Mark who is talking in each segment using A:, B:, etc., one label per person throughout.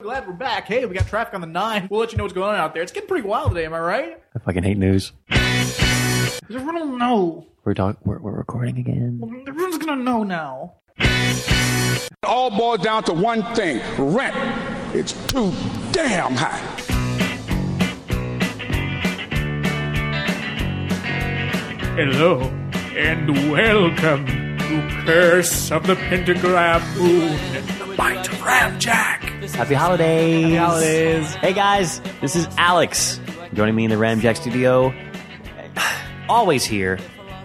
A: glad we're back. Hey, we got traffic on the nine. We'll let you know what's going on out there. It's getting pretty wild today. Am I right?
B: I fucking hate news.
A: Everyone will know.
B: We're talk. We're, we're recording again.
A: Everyone's gonna know now.
C: It all boils down to one thing rent. It's too damn high.
A: Hello and welcome to Curse of the Pentagram Moon by Ram Jack.
B: Happy holidays. Happy
A: holidays.
B: Hey guys, this is Alex joining me in the Ramjack studio. Always here,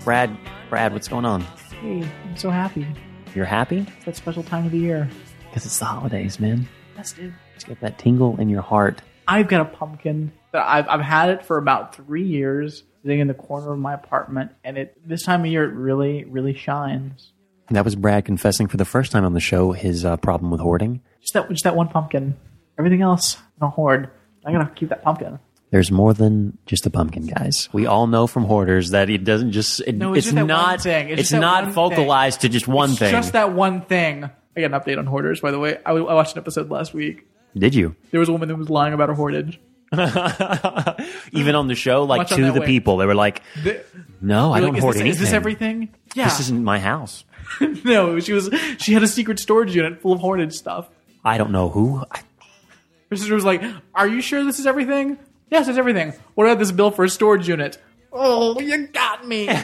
B: Brad. Brad, what's going on?
D: Hey, I'm so happy.
B: You're happy
D: It's that special time of the year.
B: because it's the holidays, man.
D: Yes, dude.
B: Just get that tingle in your heart.
D: I've got a pumpkin that I've, I've had it for about three years, sitting in the corner of my apartment, and it this time of year it really, really shines.
B: That was Brad confessing for the first time on the show his uh, problem with hoarding.
D: Just that, just that one pumpkin. Everything else, I don't hoard. I'm gonna keep that pumpkin.
B: There's more than just a pumpkin, guys. We all know from hoarders that it doesn't just. It,
D: No,
B: it's
D: it's just that one
B: not.
D: thing. It's
B: It's,
D: just that
B: not
D: one
B: focalized to just one
D: It's
B: thing.
D: Just that one thing. I got an update on hoarders, by the way. I, I watched an episode last week.
B: Did you?
D: There was a woman who was lying about her hoardage.
B: Even on the show, like
D: Much on
B: to
D: that
B: the
D: way.
B: people, they were like,
D: The-
B: "No, I
D: like,
B: don't
D: is
B: hoard
D: this,
B: anything.
D: Is this everything? Yeah.
B: This isn't my house.
D: no, she was. She had a secret storage unit full of hoarded stuff.
B: I don't know who. I,
D: Her sister was like, "Are you sure this is everything? Yes, it's everything. What about this bill for a storage unit? Oh, you got me."
B: I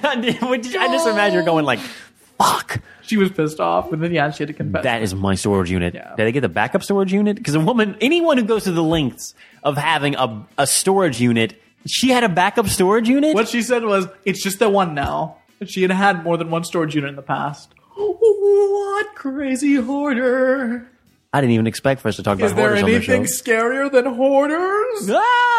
B: just imagine her going like, "Fuck,
D: she was pissed off, and then yeah, she had to confess.
B: that is my storage unit."
D: Yeah.
B: Did they get the backup storage unit? Because a woman, anyone who goes to the lengths of having a a storage unit, she had a backup storage unit.
D: what she said was, "It's just the one now." And She had had more than one storage unit in the past. What crazy hoarder?
B: I didn't even expect for us to talk
D: Is
B: about
D: there
B: hoarders on the
D: anything
B: show.
D: scarier than hoarders?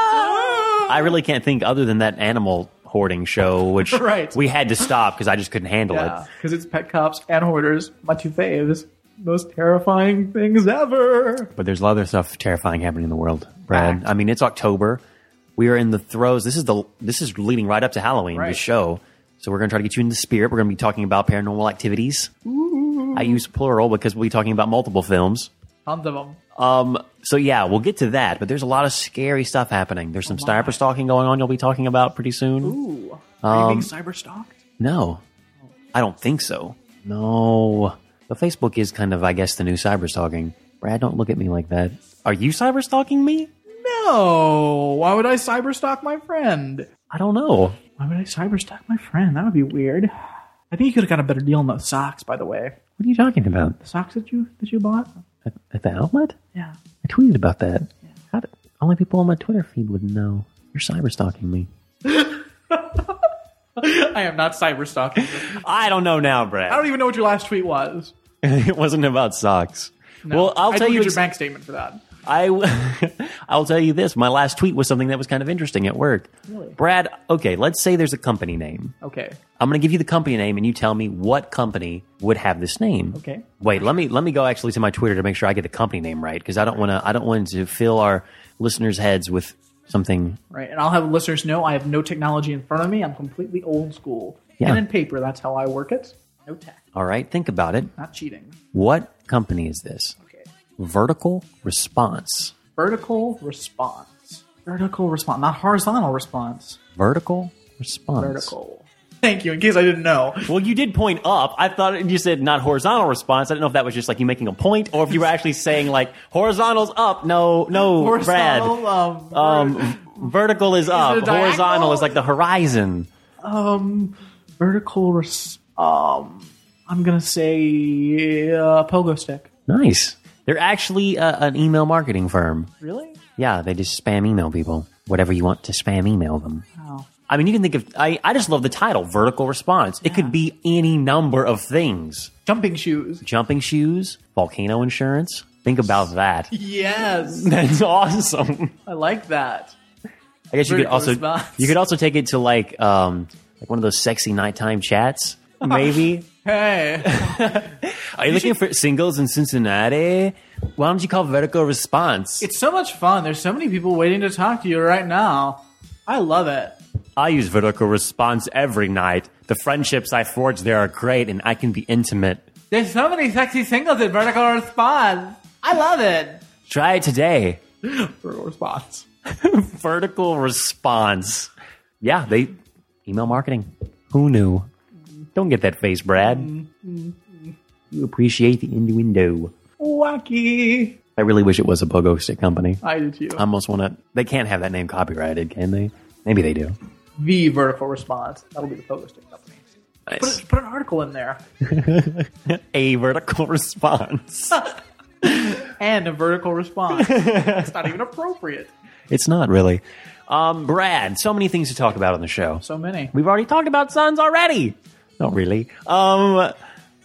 B: Ah! I really can't think other than that animal hoarding show, which
D: Right.
B: we had to stop because I just couldn't handle it.
D: because it's pet cops and hoarders, my two faves. Most terrifying things ever.
B: But there's a lot of other stuff terrifying happening in the world, Brad. I mean, it's October. We are in the throes. This is the this is leading right up to Halloween.
D: Right.
B: This show, so we're going to try to get you in the spirit. We're going to be talking about paranormal activities. I use plural because we'll be talking about multiple films.
D: Tons of them.
B: Um, so yeah, we'll get to that. But there's a lot of scary stuff happening. There's some sniper stalking going on. You'll be talking about pretty soon.
D: Ooh, are
B: Um,
D: you being cyber stalked?
B: No, I don't think so. No, but Facebook is kind of, I guess, the new cyber stalking. Brad, don't look at me like that. Are you cyber stalking me?
D: No. Why would I cyberstalk my friend?
B: I don't know.
D: Why would I cyberstalk my friend? That would be weird. I think you could have got a better deal on those socks, by the way.
B: What are you talking about?
D: The socks that you that you bought?
B: At, at the outlet?
D: Yeah.
B: I tweeted about that. How did, only people on my Twitter feed would know. You're cyber stalking me.
D: I am not cyberstalking. you.
B: I don't know now,
D: I
B: Brad.
D: don't even know what your last tweet was.
B: it wasn't about socks. well, I'll
D: I
B: tell you.
D: deleted
B: ex-
D: your bank statement for that.
B: I w- I'll tell you this. My last tweet was something that was kind of interesting at work.
D: Really?
B: Brad, okay, let's say there's a company name.
D: Okay.
B: I'm going to give you the company name, and you tell me what company would have this name.
D: Okay.
B: Wait, let me let me go actually to my Twitter to make sure I get the company name right because I don't want to I don't want to fill our listeners' heads with something.
D: Right. And I'll have listeners know I have no technology in front of me. I'm completely old school.
B: Yeah.
D: Pen and paper, that's how I work it. No tech.
B: All right, think about it.
D: Not cheating.
B: What company is this?
D: Okay.
B: Vertical Response.
D: Vertical response. Vertical response, not horizontal response.
B: Vertical Response.
D: Vertical. Thank you. In case I didn't know,
B: Well, you did point up. I thought you said not horizontal response. I didn't know if that was just like you making a point or if you were actually saying like horizontal's up. No, no, Brad.
D: horizontal. Um,
B: Um, vertical is up.
D: it a diagonal?
B: horizontal is like the horizon.
D: um, vertical. Res- um, I'm gonna say uh, pogo stick.
B: Nice. They're actually uh, an email marketing firm.
D: Really?
B: Yeah, they just spam email people. Whatever you want to spam email them.
D: Wow.
B: I mean, you can think of. I, I just love the title, vertical response. It could be any number of things:
D: Jumping shoes.
B: jumping shoes, volcano insurance. Think about that.
D: Yes,
B: That's awesome.
D: I like that.
B: I guess you could
D: Vertical
B: also
D: response.
B: you could also take it to like um like one of those sexy nighttime chats. Maybe
D: Hey,
B: are you, looking for singles in Cincinnati? Why don't you call Vertical Response?
D: it's so much fun. There's so many people waiting to talk to you right now. I love it.
B: I use vertical response every night. The friendships I forge there are great, and I can be intimate.
D: There's so many sexy singles in vertical response. I love it.
B: Try it today.
E: for a response.
B: Vertical response. Yeah, they email marketing. Who knew? Don't get that face, Brad. You appreciate the innuendo.
E: Wacky.
B: I really wish it was a pogo stick company.
E: I do too.
B: I almost want to. They can't have that name copyrighted, can they? Maybe they do.
E: the vertical response. That'll be the pogo stick company. Put, a- put an article in there
B: A vertical response.
E: and a vertical response. It's not even appropriate.
B: it's not really. Um, Brad, so many things to talk about on the show.
E: So many.
B: We've already talked about sons already. Not really. Um,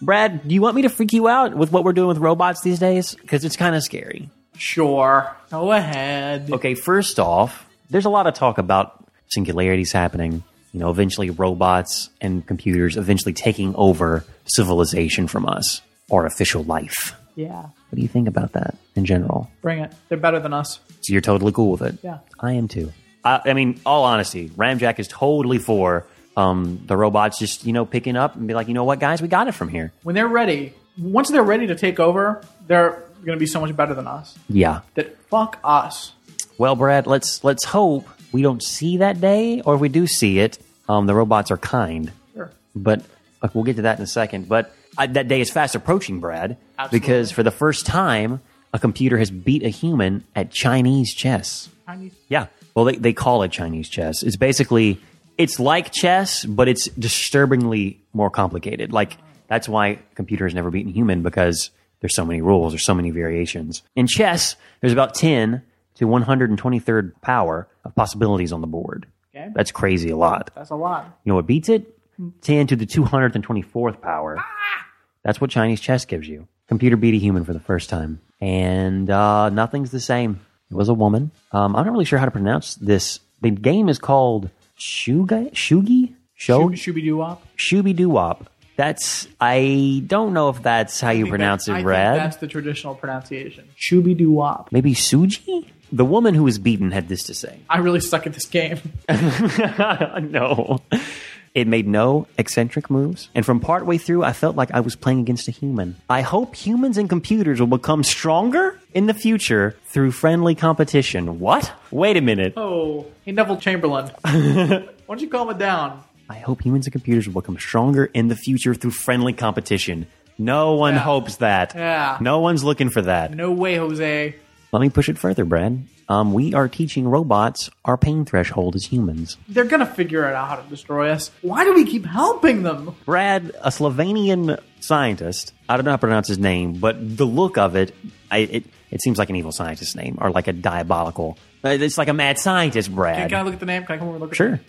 B: Brad, do you want me to freak you out with what we're doing with robots these days? Because it's kind of scary.
E: Sure. Go ahead.
B: Okay, first off, there's a lot of talk about singularities happening. You know, eventually robots and computers eventually taking over civilization from us, artificial life.
E: Yeah.
B: What do you think about that in general?
E: Bring it. They're better than us.
B: So you're totally cool with it.
E: Yeah.
B: I am too. I, I mean, all honesty, Ramjack is totally for um, the robots just you know picking up and be like, you know what, guys, we got it from here.
E: When they're ready, once they're ready to take over, they're going to be so much better than us.
B: Yeah.
E: That fuck us.
B: Well, Brad, let's let's hope we don't see that day, or if we do see it, um, the robots are kind.
E: Sure.
B: But like, we'll get to that in a second. But I, that day is fast approaching, Brad,
E: Absolutely.
B: because for the first time, a computer has beat a human at Chinese chess.
E: Chinese.
B: Yeah. Well, they, they call it Chinese chess. It's basically it's like chess, but it's disturbingly more complicated. Like that's why computers never beaten human because there's so many rules, there's so many variations. In chess, there's about 10 to 123rd power of possibilities on the board.
E: Okay.
B: That's crazy a lot.
E: That's a lot.
B: You know what beats it? 10 to the 224th power. That's what Chinese chess gives you. Computer beat a human for the first time. And uh, nothing's the same. It was a woman. Um, I'm not really sure how to pronounce this. The game is called Shuga, Shugi? Sho,
E: Shooby doo wop.
B: Shubi Doo Wop. That's, I don't know if that's how you pronounce
E: I
B: it,
E: think
B: Brad.
E: That's the traditional pronunciation. Shooby doo wop.
B: Maybe Suji? The woman who was beaten had this to say.
E: I really suck at this game.
B: no. It made no eccentric moves. And from partway through, I felt like I was playing against a human. I hope humans and computers will become stronger in the future through friendly competition. What? Wait a minute.
E: Oh, hey Neville Chamberlain. Why don't you calm it down?
B: I hope humans and computers will become stronger in the future through friendly competition. No one
E: Yeah.
B: hopes that.
E: Yeah.
B: No one's looking for that.
E: No way, Jose.
B: Let me push it further, Brad. Um, we are teaching robots our pain threshold as humans.
E: They're gonna figure it out how to destroy us. Why do we keep helping them?
B: Brad, a Slovenian scientist, I don't know how to pronounce his name, but the look of it, I, it, it seems like an evil scientist's name or like a diabolical. uh, It's like a mad scientist,
E: Can,
B: Brad.
E: can I look at the name? Can I come over and look
B: sure.
E: at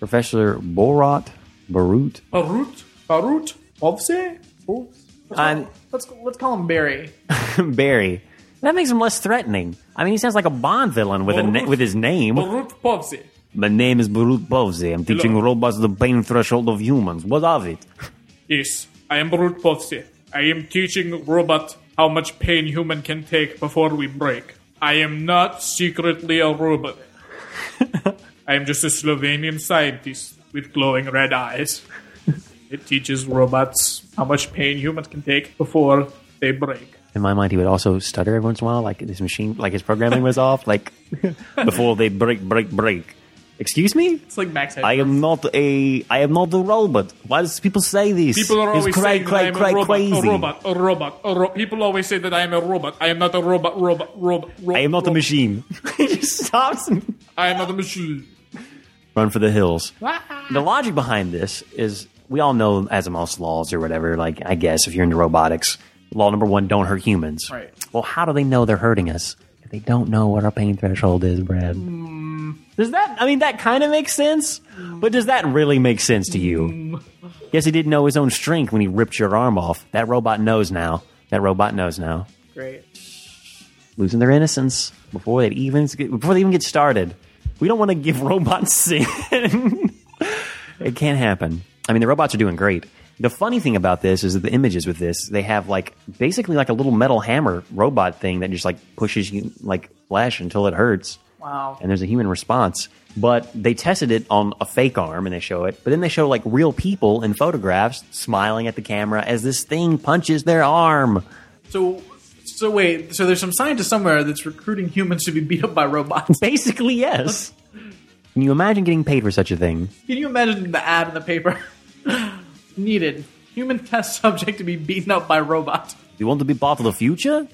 B: Professor Borat Barut.
E: the name? Barut? Barut? Ovse? Ovse? Let's,
B: I'm-
E: call, let's, let's call him Barry.
B: Barry. That makes him less threatening. I mean, he sounds like a Bond villain with, a na-
E: Barut.
B: with his name.
E: Barut Povse.
B: My name is Barut Bovsey. I'm teaching
E: Hello.
B: robots the pain threshold of humans. What of it?
A: Yes, I am Brute Povsi. I am teaching robot how much pain human can take before we break. I am not secretly a robot. I am just a Slovenian scientist with glowing red eyes. It teaches robots how much pain humans can take before they break.
B: in my mind, he would also stutter every once in a while, like his machine, like his programming was off, like before they break, break, break. Excuse me,
E: It's like Max
B: I
E: Headroom.
B: am not a, I am not a robot. Why does people say this?
A: People are
B: It's
A: always
B: cra-
A: saying
B: cra-
A: that
B: cra-
A: I am a robot,
B: crazy.
A: a robot, a robot, a robot. People always say that I am a robot. I am not a robot, robot, robot, robot.
B: I am not a machine. he just stops and
A: I am not a machine.
B: run for the hills. the logic behind this is we all know Asimov's laws or whatever. Like, I guess if you're into robotics, law number one: don't hurt humans.
E: Right.
B: Well, how do they know they're hurting us? if They don't know what our pain threshold is, Brad. Does that? I mean, that kind of makes sense, but does that really make sense to you? Yes, he didn't know his own strength when he ripped your arm off. That robot knows now. That robot knows now.
E: Great.
B: Losing their innocence before it even before they even get started. We don't want to give robots sin. it can't happen. I mean, the robots are doing great. The funny thing about this is that the images with this, they have like basically like a little metal hammer robot thing that just like pushes you like flesh until it hurts.
E: Wow.
B: And there's a human response. But they tested it on a fake arm and they show it. But then they show like real people in photographs smiling at the camera as this thing punches their arm.
E: So,
D: So wait, so there's some scientist somewhere that's recruiting humans to be beat up by robots.
B: Basically, yes. Can you imagine getting paid for such a thing?
D: Can you imagine the ad in the paper? Needed. Human test subject to be beaten up by robot.
B: You want to be part of the future?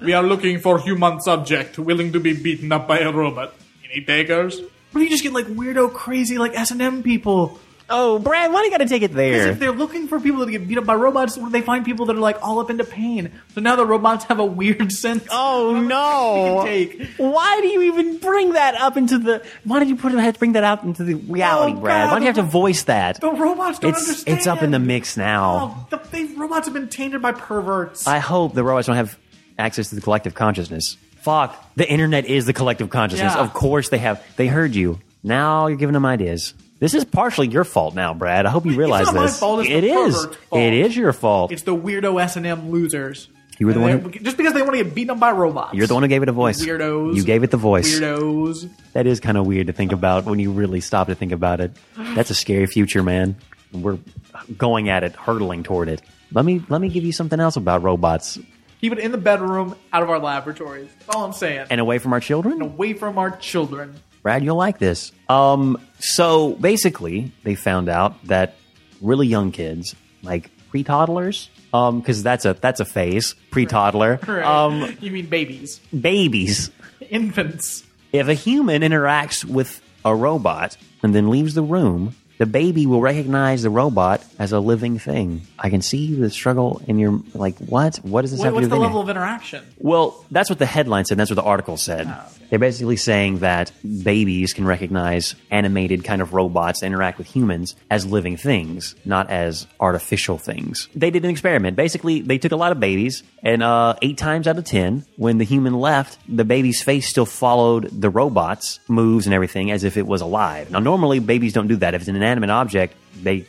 A: We are looking for human subject willing to be beaten up by a robot. Any takers?
D: What if you just get like weirdo, crazy, like S and M people?
B: Oh, Brad, why do you got to take it
D: Because
B: there?
D: if they're looking for people to get beat up by robots, they find people that are like all up into pain. So now the robots have a weird sense.
B: Oh
D: we
B: no!
D: can take.
B: Why do you even bring that up into the? Why did you put it? Bring that out into the reality,
D: Oh,
B: Brad. Why do you have to voice that?
D: The robots don't
B: It's
D: understand.
B: it's up in the mix now.
D: Oh, the, they, robots have been tainted by perverts.
B: I hope the robots don't have access to the collective consciousness. Fuck, the internet is the collective consciousness.
D: Yeah.
B: Of course they have. They heard you. Now you're giving them ideas. This is partially your fault now, Brad. I hope you
D: It's
B: realize
D: not my
B: this.
D: fault, it's
B: It
D: the
B: is.
D: pervert's fault.
B: It is your fault.
D: it's the weirdo S and M losers.
B: You were the
D: And
B: one
D: they- just because they want to get beaten up by robots.
B: You're the one who gave it a voice.
D: Weirdos.
B: You gave it the voice.
D: Weirdos.
B: That is kind of weird to think about when you really stop to think about it. That's a scary future, man. We're going at it, hurtling toward it. Let me let me give you something else about robots
D: Keep it in the bedroom, out of our laboratories. That's all I'm saying.
B: and away from our children.
D: Away from our children.
B: Brad, you'll like this. Um, so basically, they found out that really young kids, like pre-toddlers, um, because that's a that's a phase, pre-toddler,
D: Right.
B: um,
D: you mean babies,
B: babies.
D: infants?
B: If a human interacts with a robot and then leaves the room, the baby will recognize the robot as a living thing. I can see the struggle in your like, what? What does this
D: What,
B: have to do
D: what's
B: with
D: the
B: anything?
D: level of interaction?
B: Well, that's what the headline said. and That's what the article
D: Oh,
B: said. They're basically saying that babies can recognize animated kind of robots that interact with humans as living things, not as artificial things. They did an experiment. Basically, they took a lot of babies, and uh, eight times out of ten, when the human left, the baby's face still followed the robot's moves and everything as if it was alive. Now, normally, babies don't do that. If it's an inanimate object, they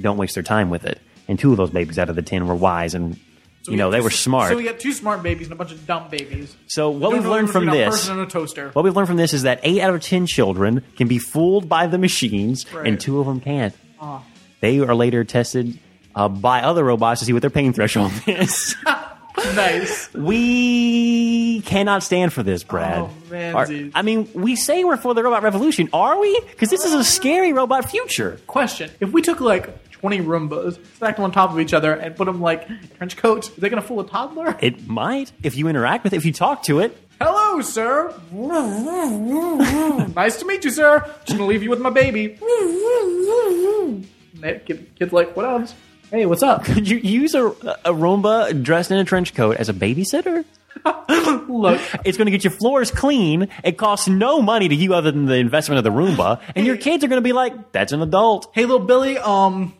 B: don't waste their time with it. And two of those babies out of the ten were wise and. you know, they were smart.
D: So we got two smart babies and a bunch of dumb babies.
B: So what
D: Don't
B: we've
D: know
B: learned
D: the difference
B: from
D: between a
B: this,
D: person and a toaster.
B: what we've learned from this is that eight out of ten children can be fooled by the machines, and
D: Right. Ah.
B: two of them can't. They are later tested uh, by other robots to see what their pain threshold is.
D: nice.
B: we cannot stand for this, Brad.
D: Oh, man,
B: Are-
D: dude.
B: I mean, we say we're for the robot revolution, are we? Because this is
D: Uh.
B: a scary robot future.
D: Question: If we took like twenty Roombas, stacked them on top of each other, and put them like trench coats, is that going to fool a toddler?
B: It might, if you interact with it, if you talk to it.
D: Hello, sir. nice to meet you, sir. Just gonna leave you with my baby. And that kid, kid's like, what else? Hey, what's up?
B: Could you use a, a Roomba dressed in a trench coat as a babysitter?
D: Look,
B: It's going to get your floors clean. It costs no money to you other than the investment of the Roomba. And your kids are going to be like, that's an adult.
D: hey, little Billy. Um,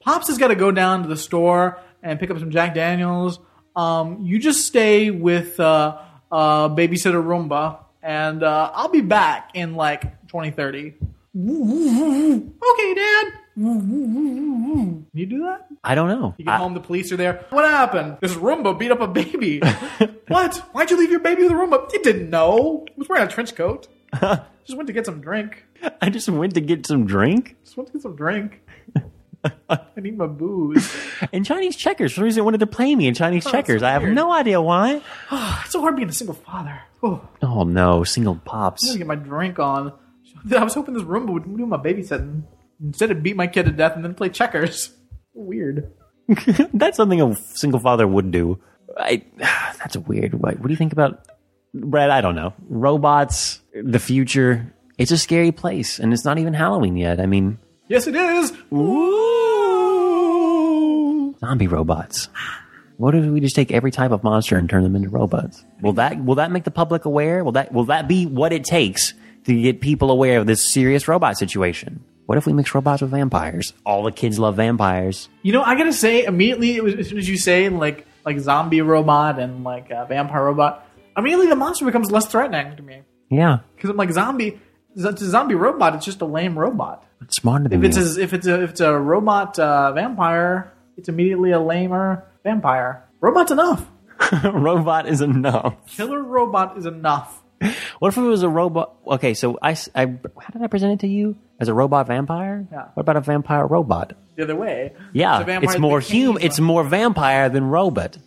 D: pops has got to go down to the store and pick up some Jack Daniels. Um, you just stay with uh, uh, babysitter Roomba, and uh, I'll be back in like twenty thirty. okay, Dad. Can you do that?
B: I don't know.
D: You get home, the police are there. What happened? This Roomba beat up a baby. what? Why'd you leave your baby with a Roomba? You didn't know. He was wearing a trench coat. just went to get some drink.
B: I, I just went to get some drink.
D: Just went to get some drink. I need my booze.
B: And Chinese checkers, for some reason, wanted to play me in Chinese checkers.
D: so
B: I have
D: Oh, weird.
B: no idea why.
D: It's so hard being a single father. Oh, I
B: Oh, no. Single
D: need
B: pops.
D: to get my drink on. I was hoping this Roomba would do my babysitting. Instead, it beat my kid to death and then play checkers. Weird.
B: that's something a single father would do. I, that's weird. What, what do you think about, Brad? I don't know. Robots, the future. It's a scary place. And it's not even Halloween yet. I mean,
D: Yes, it is.
B: zombie robots. What if we just take every type of monster and turn them into robots? Will that will that make the public aware? Will that will that be what it takes to get people aware of this serious robot situation? What if we mix robots with vampires? All the kids love vampires.
D: You know, I gotta say, immediately it was, as soon as you say like like zombie robot and like uh, vampire robot, immediately the monster becomes less threatening to me
B: Yeah,
D: because I'm like zombie. It's a zombie robot. It's just a lame robot.
B: it's smarter than
D: If it's
B: you.
D: a, if it's a, if it's a robot uh, vampire, it's immediately a lamer vampire. Robot's enough.
B: robot is enough.
D: Killer robot is enough.
B: What if it was a robot? Okay, so I, s- I- how did I present it to you as a robot vampire?
D: Yeah.
B: What about a vampire robot?
D: The other way.
B: Yeah,
D: a vampire
B: it's more
D: that became
B: human. It's more vampire than robot.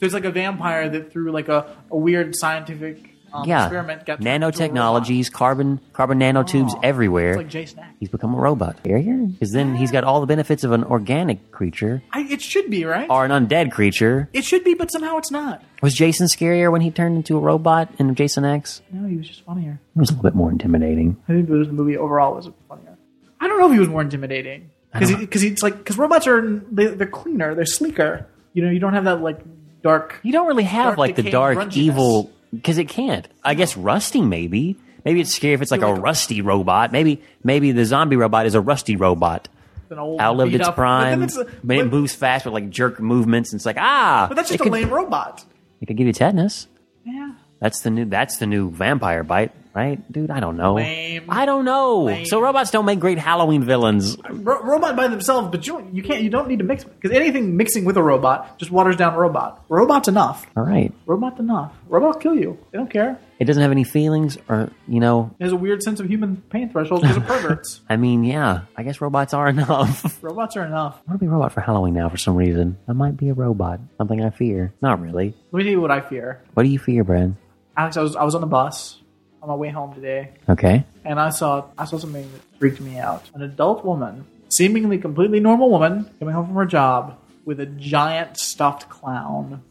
D: There's like a vampire that through like a, a weird scientific um,
B: yeah,
D: experiment got turned into a robot.
B: nanotechnologies, carbon carbon nanotubes everywhere.
D: Oh, It's like Jay Snack.
B: he's become a robot. Because then he's got all the benefits of an organic creature
D: I, it should be right.
B: or an undead creature.
D: It should be, but somehow it's not.
B: Was Jason scarier when he turned into a robot in Jason X?
D: No, he was just funnier.
B: It was a little bit more intimidating.
D: I think it was the movie overall was funnier. I don't know if he was more intimidating because because it's like because robots are they, they're cleaner, they're sleeker. You know, you don't have that like dark.
B: You don't really have
D: Dark
B: like the
D: decay
B: dark
D: grunginess.
B: evil because it can't. I guess rusting maybe. Maybe it's scary if it's like a rusty robot. Maybe maybe the zombie robot is a rusty robot.
D: An old
B: Outlived
D: beat
B: its
D: up-
B: prime,
D: But, then it's,
B: but it
D: but,
B: moves fast with like jerk movements. And it's like ah,
D: but that's
B: it
D: just a
B: could-
D: lame robot.
B: It could give you tetanus.
D: Yeah.
B: That's the new. That's the new vampire bite, right, dude? I don't know.
D: Lame.
B: I don't know.
D: Lame.
B: So robots don't make great Halloween villains.
D: Ro- robot by themselves, but you you can't you don't need to mix because anything mixing with a robot just waters down robot. Robot's enough.
B: All right.
D: Robot's enough. Robot will kill you. They don't care.
B: It doesn't have any feelings, or you know.
D: It has a weird sense of human pain threshold because of perverts.
B: I mean, yeah. I guess robots are enough.
D: Robots are enough.
B: I want to be a robot for Halloween now for some reason. I might be a robot. Something I fear. Not really.
D: Let me tell you what I fear.
B: What do you fear, Brad?
D: Alex, I was I was on the bus on my way home today,
B: Okay.
D: and I saw I saw something that freaked me out. An adult woman, seemingly completely normal woman, coming home from her job with a giant stuffed clown,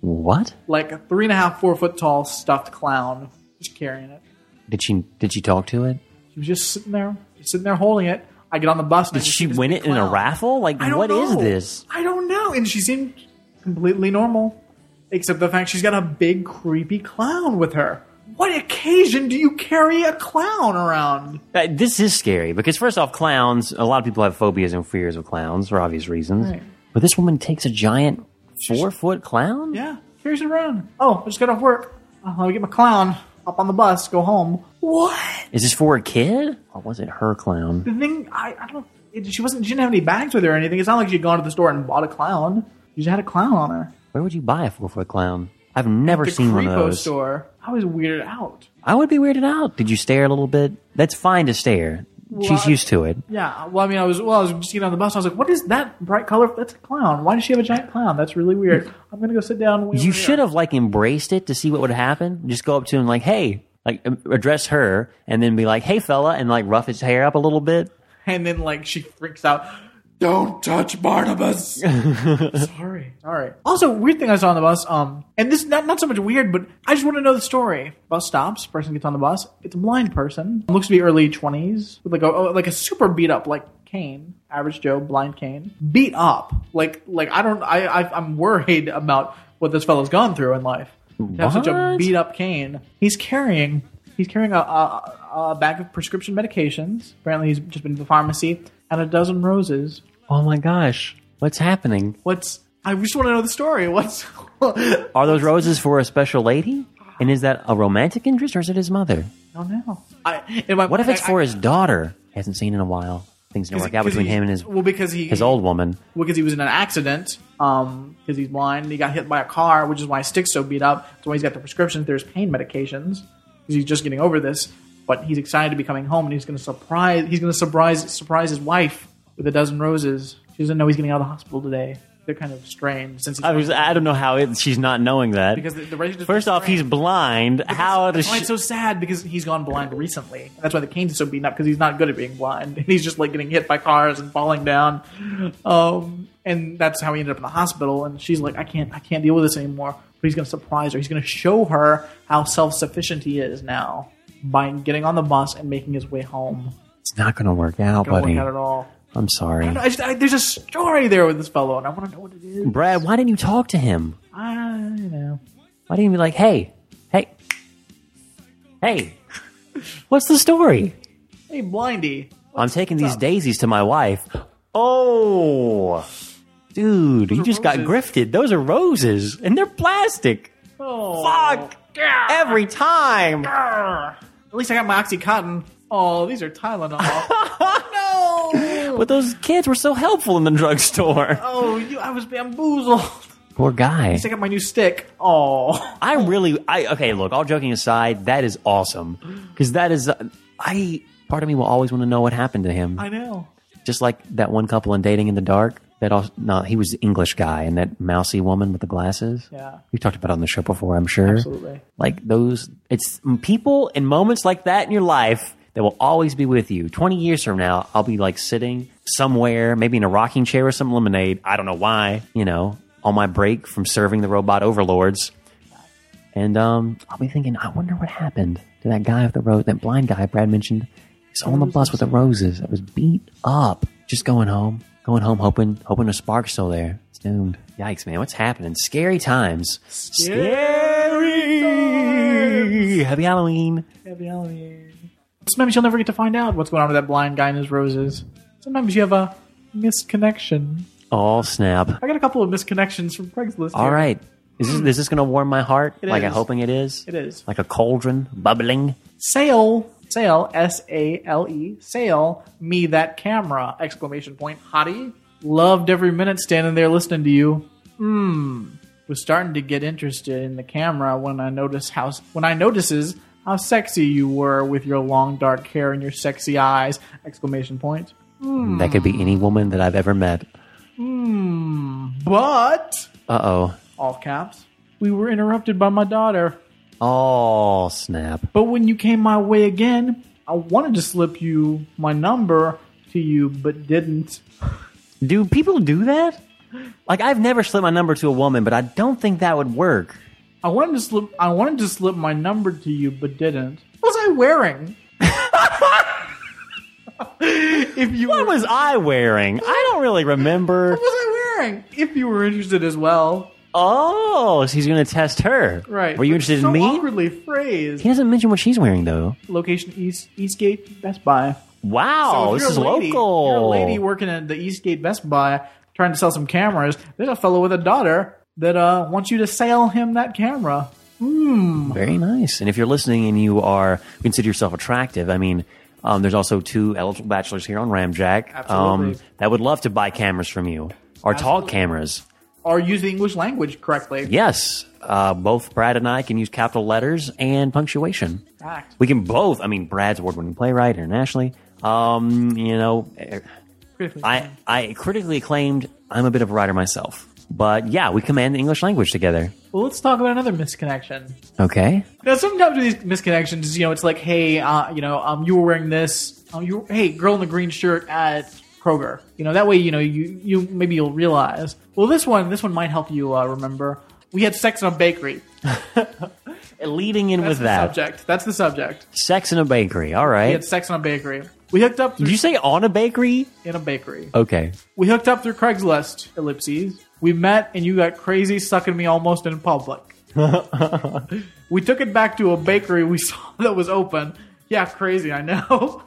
B: What
D: like a three and a half four foot tall stuffed clown, just carrying it.
B: did she? Did she talk to it?
D: She was just sitting there, just sitting there holding it. I get on the bus. And I
B: Did
D: just
B: she
D: see this
B: win
D: big
B: it in a
D: clown.
B: raffle? Like,
D: I don't
B: what is
D: know.
B: this?
D: I don't know. And she seemed completely normal, except the fact she's got a big creepy clown with her. What occasion do you carry a clown around?
B: Uh, this is scary because first off, clowns. A lot of people have phobias and fears of clowns for obvious reasons.
D: Right.
B: But this woman takes a giant four-foot clown.
D: Yeah, carries it around. Oh, I just got off work. Uh, I'll get my clown up on the bus, go home. What?
B: Is this for a kid or was it her clown?
D: The thing I, I don't. It, she wasn't. She didn't have any bags with her or anything. It's not like she'd gone to the store and bought a clown. She just had a clown on her.
B: Where would you buy a four-foot clown? I've never
D: The
B: seen one of
D: Creepo
B: those.
D: store. I was weirded out.
B: I would be weirded out. Did you stare a little bit? That's fine to stare. She's
D: I-
B: used to it.
D: Yeah, well, I mean, I was well, I was just getting on the bus. And I was like, "What is that bright color? That's a clown. Why does she have a giant clown? That's really weird. I'm gonna go sit down."
B: You should have like embraced it to see what would happen. Just go up to him like, hey, like um, address her, and then be like, hey, fella, and like rough his hair up a little bit.
D: And then, like, she freaks out.
C: Don't touch Barnabas.
D: Sorry, sorry. Also, weird thing I saw on the bus. Um, and this not not so much weird, but I just want to know the story. Bus stops. Person gets on the bus. It's a blind person. Looks to be early 20s with like a oh, like a super beat up like cane. Average Joe, blind cane, beat up. Like like I don't. I, I I'm worried about what this fellow's gone through in life. To have such a
B: What?
D: beat up cane. He's carrying he's carrying a, a, a bag of prescription medications. Apparently, he's just been to the pharmacy and a dozen roses.
B: Oh my gosh, what's happening?
D: What's I just want to know the story. What's I
B: Are those roses for a special lady? And is that a romantic interest or is it his mother?
D: don't know. I, in my,
B: What if it's
D: I-
B: for
D: I-
B: his daughter? He hasn't seen in a while. Things don't work out
D: 'cause
B: between
D: he-
B: him and his,
D: well because he
B: his old woman.
D: because he was in an accident um because he's blind he got hit by a car which is why his stick's so beat up that's why he's got the prescriptions there's pain medications 'cause he's just getting over this but he's excited to be coming home and he's gonna surprise he's gonna surprise surprise his wife with a dozen roses she doesn't know he's getting out of the hospital today they're kind of strained since he's
B: I, was, I don't know how it, she's not knowing that.
D: because the, the roses-
B: First off, he's blind. how does
D: That's why
B: she.
D: it's so sad because he's gone blind recently. And that's why the canes is so beaten up because he's not good at being blind. And he's just like getting hit by cars and falling down. Um, and that's how he ended up in the hospital. And she's like, I can't, I can't deal with this anymore. But he's going to surprise her. He's going to show her how self sufficient he is now by getting on the bus and making his way home.
B: it's not going to work out,
D: Don't
B: buddy.
D: work out at all.
B: I'm sorry.
D: I just, I, there's a story there with this fellow, and I want to know what it is.
B: Brad, why didn't you talk to him?
D: I know.
B: Why didn't you be like, hey, hey, hey, what's the story?
D: Hey, Blindy.
B: I'm taking these daisies to my wife. Oh, dude, you just got grifted. Those are roses, and they're plastic.
D: Oh.
B: Fuck every time.
D: At least I got my Oxycontin. Oh, these are Tylenol. no!
B: But those kids were so helpful in the drugstore.
D: Oh, you, I was bamboozled.
B: Poor guy.
D: I got my new stick. Oh,
B: I really, I okay. Look, all joking aside, that is awesome because that is, uh, I part of me will always want to know what happened to him.
D: I know.
B: Just like that one couple in Dating in the Dark. That also, no, he was the English guy and that mousy woman with the glasses.
D: Yeah.
B: we talked about it on the show before, I'm sure.
D: Absolutely.
B: Like those, it's people and moments like that in your life that will always be with you. 20 years from now, I'll be like sitting somewhere, maybe in a rocking chair or some lemonade. I don't know why, you know, on my break from serving the robot overlords. And um, I'll be thinking, I wonder what happened to that guy with the rose, that blind guy Brad mentioned. He's on the bus with the roses. I was beat up. Just going home, going home, hoping, hoping a spark's still there. It's doomed. Yikes, man! What's happening? Scary times. Scary. Happy Halloween.
D: Happy Halloween. Sometimes you'll never get to find out what's going on with that blind guy and his roses. Sometimes you have a misconnection.
B: Oh snap!
D: I got a couple of misconnections from Craigslist.
B: All
D: here.
B: right, is this is this gonna warm my heart? like I'm
D: is.
B: hoping it is.
D: It is.
B: Like a cauldron bubbling.
D: Sale, sale, S A L E, sale, me that camera, exclamation point, hottie. Loved every minute standing there listening to you. Hmm. Was starting to get interested in the camera when I noticed how, when I notices how sexy you were with your long dark hair and your sexy eyes, exclamation point.
B: That could be any woman that I've ever met.
D: But,
B: Uh oh.
D: all caps, we were interrupted by my daughter.
B: Oh snap.
D: But when you came my way again, I wanted to slip you my number to you, but didn't.
B: Do people do that? Like I've never slipped my number to a woman, but I don't think that would work.
D: I wanted to slip. I wanted to slip my number to you, but didn't. What was I wearing? if you
B: What
D: were,
B: was I wearing? I don't really remember.
D: what was I wearing? If you were interested as well,
B: Oh, so he's gonna test her.
D: right?
B: Were you
D: Which is
B: interested
D: so
B: in me?
D: Awkwardly phrased.
B: He doesn't mention what she's wearing though.
D: Location East Eastgate Best Buy.
B: Wow,
D: So if
B: Oh, this
D: you're
B: is
D: a lady,
B: local.
D: if You're a lady working at the Eastgate Best Buy trying to sell some cameras. There's a fellow with a daughter that uh, wants you to sell him that camera.
B: Very nice. And if you're listening and you are consider yourself attractive, I mean, um, there's also two eligible bachelors here on Ramjack um,
D: Absolutely.
B: that would love to buy cameras from you or talk cameras.
D: Or use the English language correctly.
B: Yes, uh, both Brad and I can use capital letters and punctuation.
D: Fact.
B: We can both. I mean, Brad's award-winning playwright internationally. Um, you know, eh,
D: Critically
B: I I critically acclaimed. I'm a bit of a writer myself, but yeah, we command the English language together.
D: Well, let's talk about another misconnection.
B: Okay.
D: Now, sometimes with these misconnections, you know, it's like, hey, uh, you know, um, you were wearing this. Um, you, hey, girl in the green shirt at Kroger. You know, that way, you know, you, you maybe you'll realize. Well, this one, this one might help you uh, remember. We had sex in a bakery.
B: Leading in
D: That's
B: with
D: the
B: that,
D: subject. That's the subject.
B: sex in a bakery. All
D: We
B: right.
D: had sex in a bakery. We hooked up
B: Did
D: through,
B: you say on a bakery?
D: in a bakery.
B: Okay.
D: We hooked up through Craigslist. Ellipses. We met, and you got crazy sucking me almost in public. we took it back to a bakery we saw that was open. Yeah, crazy. I know.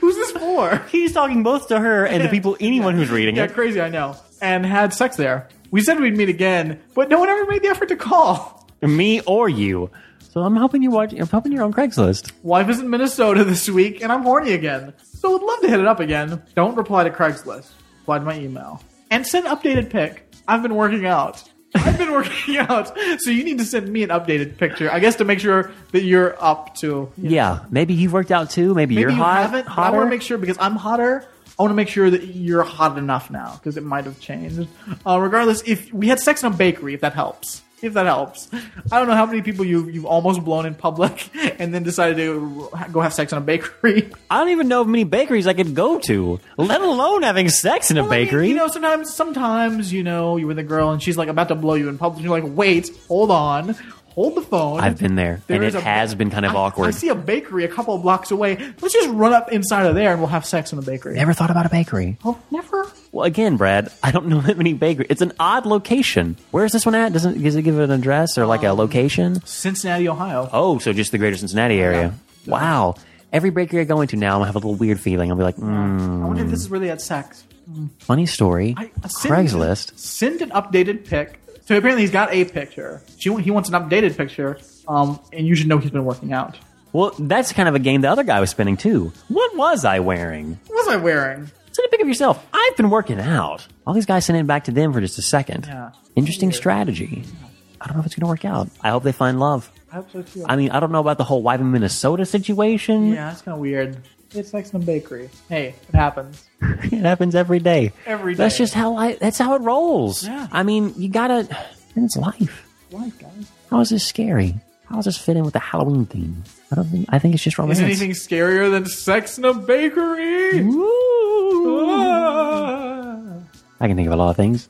D: Who's this for?
B: He's talking both to her and the people, anyone who's reading
D: Yeah,
B: it.
D: crazy. I know. And had sex there. We said we'd meet again, but no one ever made the effort to call.
B: Me or you. So I'm hoping you watch. I'm hoping you're on Craigslist.
D: Wife is in Minnesota this week, and I'm horny again. So would love to hit it up again. Don't reply to Craigslist. Reply to my email and send updated pic. I've been working out. I've been working out, so you need to send me an updated picture. I guess to make sure that you're up to
B: Yeah, maybe you've worked out too. Maybe, you're
D: Maybe you
B: hot,
D: haven't. but I
B: hotter.
D: want to make sure because I'm hotter. I want to make sure that you're hot enough now because it might have changed. Uh, regardless, if we had sex in a bakery, if that helps, if that helps, I don't know how many people you you've almost blown in public and then decided to go have sex in a bakery.
B: I don't even know of many bakeries I could go to, let alone having sex in a
D: I mean,
B: bakery.
D: you know, sometimes sometimes you know you're with a girl and she's like about to blow you in public. You're like, wait, hold on, hold the phone.
B: I've been there,
D: There
B: and it
D: is a-
B: has been kind of
D: I-
B: awkward.
D: I see a bakery a couple of blocks away. Let's just run up inside of there and we'll have sex in the bakery.
B: Never thought about a bakery.
D: Oh, never.
B: Well, again, Brad, I don't know that many bakeries. It's an odd location. Where is this one at? Doesn't does it give an address or like
D: Um,
B: a location?
D: Cincinnati, Ohio.
B: Oh, so just the greater Cincinnati area. Wow. Every bakery I go into now, I'm gonna have a little weird feeling. I'll be like, mm,
D: I wonder if this is where they had sex.
B: funny story.
D: I- I sent-
B: Craigslist.
D: Send an updated pic. So apparently he's got a picture. She, he wants an updated picture, um, and you should know he's been working out.
B: Well, that's kind of a game the other guy was spinning too. What was I wearing?
D: What was I wearing?
B: Send a pic of yourself. I've been working out. All these guys send it back to them for just a second.
D: Yeah.
B: Interesting strategy. I don't know if it's going to work out. I hope they find love.
D: I hope so too.
B: I mean, I don't know about the whole wife in Minnesota situation.
D: yeah, that's kind of weird. It's Mexican bakery. Hey, it happens.
B: it happens every day.
D: Every
B: That's
D: day.
B: just how I. That's how it rolls.
D: Yeah.
B: I mean, you gotta. It's life.
D: Life, guys.
B: How is this scary? How does this fit in with the Halloween theme? I don't think. I think it's just romance.
D: Is anything scarier than sex in a bakery? Ah.
B: I can think of a lot of things.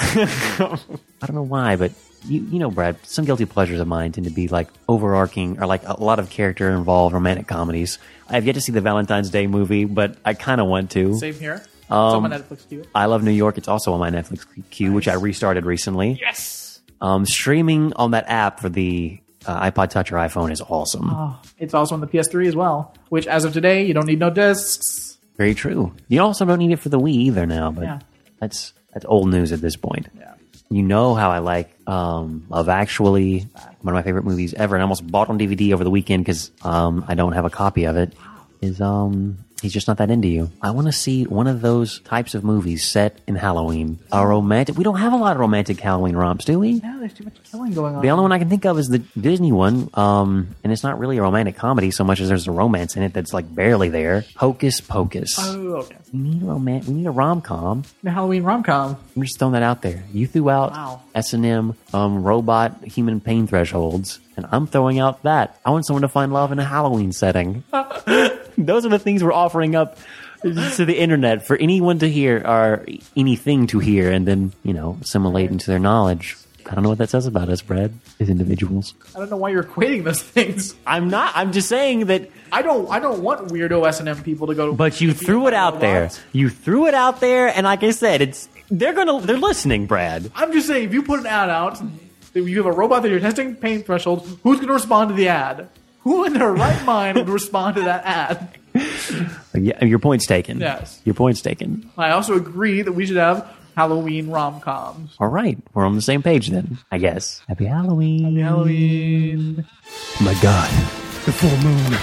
B: I don't know why, but you you know, Brad, some guilty pleasures of mine tend to be like overarching or like a lot of character involved romantic comedies. I have yet to see the Valentine's Day movie, but I kind of want to.
D: Same here.
B: Um,
D: Someone Netflix queue.
B: I Love New York. It's also on my Netflix queue, which I restarted recently. Yes. Um, streaming on that app for the uh, iPod Touch or iPhone is awesome.
D: It's also on the PS3 as well, which as of today, you don't need no discs.
B: Very true. You also don't need it for the Wii either now, but
D: Yeah.
B: that's that's old news at this point. Yeah. You know how I like um, Love Actually, one of my favorite movies ever, and I almost bought it on DVD over the weekend because um, I don't have a copy of it. Is um, he's just not that into you. I want to see one of those types of movies set in Halloween. A romantic. We don't have a lot of romantic Halloween romps, do we?
D: No, there's too much killing going on.
B: The only one I can think of is the Disney one, um, and it's not really a romantic comedy so much as there's a romance in it that's like barely there. Hocus Pocus.
D: Oh, okay.
B: We need a roman- We need a rom com.
D: The Halloween rom com.
B: We're just throwing that out there. You threw out
D: Wow.
B: S and M, um, robot, human pain thresholds, and I'm throwing out that I want someone to find love in a Halloween setting. Those are the things we're offering up to the internet for anyone to hear or anything to hear, and then you know assimilate into their knowledge. I don't know what that says about us, Brad, as individuals.
D: I don't know why you're equating those things.
B: I'm not. I'm just saying that.
D: I don't. I don't want weirdo S and M people to go. to
B: But you threw it out there. You threw it out there, and like I said, it's they're gonna they're listening, Brad.
D: I'm just saying, if you put an ad out, if you have a robot that you're testing pain thresholds, who's going to respond to the ad? Who in their right mind would respond to that ad?
B: Yeah, your point's taken.
D: Yes.
B: Your point's taken.
D: I also agree that we should have Halloween rom coms.
B: All right. We're on the same page then, I guess. Happy Halloween.
D: Halloween.
B: My God. The full moon.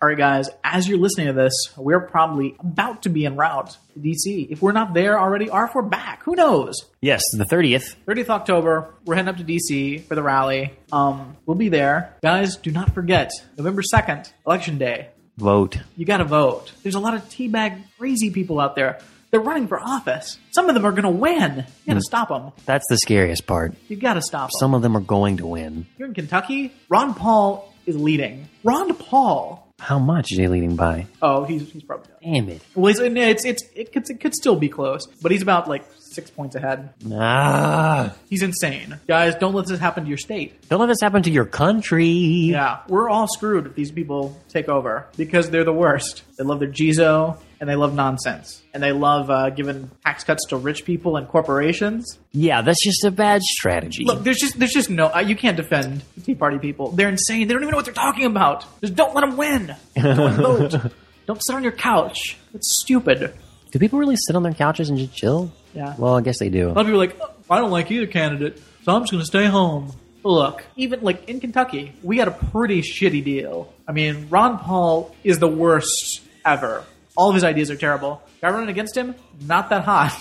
D: All right, guys, as you're listening to this, we're probably about to be en route to DC. If we're not there already, or if we're back, who knows?
B: Yes, the 30th.
D: 30th October, we're heading up to DC for the rally. Um, we'll be there. Guys, do not forget, November 2nd, Election Day.
B: Vote.
D: You gotta vote. There's a lot of teabag crazy people out there. They're running for office. Some of them are gonna win. You gotta stop 'em. stop them.
B: That's the scariest part.
D: You gotta stop them.
B: Some of them are going to win.
D: Here in Kentucky, Ron Paul is leading. Ron Paul.
B: How much is he leading by?
D: Oh, he's, he's probably done.
B: Damn it.
D: Well, it's, it's, it's, it, could, it could still be close, but he's about like six points ahead.
B: Ah.
D: He's insane. Guys, don't let this happen to your state.
B: Don't let this happen to your country.
D: Yeah, we're all screwed if these people take over because they're the worst. They love their jizo and they love nonsense and they love uh, giving tax cuts to rich people and corporations.
B: Yeah, that's just a bad strategy.
D: Look, there's just there's just no uh, you can't defend the Tea Party people. They're insane. They don't even know what they're talking about. Just don't let them win. Don't vote. Don't sit on your couch. It's stupid.
B: do people really sit on their couches and just chill?
D: Yeah.
B: Well, I guess they do.
D: A lot of people are like, "Oh, I don't like either candidate, so I'm just going to stay home. Look, even like in Kentucky, we got a pretty shitty deal. I mean, Ron Paul is the worst ever. All of his ideas are terrible. Guy running against him, not that hot.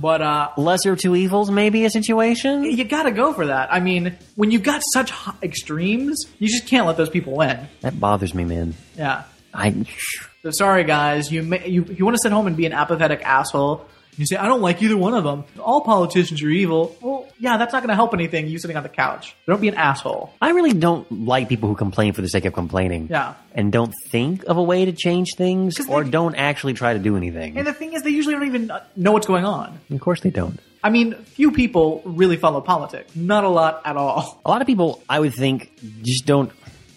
D: but uh,
B: Lesser of two evils, maybe a situation?
D: you got to go for that. I mean, when you've got such hot extremes, you just can't let those people win.
B: That bothers me, man.
D: Yeah.
B: I.
D: So sorry, guys. You may, you if you want to sit home and be an apathetic asshole. You say I don't like either one of them. All politicians are evil. Well, yeah, that's not going to help anything. You sitting on the couch. Don't be an asshole.
B: I really don't like people who complain for the sake of complaining.
D: Yeah.
B: And don't think of a way to change things
D: 'Cause
B: or
D: they-
B: don't actually try to do anything.
D: And the thing is, they usually don't even uh, know what's going on.
B: of course they don't.
D: I mean, few people really follow politics. Not a lot at all.
B: A lot of people, I would think, just don't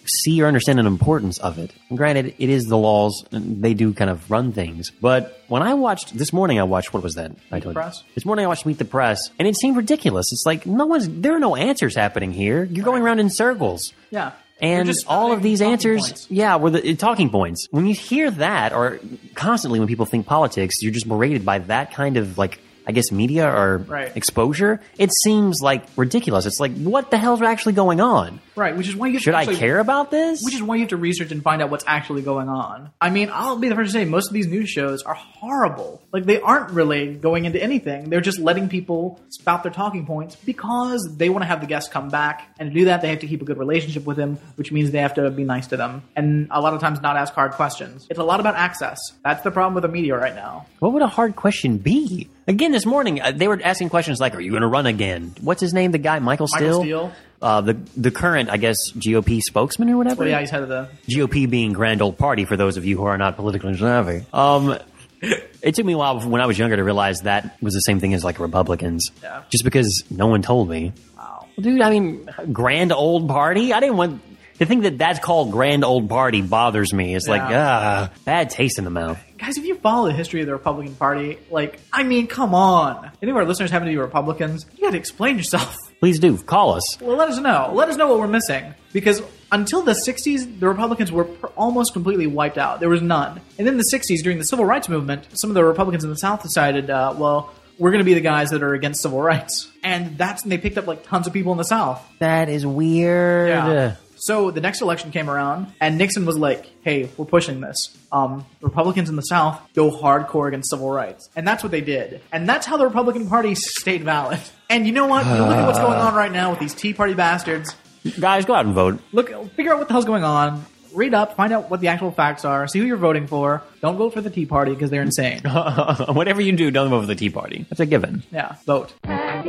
B: see or understand an importance of it. And granted, it is the laws, and they do kind of run things. But when I watched, this morning I watched, what was that? I told you.
D: Press?
B: This morning I watched Meet the Press, and it seemed ridiculous. It's like, no one's, there are no answers happening here. You're going around in circles.
D: Yeah.
B: And
D: You're just
B: all of
D: spouting
B: these
D: talking
B: answers,
D: points.
B: yeah, were the uh, talking points. When you hear that, or constantly when people think politics, you're just berated by that kind of like I guess media or
D: Right.
B: exposure, it seems like ridiculous. It's like what the hell's actually going on?
D: Right, which is why you
B: Should
D: actually-
B: I care about this?
D: Which is why you have to research and find out what's actually going on. I mean, I'll be the first to say most of these news shows are horrible. Like they aren't really going into anything. They're just letting people spout their talking points because they want to have the guest come back. And to do that, they have to keep a good relationship with them, which means they have to be nice to them and a lot of times not ask hard questions. It's a lot about access. That's the problem with the media right now.
B: What would a hard question be? Again, this morning uh, they were asking questions like, "Are you going to run again?" What's his name? The guy, Michael Steele,
D: Michael Steele.
B: Uh, the the current, I guess, GOP spokesman or whatever.
D: But yeah, he's head of the
B: GOP being Grand Old Party for those of you who are not politically savvy. Um, it took me a while when I was younger to realize that was the same thing as like Republicans,
D: Yeah.
B: just because no one told me. Wow, dude. I mean, Grand Old Party. I didn't want to think that that's called Grand Old Party. Bothers me. It's like ah, bad taste in the mouth.
D: guys, if you follow the history of the Republican Party, like, I mean, come on. Any of our listeners happen to be Republicans, you gotta explain yourself.
B: Please do call us.
D: Well, let us know. Let us know what we're missing. Because until the 60s, the Republicans were pr- almost completely wiped out. There was none. And then the 60s, during the Civil Rights Movement, some of the Republicans in the South decided, uh, well, we're going to be the guys that are against civil rights. And that's, and they picked up like tons of people in the South.
B: That is weird.
D: So the next election came around, and Nixon was like, "Hey, we're pushing this. Um, Republicans in the South go hardcore against civil rights," and that's what they did, and that's how the Republican Party stayed valid. And you know what? You look at what's going on right now with these Tea Party bastards.
B: Guys, go out and vote.
D: Look, figure out what the hell's going on. Read up, find out what the actual facts are, see who you're voting for. Don't vote for the Tea Party because they're insane.
B: Uh-huh. Whatever you do, don't vote for the Tea Party. That's a given.
D: Yeah, vote.
F: Trick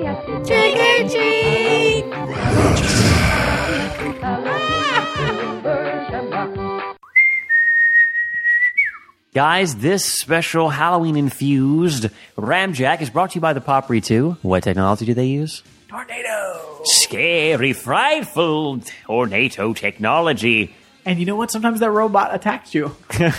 F: or treat!
B: Guys, this special Halloween infused Ramjack is brought to you by the Popri 2. What technology do they use? Tornado! Scary, frightful tornado technology.
D: And you know what? Sometimes that robot attacks you.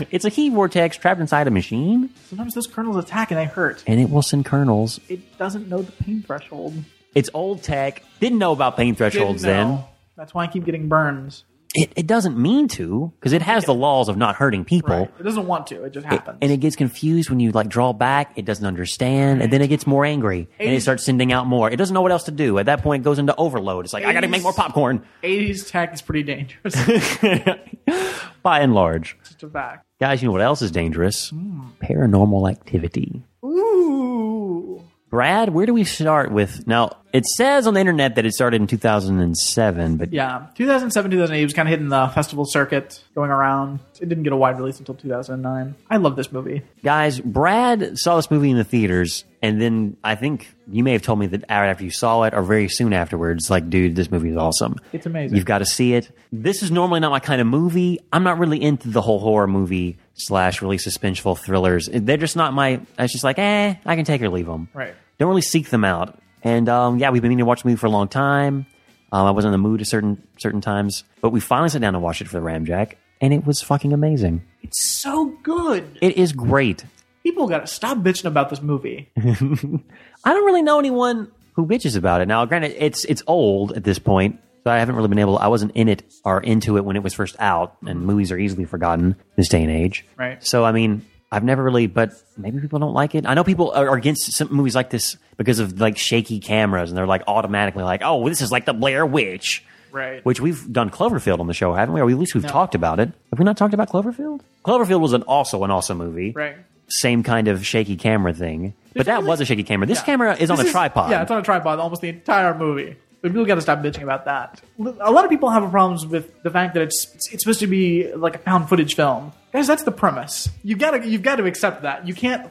B: it's a heat vortex trapped inside a machine,
D: Sometimes those kernels attack and they hurt.
B: and it will send kernels.
D: It doesn't know the pain threshold.
B: It's old tech. Didn't know about pain thresholds
D: Didn't
B: then.
D: know. That's why I keep getting burns.
B: It, it doesn't mean to, because it has the laws of not hurting people.
D: Right. It doesn't want to. It just happens.
B: Oh. and it gets confused when you like draw back. It doesn't understand, and then it gets more angry, and it starts sending out more. It doesn't know what else to do. At that point, it goes into overload. It's like I got to make more popcorn.
D: 80s tech is pretty dangerous. it's
B: By and large,
D: just a fact.
B: guys, you know what else is dangerous? Paranormal activity.
D: Ooh.
B: Brad, where do we start with? Now, it says on the internet that it started in 2007, but
D: Yeah. 2007, 2008 was kind of hitting the festival circuit, going around. It didn't get a wide release until 2009. I love this movie.
B: guys, Brad saw this movie in the theaters, and then I think you may have told me that hour after you saw it, or very soon afterwards, like, dude, this movie is awesome.
D: It's amazing.
B: You've got to see it. This is normally not my kind of movie. I'm not really into the whole horror movie slash really suspenseful thrillers. They're just not my. It's just like, eh, I can take or leave them.
D: Right.
B: Don't really seek them out. And um, yeah, we've been meaning to watch the movie for a long time. Um, I wasn't in the mood at certain certain times, but we finally sat down and watched it for the Ramjack, and it was fucking amazing.
D: It's so good.
B: It is great.
D: People got to stop bitching about this movie.
B: I don't really know anyone who bitches about it. Now, granted, it's it's old at this point, so I haven't really been able. I wasn't in it or into it when it was first out, and movies are easily forgotten this day and age.
D: Right.
B: So, I mean, I've never really, but maybe people don't like it. I know people are are against some movies like this because of like shaky cameras, and they're like automatically like, oh, this is like the Blair Witch.
D: Right.
B: Which we've done Cloverfield on the show, haven't we? Or at least we've talked about it. Have we not talked about Cloverfield? Cloverfield was an also an awesome movie
D: Right.
B: same kind of shaky camera thing. But that was a shaky camera. This camera is on
D: This
B: a
D: is-
B: tripod.
D: Yeah, it's on a tripod almost the entire movie. But people got to stop bitching about that. A lot of people have problems with the fact that it's it's supposed to be like a found footage film. Guys, that's the premise. You gotta you've got to accept that. You can't.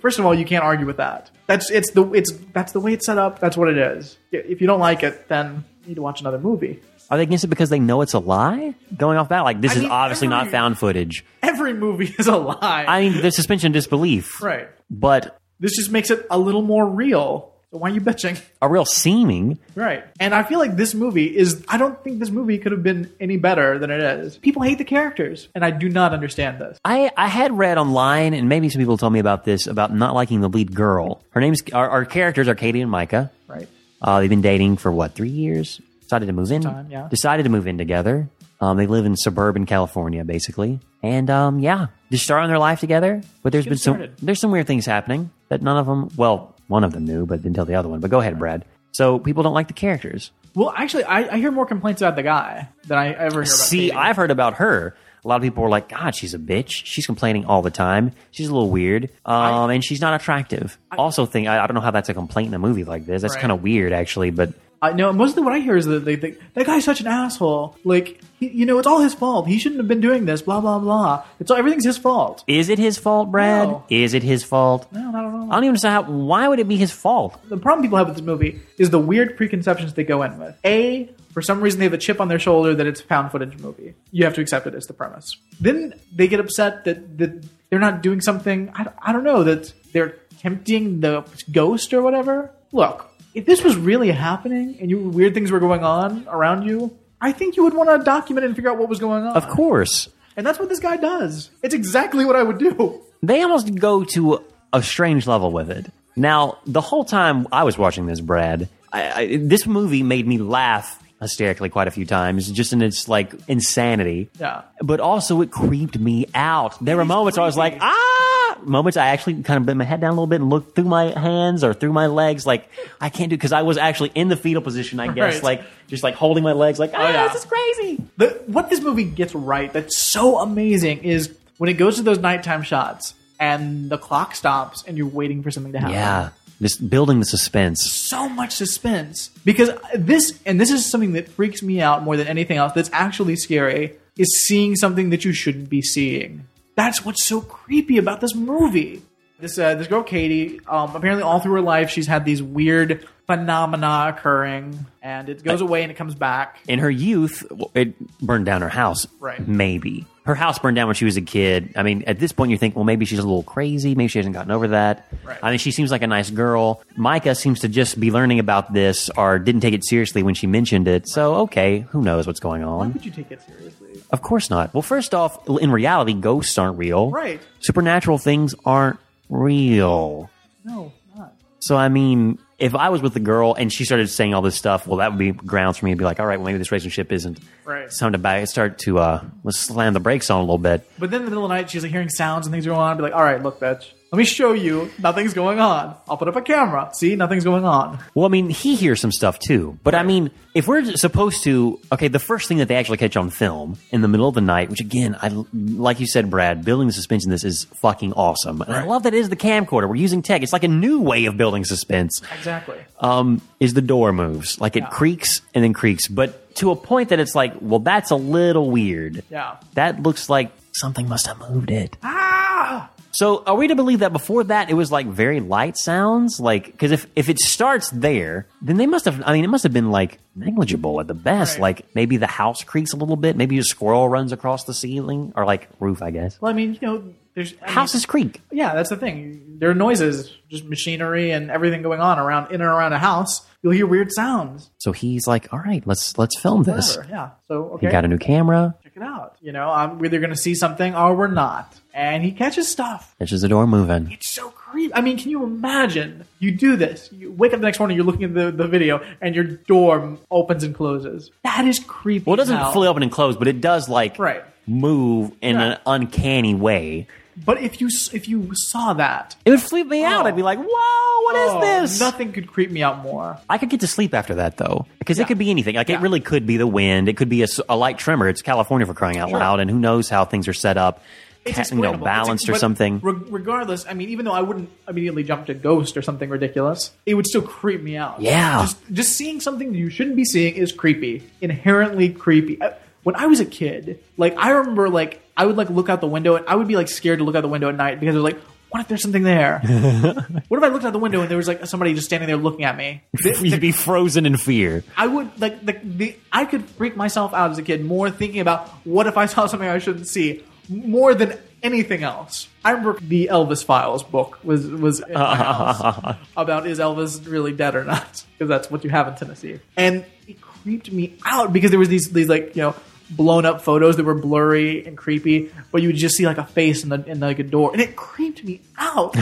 D: First of all, you can't argue with that. That's it's the it's that's the way it's set up. That's what it is. If you don't like it, then you need to watch another movie.
B: Are they against it because they know it's a lie? Going off that, like this
D: I
B: is
D: mean,
B: obviously not
D: every-
B: found footage.
D: Every movie is a lie.
B: I mean, there's suspension of disbelief,
D: right.
B: but
D: This just makes it a little more real. So why are you bitching?
B: a real seeming.
D: Right. And I feel like this movie is I don't think this movie could have been any better than it is. People hate the characters, and I do not understand this.
B: I, I had read online, and maybe some people told me about this about not liking the lead girl. Her name's our, our characters are Katie and Micah.
D: Right.
B: Uh, they've been dating for what three years. Decided to move in.
D: Sometime, yeah.
B: Decided to move in together. Um, they live in suburban California, basically, and um, yeah, just starting their life together. But there's been some
D: started.
B: there's some weird things happening that none of them. Well, One of them knew, but didn't tell the other one. But go ahead, Brad. So people don't like the characters.
D: Well, actually, I, I hear more complaints about the guy than I ever hear about.
B: See,
D: Katie.
B: I've heard about her. A lot of people were like, God, she's a bitch. She's complaining all the time. She's a little weird. Um, and she's not attractive. also, think, I, I don't know how that's a complaint in a movie like this. That's
D: Right.
B: kind of weird, actually. But
D: I know mostly what I hear is that they think that guy's such an asshole. Like, he, you know, it's all his fault. He shouldn't have been doing this. Blah blah blah. It's all, everything's his fault.
B: is it his fault, Brad?
D: No.
B: Is it his fault?
D: No, not at all.
B: I don't even understand how, why would it be his fault?
D: the problem people have with this movie is the weird preconceptions they go in with. A, for some reason they have a chip on their shoulder that it's a found footage movie. You have to accept it as the premise. Then they get upset that, that they're not doing something, I, don't- I don't know, that they're tempting the ghost or whatever. Look, if this was really happening and you, weird things were going on around you, I think you would want to document it and figure out what was going on.
B: Of course.
D: And that's what this guy does. It's exactly what I would do.
B: they almost go to a strange level with it. Now, the whole time I was watching this, Brad, I, I, this movie made me laugh hysterically quite a few times, just in its like insanity.
D: Yeah.
B: But also, it creeped me out. There were moments I was like, ah. Moments I actually kind of bent my head down a little bit and looked through my hands or through my legs, like I can't do because I was actually in the fetal position, I
D: Right.
B: guess,
D: Oh,
B: like just like holding my legs, like ah,
D: yeah.
B: this is crazy.
D: the, what this movie gets right that's so amazing is when it goes to those nighttime shots and the clock stops and you're waiting for something to happen.
B: Yeah, just building the suspense.
D: So much suspense because this and this is something that freaks me out more than anything else that's actually scary is seeing something that you shouldn't be seeing. That's what's so creepy about this movie. This uh, this girl Katie, um, apparently all through her life she's had these weird phenomena occurring and it goes away and it comes back.
B: in her youth, it burned down her house.
D: Right.
B: Maybe. Her house burned down when she was a kid. I mean, at this point, you think, well, maybe she's a little crazy. Maybe she hasn't gotten over that.
D: Right.
B: I mean, she seems like a nice girl. Micah seems to just be learning about this or didn't take it seriously when she mentioned it. So, okay, who knows what's going
D: Why
B: on?
D: would you take it seriously?
B: Of course not. Well, first off, in reality, ghosts aren't real.
D: Right.
B: Supernatural things aren't real.
D: No, not.
B: So I mean, if I was with the girl and she started saying all this stuff, well, that would be grounds for me to be like, all right, well, maybe this relationship isn't.
D: Right.
B: It's time to back, start to uh, let's slam the brakes on a little bit.
D: But then in the middle of the night, she's like hearing sounds and things going on. I'd be like, all right, look, bitch, let me show you. Nothing's going on. I'll put up a camera. See, nothing's going on.
B: Well, I mean, he hears some stuff too. But I mean, if we're supposed to, okay, the first thing that they actually catch on film in the middle of the night, which again, I like you said, Brad, building the suspense in this is fucking awesome. And I love that it is the camcorder. We're using tech. It's like a new way of building suspense.
D: Exactly.
B: um, is the door moves. Like it creaks and then creaks, but to a point that it's like, well, that's a little weird.
D: Yeah.
B: That looks like something must have moved it.
D: Ah!
B: So are we to believe that before that it was like very light sounds? Like, because if, if it starts there, then they must have, I mean, it must have been like negligible at the best.
D: Right.
B: Like maybe the house creaks a little bit. Maybe a squirrel runs across the ceiling or like roof, I guess.
D: Well, I mean, you know, there's I mean,
B: Houses creak.
D: yeah, that's the thing. There are noises, just machinery and everything going on around in and around a house. You'll hear weird sounds.
B: So he's like, all right, let's, let's film this.
D: Whatever. Yeah. So
B: He
D: okay,
B: got a new camera,
D: check it out. You know, I'm we're either going to see something or we're not. And he catches stuff.
B: catches the door moving.
D: It's so creepy. I mean, can you imagine? You do this. You wake up the next morning, you're looking at the, the video, and your door opens and closes. That is creepy.
B: Well, it doesn't
D: as hell.
B: fully open and close, but it does like
D: Right.
B: move in
D: Yeah.
B: an uncanny way.
D: But if you s- if you saw that,
B: It would flip me out. I'd be like, "Whoa, what is
D: oh,
B: this?"
D: Nothing could creep me out more.
B: I could get to sleep after that though, because it could be anything. Like it really could be the wind. It could be a, s- a light tremor. It's California for crying out loud, and who knows how things are set up, ca- you know,
D: explainable.
B: balanced
D: It's-
B: or
D: but
B: something.
D: Re- regardless, I mean, even though I wouldn't immediately jump to ghost or something ridiculous, it would still creep me out.
B: Yeah.
D: Just, just seeing something that you shouldn't be seeing is creepy. Inherently creepy. Uh, When I was a kid, like I remember, like I would like look out the window and I would be like scared to look out the window at night because I was like, what if there's something there? what if I looked out the window and there was like somebody just standing there looking at me?
B: You'd be frozen in fear.
D: I would like the, the I could freak myself out as a kid more thinking about what if I saw something I shouldn't see more than anything else. I remember the Elvis Files book was was in my house about is Elvis really dead or not because that's what you have in Tennessee, and it creeped me out because there was these these like you know blown up photos that were blurry and creepy, but you would just see like a face in the in like a door, and it creeped me out.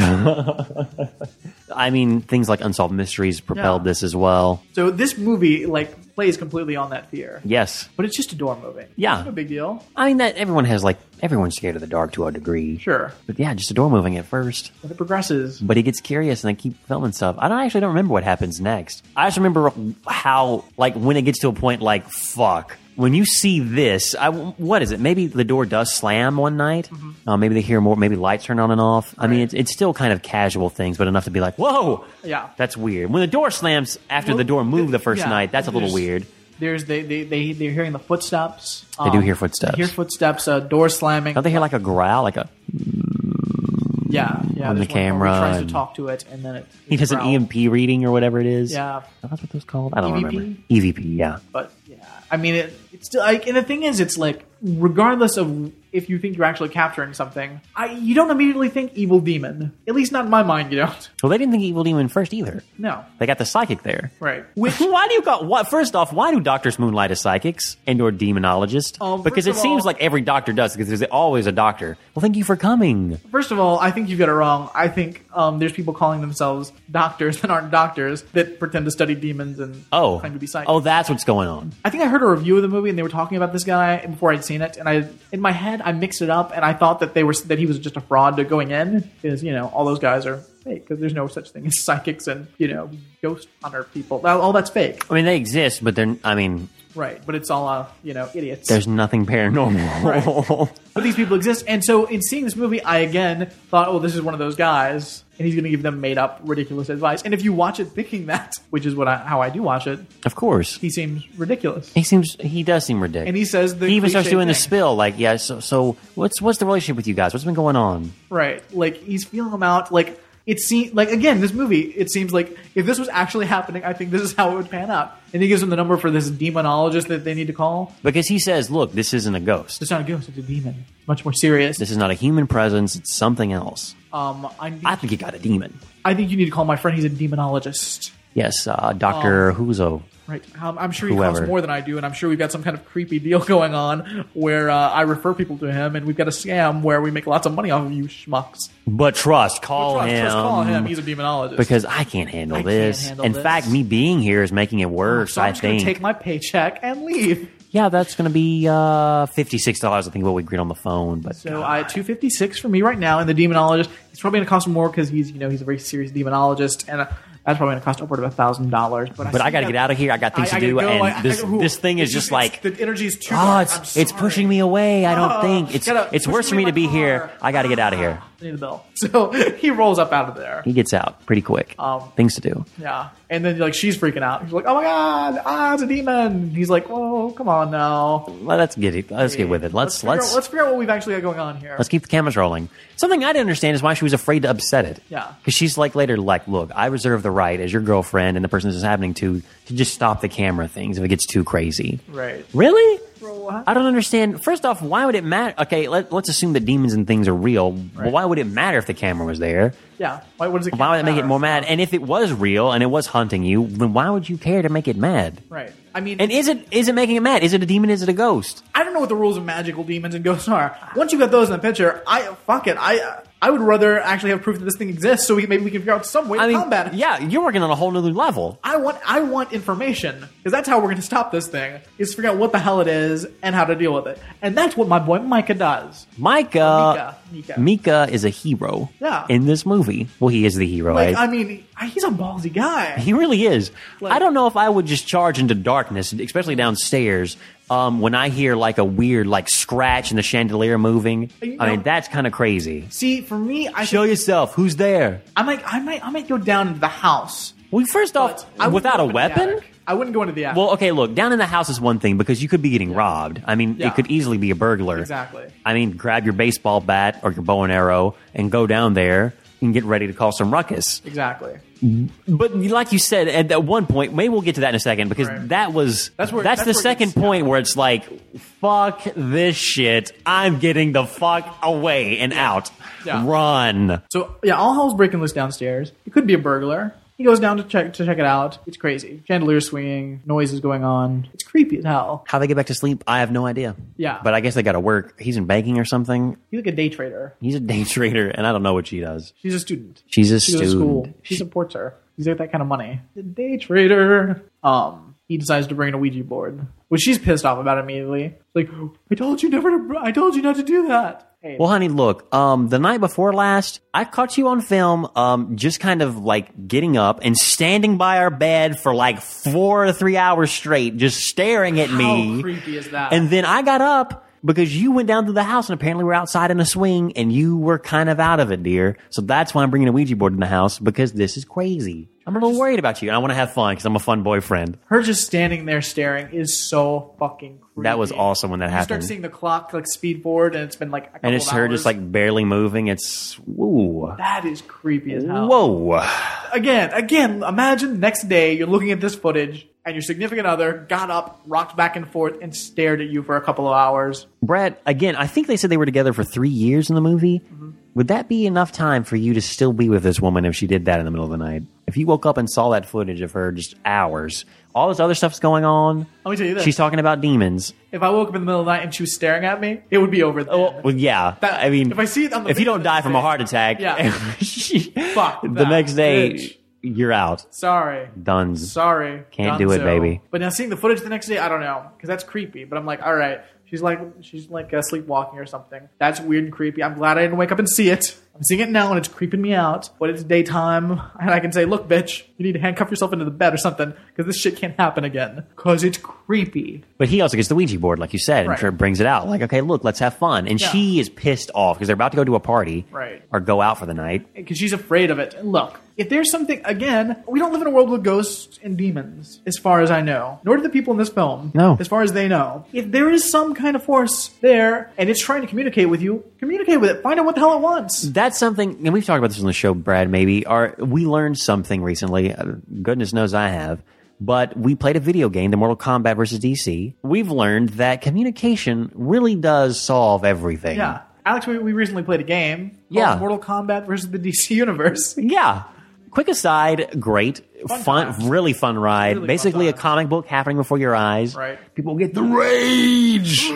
B: I mean, things like Unsolved Mysteries propelled
D: Yeah.
B: this as well.
D: so this movie like plays completely on that fear,
B: Yes.
D: but it's just a door movie.
B: Yeah.
D: no big deal.
B: I mean, that everyone has like everyone's scared of the dark to a degree.
D: Sure,
B: But yeah, just a door moving at first.
D: but it progresses.
B: But he gets curious and they keep filming stuff. I don't I actually don't remember what happens next. I just remember how like when it gets to a point like fuck. When you see this, I, what is it? Maybe the door does slam one night.
D: Mm-hmm.
B: Uh, maybe they hear more. Maybe lights turn on and off. I mean, it's, it's still kind of casual things, but enough to be like, "Whoa,
D: Yeah.
B: that's weird." When the door slams after the
D: Well,
B: door moved
D: th-
B: the first
D: yeah,
B: night, that's a little
D: there's-
B: weird.
D: There's they they they they're hearing the footsteps. Um,
B: They do hear footsteps.
D: They hear footsteps. Uh, door slamming.
B: Don't they hear like a growl? Like a
D: yeah, yeah.
B: on
D: there's one
B: the
D: where
B: camera
D: he tries
B: and-
D: to talk to it, and then it
B: he E does an
D: growl.
B: EMP reading or whatever it is.
D: Yeah, E
B: Oh, that's what those called. I don't
D: EVP?
B: remember. EVP. Yeah.
D: but yeah, I mean, it, it's still like, and the thing is, it's like regardless of if you think you're actually capturing something, I you don't immediately think evil demon. At least not in my mind, you don't.
B: Well, they didn't think evil demon first either.
D: No,
B: They got the psychic there.
D: right?
B: Which, why do you got what? First off, why do doctors moonlight as psychics and or demonologists?
D: Oh,
B: because
D: first
B: it
D: of
B: seems
D: all-
B: like every doctor does. Because there's always a doctor. Well, thank you for coming.
D: First of all, I think you've got it wrong. I think um, there's people calling themselves doctors that aren't doctors that pretend to study demons and
B: Oh,
D: claim to be psychic.
B: oh, that's what's going on.
D: I think I heard a review of the movie and they were talking about this guy before I'd seen it, and I in my head I mixed it up and I thought that they were that he was just a fraud to going in because you know all those guys are fake because there's no such thing as psychics and you know ghost hunter people all, all that's fake
B: I mean, they exist, but they're. I mean,
D: right but it's all uh, you know idiots
B: there's nothing paranormal.
D: but these people exist and so in seeing this movie I again thought oh this is one of those guys and he's going to give them made up ridiculous advice and if you watch it thinking that which is what I, how I do watch it
B: of course,
D: he seems ridiculous
B: he seems he does seem ridiculous.
D: and he says the
B: He even starts
D: cliche
B: doing the
D: thing.
B: spill, like, yeah. So, so what's what's the relationship with you guys? What's been going on?
D: Right. Like he's feeling them out. Like it seems like again, this movie, it seems like if this was actually happening, I think this is how it would pan out. And he gives them the number for this demonologist that they need to call.
B: Because he says, look, this isn't a ghost.
D: It's not a ghost, it's a demon. Much more serious.
B: This is not a human presence. It's something else.
D: Um I need-
B: I think you got a demon.
D: I think you need to call my friend, he's a demonologist.
B: Yes, uh, Doctor
D: Oh.
B: Huzo.
D: Right. Um, I'm sure he
B: Whoever.
D: costs more than I do, and I'm sure we've got some kind of creepy deal going on where uh, I refer people to him, and we've got a scam where we make lots of money off of you schmucks.
B: But trust, call
D: Trust-
B: him.
D: trust call him. He's a demonologist.
B: because I can't handle
D: can't
B: this.
D: handle
B: In
D: this. Oh,
B: fact, me being here is making it worse,
D: so
B: I
D: I'm just going
B: think.
D: to take my paycheck and leave.
B: yeah, that's going to be uh, $56, I think, what we agreed on the phone. But
D: So I two fifty six for me right now, and the demonologist. He's probably going to cost more because he's you know he's a very serious demonologist, and uh, that's probably going to cost upward of a thousand dollars. But I,
B: But I
D: still
B: gotta get out of here. I got things to
D: gotta
B: do,
D: go.
B: and
D: I- I
B: this-
D: gotta-
B: this thing is
D: it's-
B: just
D: it's-
B: like,
D: the energy is too.
B: oh,
D: much. I'm
B: it's, it's
D: sorry.
B: pushing me away. I don't
D: Ah,
B: think. It's,
D: gotta
B: it's
D: push
B: worse for me
D: in
B: to
D: my
B: be
D: car.
B: here. I got to get out of here.
D: I need the bill. So he rolls up out of there.
B: He gets out pretty quick.
D: Um,
B: things to do.
D: Yeah, and then like she's freaking out. She's like, "Oh my god, ah, it's a demon!" He's like, "Oh, come on now."
B: Let's get it. Let's get with it. Let's
D: figure out-
B: let's
D: let's figure out what we've actually got going on here.
B: Let's keep the cameras rolling. Something I didn't understand is why she was afraid to upset it.
D: Yeah.
B: Because she's like later, like, look, I reserve the right as your girlfriend and the person this is happening to to just stop the camera things if it gets too crazy.
D: Right.
B: Really?
D: What?
B: I don't understand. First off, why would it matter? Okay, let, let's assume that demons and things are real. Well, why would it matter if the camera was there?
D: Yeah. Why, what does it?
B: Why would it make it
D: matter?
B: more mad? And if it was real and it was hunting you, then why would you care to make it mad?
D: Right. I mean,
B: And is it is it making it mad? Is it a demon? Is it a ghost?
D: I don't know what the rules of magical demons and ghosts are. Once you got those in the picture, I fuck it. I I would rather actually have proof that this thing exists, so we, maybe we can figure out some way
B: I
D: to
B: mean,
D: combat it.
B: yeah, you're working on a whole nother level.
D: I want I want information because that's how we're going to stop this thing. Is figure out what the hell it is and how to deal with it, and that's what my boy Micah does.
B: Micah,
D: Mika. Mika.
B: is a hero
D: Yeah.
B: in this movie. Well, he is the hero.
D: Like
B: I-
D: I mean, he's a ballsy guy.
B: he really is.
D: Like-
B: I don't know if I would just charge into darkness, especially downstairs, um, when I hear like a weird like scratch and the chandelier moving.
D: You
B: I mean,
D: know-
B: that's kind of crazy.
D: See, for me, I
B: Show
D: think-
B: yourself. Who's there?
D: I might I might I might go down into the house
B: Well, first off,
D: I wouldn't
B: without
D: go
B: a
D: into the
B: weapon.
D: attic. I wouldn't go into the attic.
B: Well, okay, look, down in the house is one thing because you could be getting robbed. I mean,
D: Yeah.
B: it could easily be a burglar.
D: Exactly.
B: I mean, grab your baseball bat or your bow and arrow and go down there and get ready to cause some ruckus.
D: exactly.
B: But like you said, at that one point, maybe we'll get to that in a second because
D: Right.
B: that was that's,
D: That's where-
B: the
D: that's where it
B: second
D: gets- yeah.
B: point where it's like, fuck this shit. I'm getting the fuck away and out.
D: Yeah.
B: Run.
D: So yeah, all hell's breaking loose downstairs. It could be a burglar. He goes down to check to check it out. It's crazy. Chandelier swinging, noises going on. It's creepy as hell.
B: How they get back to sleep, I have no idea.
D: Yeah.
B: But I guess they got to work. He's in banking or something.
D: He's like a day trader.
B: He's a day trader, and I don't know what she does.
D: She's a student.
B: She's a
D: She goes to school.
B: student.
D: She supports her. He's got that kind of money. The day trader. Um, he decides to bring a Ouija board, which she's pissed off about immediately. Like, I told you never to. br- I told you not to do that. Hey,
B: Well, honey, look. Um, the night before last, I caught you on film. Um, just kind of like getting up and standing by our bed for like four or three hours straight, just staring at me.
D: how creepy is that?
B: And then I got up because you went down to the house and apparently we're outside in a swing and you were kind of out of it, dear. So that's why I'm bringing a Ouija board in the house because this is crazy. I'm a little worried about you and I want to have fun because I'm a fun boyfriend.
D: her just standing there staring is so fucking. creepy.
B: That was awesome when that
D: You start
B: happened.
D: seeing the clock like speed forward, and it's been like a couple
B: and it's
D: of
B: her just
D: hours.
B: like barely moving. It's, ooh.
D: that is creepy as hell.
B: Whoa.
D: Again, again, imagine next day you're looking at this footage and your significant other got up, rocked back and forth, and stared at you for a couple of hours.
B: Brad, again, I think they said they were together for three years in the movie.
D: Mm-hmm.
B: Would that be enough time for you to still be with this woman if she did that in the middle of the night? If you woke up and saw that footage of her just hours, all this other stuff's going on.
D: Let me tell you this.
B: She's talking about demons.
D: if I woke up in the middle of the night and she was staring at me, it would be over. Then.
B: Well, yeah.
D: That-
B: I mean,
D: if I see it on the
B: if you
D: video,
B: don't die from a heart attack,
D: Yeah. Fuck
B: the
D: that
B: next day
D: bitch.
B: you're out.
D: Sorry.
B: Duns.
D: Sorry.
B: Mm-hmm. Can't do it,
D: Gonzo.
B: baby.
D: But now seeing the footage the next day, I don't know, because that's creepy. But I'm like, all right, she's like, she's like uh, sleepwalking or something. That's weird and creepy. I'm glad I didn't wake up and see it. I'm seeing it now and it's creeping me out. But it's daytime, and I can say, look, bitch, you need to handcuff yourself into the bed or something, because this shit can't happen again. Because it's creepy.
B: But he also gets the Ouija board, like you said, and
D: Right.
B: sure brings it out. Like, okay, look, let's have fun. And
D: Yeah.
B: she is pissed off because they're about to go to a party,
D: Right.
B: Or go out for the night.
D: because she's afraid of it. And look, if there's something, again, we don't live in a world with ghosts and demons, as far as I know, nor do the people in this film.
B: No.
D: As far as they know. If there is some kind of force there and it's trying to communicate with you, communicate with it. Find out what the hell it wants.
B: That's something, and we've talked about this on the show, Brad. Maybe, or we learned something recently. Uh, Goodness knows I have. But we played a video game, the Mortal Kombat versus DC. We've learned that communication really does solve everything.
D: Yeah. Alex, we, we recently played a game called
B: Yeah.
D: Mortal Kombat versus the DC Universe.
B: Yeah. Quick aside, great, fun,
D: time.
B: really fun ride.
D: Really fun
B: Basically, a
D: time.
B: comic book happening before your eyes.
D: Right.
B: People get the rage.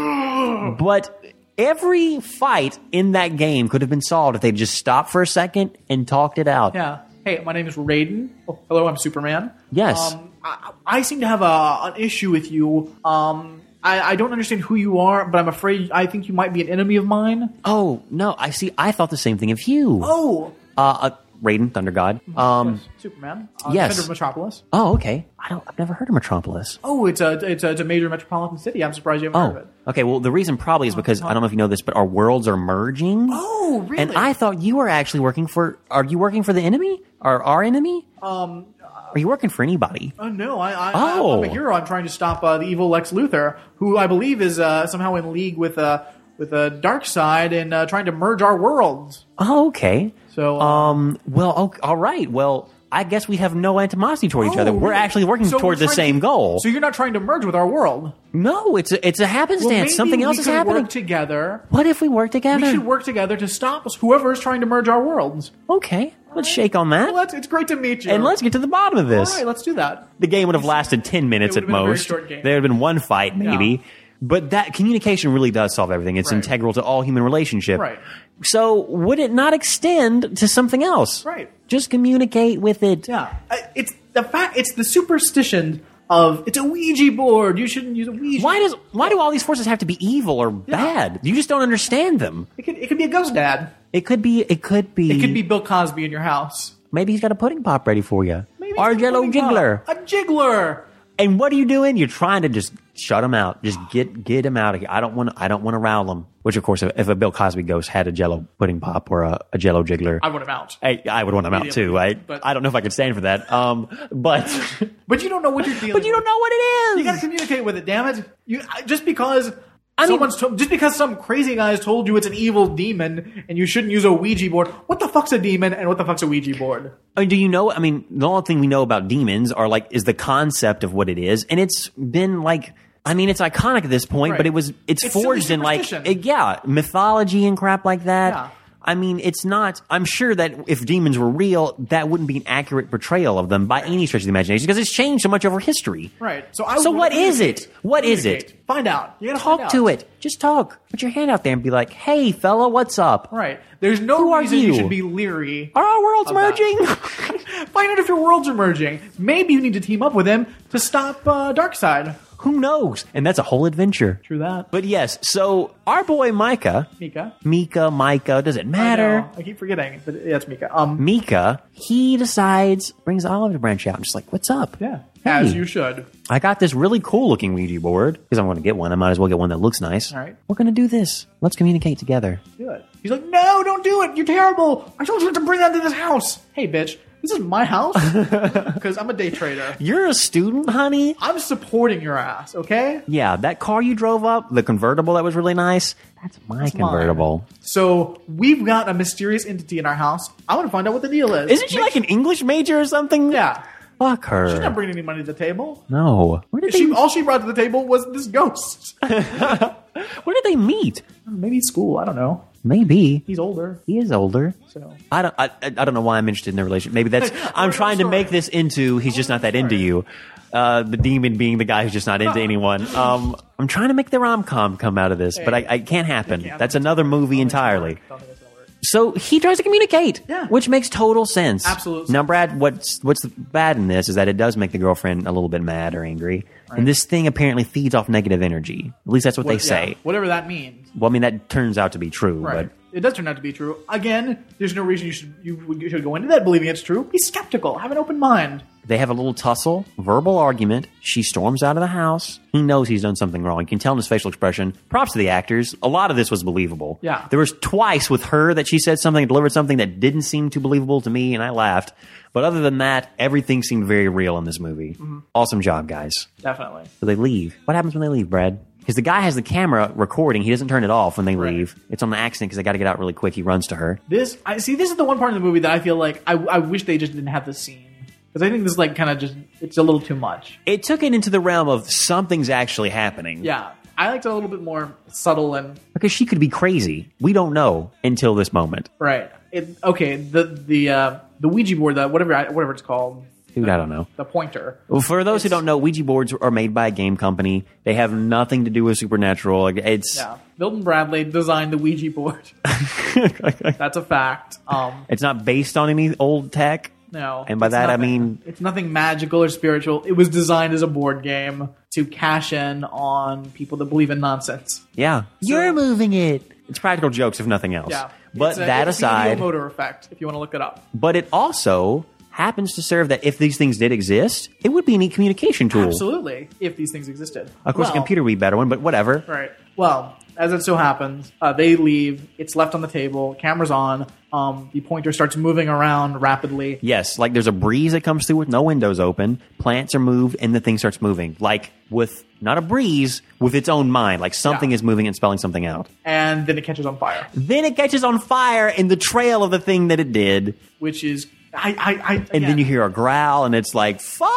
B: but every fight in that game could have been solved if they just stopped for a second and talked it out.
D: Yeah. Hey, my name is Raiden. Oh, hello, I'm Superman.
B: Yes.
D: Um, I, I seem to have a, an issue with you. Um, I, I don't understand who you are, but I'm afraid I think you might be an enemy of mine.
B: Oh no! I see. I thought the same thing of you.
D: Oh,
B: Uh, uh, Raiden, Thunder God. Um.
D: Superman. Uh,
B: Yes.
D: Defender of Metropolis.
B: Oh, okay. I don't. I've never heard of Metropolis.
D: Oh, it's a it's a, it's a major metropolitan city. I'm surprised you haven't heard
B: Oh.
D: of it.
B: Okay. Well, the reason probably is because I don't know if you know this, but our worlds are merging.
D: Oh, really?
B: And I thought you were actually working for. Are you working for the enemy? Or our enemy? Um. Are you working for anybody?
D: Oh no, I, I
B: Oh.
D: I, am a hero. I'm trying to stop uh, the evil Lex Luthor, who I believe is uh, somehow in league with uh, with a uh, dark side and uh, trying to merge our worlds.
B: Oh, okay.
D: So, uh,
B: Um. Well. Okay, all right. Well. I guess we have no antimosity toward each
D: oh,
B: other. We're
D: really?
B: actually working
D: So
B: toward
D: we're
B: the
D: trying
B: same
D: to-
B: goal.
D: So you're not trying to merge with our world.
B: no, it's a, it's a happenstance.
D: Well, maybe
B: Something else
D: we
B: is
D: could
B: happening.
D: Work together.
B: what if we work together?
D: We should work together to stop whoever is trying to merge our worlds.
B: Okay, let's shake on that.
D: Well, that's, it's great to meet you.
B: and let's get to the bottom of
D: all
B: this.
D: right, let's do that.
B: the game would have lasted 10 minutes
D: It
B: at
D: would have been a very
B: most.
D: short game.
B: There would have been one fight, maybe.
D: Yeah.
B: But that communication really does solve everything. It's
D: Right.
B: integral to all human relationship.
D: Right.
B: So would it not extend to something else?
D: Right.
B: Just communicate with it.
D: Yeah, Uh, it's the fact. It's the superstition of it's a Ouija board. You shouldn't use a Ouija.
B: Why does why do all these forces have to be evil or bad? You just don't understand them.
D: it could, it could be a ghost dad?
B: It could be it could be
D: It could be Bill Cosby in your house.
B: maybe he's got a pudding pop ready for you.
D: Maybe it's
B: or
D: a
B: Jello
D: pudding pop.
B: Jiggler.
D: A jiggler.
B: And what are you doing? You're trying to just shut them out. Just get get them out of here. I don't want to. I don't want to rile them. Which, of course, if, if a Bill Cosby ghost had a Jello pudding pop or a, a Jello jiggler,
D: I want him out.
B: I, I would want them out too. I
D: But-
B: I don't know if I could stand for that. Um, but
D: But you don't know what you're dealing.
B: but you don't know what it is.
D: You gotta communicate with it. Damn it! You I- just because.
B: mean-
D: Someone's to- just because some crazy guy's told you it's an evil demon and you shouldn't use a Ouija board. What the fuck's a demon and what the fuck's a Ouija board?
B: I mean, do you know? I mean, the only thing we know about demons are like is the concept of what it is, and it's been like. I mean, it's iconic at this point,
D: Right.
B: but it was it's,
D: It's silly
B: forged in like
D: superstition.
B: it- yeah mythology and crap like that.
D: Yeah.
B: I mean, it's not. I'm sure that if demons were real, that wouldn't be an accurate portrayal of them by any stretch of the imagination because it's changed so much over history.
D: Right. So I
B: So
D: would
B: what is it? What is it?
D: communicate. Find out. You gotta find
B: Talk
D: out.
B: to it. Just talk. Put your hand out there and be like, "Hey, fella, what's up?
D: Right. There's no
B: Who are
D: reason you?
B: you?
D: should be leery.
B: Are our worlds
D: About-
B: merging?"
D: Find out if your worlds are merging. Maybe you need to team up with him to stop uh, Darkseid.
B: Who knows? And that's a whole adventure.
D: True that.
B: But yes, so our boy Micah,
D: Mika.
B: Mika, Micah, does it matter?
D: No, I keep forgetting, but yeah, it's Mika. Um,
B: Mika, he decides, brings Olive to branch out and just like, what's up?
D: yeah.
A: As
B: Hey.
A: you should.
B: I got this really cool looking Ouija board because I'm going to get one. I might as well get one that looks nice.
D: All right.
B: We're going to do this. Let's communicate together.
D: do it. He's like, no, don't do it. You're terrible. I told you not to bring that to this house. Hey, bitch, this is my house because I'm a day trader.
B: You're a student, honey?
D: I'm supporting your ass, okay?
B: Yeah, that car you drove up, the convertible that was really nice, that's my
D: mine.
B: convertible.
D: So we've got a mysterious entity in our house. I want to find out what the deal is.
B: Isn't she like an English major or something?
D: Yeah.
B: Fuck
D: She's not
B: her.
D: bringing any money to the table.
B: No. Where did,
D: She,
B: they,
D: all she brought to the table was this ghost.
B: where did they meet?
D: Maybe school. I don't know.
B: Maybe.
D: He's older,
B: He is older.
D: so
B: I don't. I, I- I don't know why I'm interested in the relationship. Maybe that's. I'm trying to make this into. He's just not that into you. Uh, the demon being the guy who's just not into anyone. Um, I'm trying to make the rom com come out of this, but I, I it can't happen. That's another movie entirely.
D: I don't think it's gonna work.
B: So he tries to communicate,
D: Yeah.
B: which makes total sense.
D: Absolute
B: Now, Brad, what's what's bad in this is that it does make the girlfriend a little bit mad or angry, and this thing apparently feeds off negative energy. At least that's what, they
D: But, yeah,
B: say.
D: whatever that means.
B: Well, I mean that turns out to be true,
D: Right.
B: but
D: It does turn out to be true. Again, there's no reason you should you, you should go into that believing it's true. Be skeptical. Have an open mind.
B: They have a little tussle, verbal argument. She storms out of the house. He knows he's done something wrong. You can tell in his facial expression. Props to the actors. A lot of this was believable.
D: Yeah.
B: There was twice with her that she said something, delivered something that didn't seem too believable to me, and I laughed. But other than that, everything seemed very real in this movie.
D: Mm-hmm.
B: Awesome job, guys.
D: Definitely.
B: So they leave. What happens when they leave, Brad? Because the guy has the camera recording. He doesn't turn it off when they leave. It's on the accident because they got to get out really quick. He runs to her.
D: This I see. This is the one part of the movie that I feel like I, I wish they just didn't have this scene because I think this is like kind of just it's a little too much.
B: It took it into the realm of something's actually happening.
D: Yeah, I liked it a little bit more subtle and
B: because she could be crazy. We don't know until this moment.
D: right. It, okay, the the uh, the Ouija board, the whatever I- whatever it's called,
B: Dude, I don't know.
D: the pointer.
B: Well, for those who don't know, Ouija boards are made by a game company. They have nothing to do with supernatural. Like, It's
D: Yeah, Milton Bradley designed the Ouija board. That's a fact. Um,
B: it's not based on any old tech.
D: no,
B: And by
D: it's
B: that, I
D: nothing-
B: mean-
D: it's nothing magical or spiritual. It was designed as a board game to cash in on people that believe in nonsense.
B: Yeah, you're moving it. It's practical jokes, if nothing else.
D: Yeah,
B: But
D: It's a-
B: that
D: it's the
B: aside,
D: motor effect. If you want to look it up.
B: but it also happens to serve that if these things did exist, it would be a neat communication tool.
D: Absolutely, if these things existed.
B: Of course,
D: Well,
B: a computer would be a better one, but whatever.
D: Right. Well, as it so happens, uh, they leave. It's left on the table. Camera's on. Um, the pointer starts moving around rapidly.
B: Yes, like there's a breeze that comes through with no windows open, plants are moved, and the thing starts moving. Like with not a breeze, with its own mind. Like something
D: Yeah.
B: is moving and spelling something out.
D: And then it catches on fire,
B: Then it catches on fire in the trail of the thing that it did.
D: which is I I, I
B: And then you hear a growl, and it's like, fuck!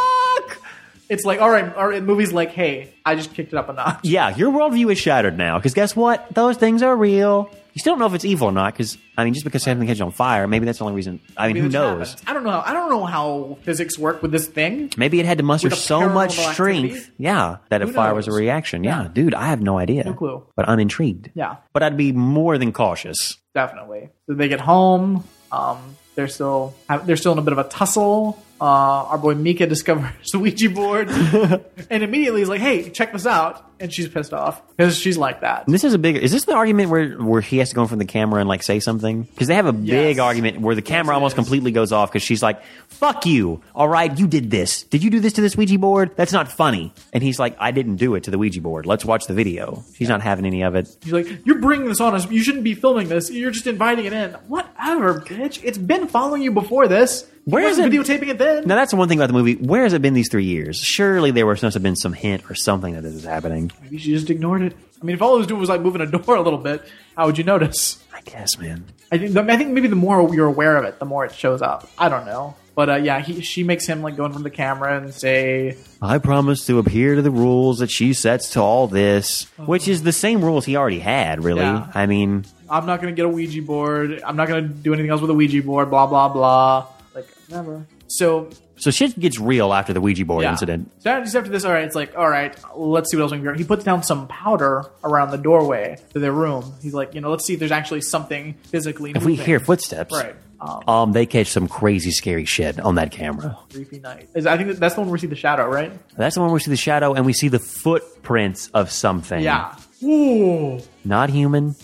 D: it's like all right, all right. Movies like hey, I just kicked it up a notch.
B: Yeah, your worldview is shattered now. Because guess what? Those things are real. You still don't know if it's evil or not. Because, I mean, just because something catches on fire, maybe that's the only reason. I mean,
D: Maybe
B: who
D: this
B: knows?
D: happens. I don't know. How, I don't know how physics work with this thing.
B: Maybe it had to muster
D: With a
B: so much
D: paranormal
B: strength,
D: activity?
B: yeah, that
D: Who
B: a fire was a
D: knows?
B: reaction. Yeah. dude, I have no idea. No
D: clue.
B: But I'm intrigued.
D: Yeah.
B: But I'd be more than cautious.
D: definitely. So they get home. Um, they're still they're still in a bit of a tussle. Uh, our boy Mika discovers the Ouija board and immediately is like, "Hey, check this out!" And she's pissed off because she's like that.
B: This is a big. Is this the argument where where he has to go in front of the camera and like say something? Because they have a big argument where the camera almost completely goes off because she's like, "Fuck you! All right, you did this. Did you do this to this Ouija board? That's not funny." And he's like, "I didn't do it to the Ouija board. Let's watch the video." She's not having any of it.
D: She's like, "You're bringing this on us. You shouldn't be filming this. You're just inviting it in. Whatever, bitch. It's been following you before this.
B: Where
D: Where is
B: is it-
D: videotaping it then?
B: Now that's the one thing about the movie. Where has it been these three years? Surely there must have been some hint or something that this is happening.
D: Maybe she just ignored it. I mean, if all it was doing was like moving a door a little bit, how would you notice?"
B: I guess, man.
D: I think, I think maybe the more you're aware of it, the more it shows up. I don't know. But uh, yeah, he, she makes him like go in front of the camera and say,
B: I promise to adhere to the rules that she sets to all this, which is the same rules he already had, really.
D: Yeah.
B: I mean,
D: I'm not going to get a Ouija board. I'm not going to do anything else with a Ouija board. Blah blah blah. Like never. So
B: So shit gets real after the Ouija board
D: yeah.
B: incident.
D: So now just after this, all right, it's like, all right, let's see what else we can figure out. He puts down some powder around the doorway to their room. He's like, you know, let's see if there's actually something physically.
B: If we
D: moving.
B: hear footsteps,
D: right, um,
B: um, they catch some crazy, scary shit on that camera.
D: creepy night. Is, I think that- that's the one where we see the shadow, right?
B: That's the one where we see the shadow and we see the footprints of something.
D: Yeah. Ooh.
B: Not human.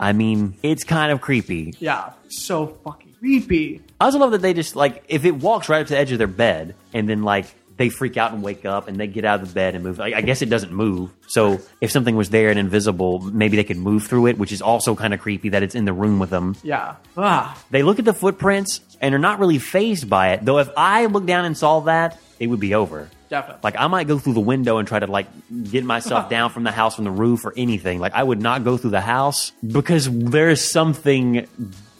B: I mean, it's kind of creepy.
D: Yeah. So fucking creepy.
B: I also love that they just, like, if it walks right up to the edge of their bed and then, like, they freak out and wake up and they get out of the bed and move. I, I guess it doesn't move. So if something was there and invisible, maybe they could move through it, which is also kind of creepy that it's in the room with them.
D: Yeah. Ah.
B: They look at the footprints and are not really phased by it. Though if I looked down and saw that, it would be over.
D: Definitely.
B: Like I might go through the window and try to like get myself down from the house from the roof or anything. Like I would not go through the house because there is something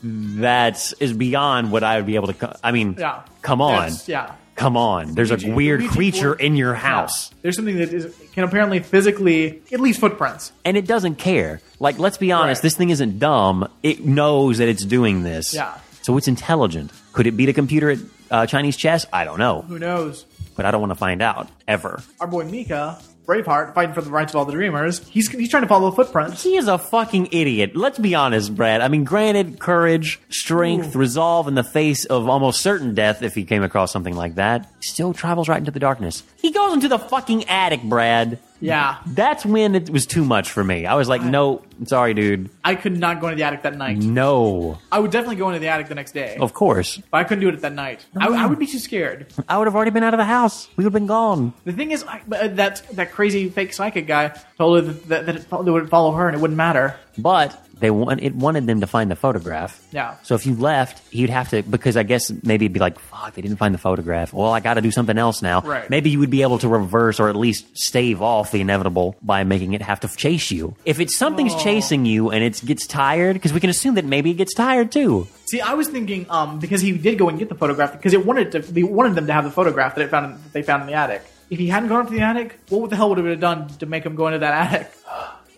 B: that is beyond what I would be able to. Co- I mean,
D: Yeah.
B: come on,
D: That's- yeah.
B: come on. There's a
D: Ouija-
B: weird
D: Ouija
B: creature
D: board.
B: in your house.
D: There's something that is, can apparently physically, at least footprints.
B: and it doesn't care. Like, let's be honest,
D: Right.
B: this thing isn't dumb. It knows that it's doing this.
D: Yeah.
B: So it's intelligent. Could it beat a computer at uh, Chinese chess? I don't know,
D: Who knows?
B: but I don't want to find out ever.
D: Our boy Mika, Braveheart, fighting for the rights of all the dreamers. He's he's trying to follow footprints.
B: He is a fucking idiot. Let's be honest, Brad. I mean, granted, courage, strength, resolve in the face of almost certain death if he came across something like that, still travels right into the darkness. He goes into the fucking attic, Brad.
D: Yeah.
B: That's when it was too much for me. I was like, no, sorry, dude.
D: I could not go into the attic that night.
B: No.
D: I would definitely go into the attic the next day.
B: Of course.
D: But I couldn't do it that night. I, I would be too scared.
B: I would have already been out of the house. We would have been gone.
D: The thing is, I, uh, that that crazy fake psychic guy told her that, that, that it, fo- that it would follow her and it wouldn't matter.
B: But they want it wanted them to find the photograph.
D: Yeah.
B: So if you left, you'd have to because I guess maybe it'd be like, fuck, they didn't find the photograph. Well, I got to do something else now.
D: Right.
B: Maybe you would be able to reverse or at least stave off the inevitable by making it have to chase you. If it's
D: Oh.
B: something's chasing you and it gets tired, because we can assume that maybe it gets tired too.
D: See, I was thinking um, because he did go and get the photograph because it wanted to, they wanted them to have the photograph that it found that they found in the attic. If he hadn't gone up to the attic, what the hell would it have done to make him go into that attic?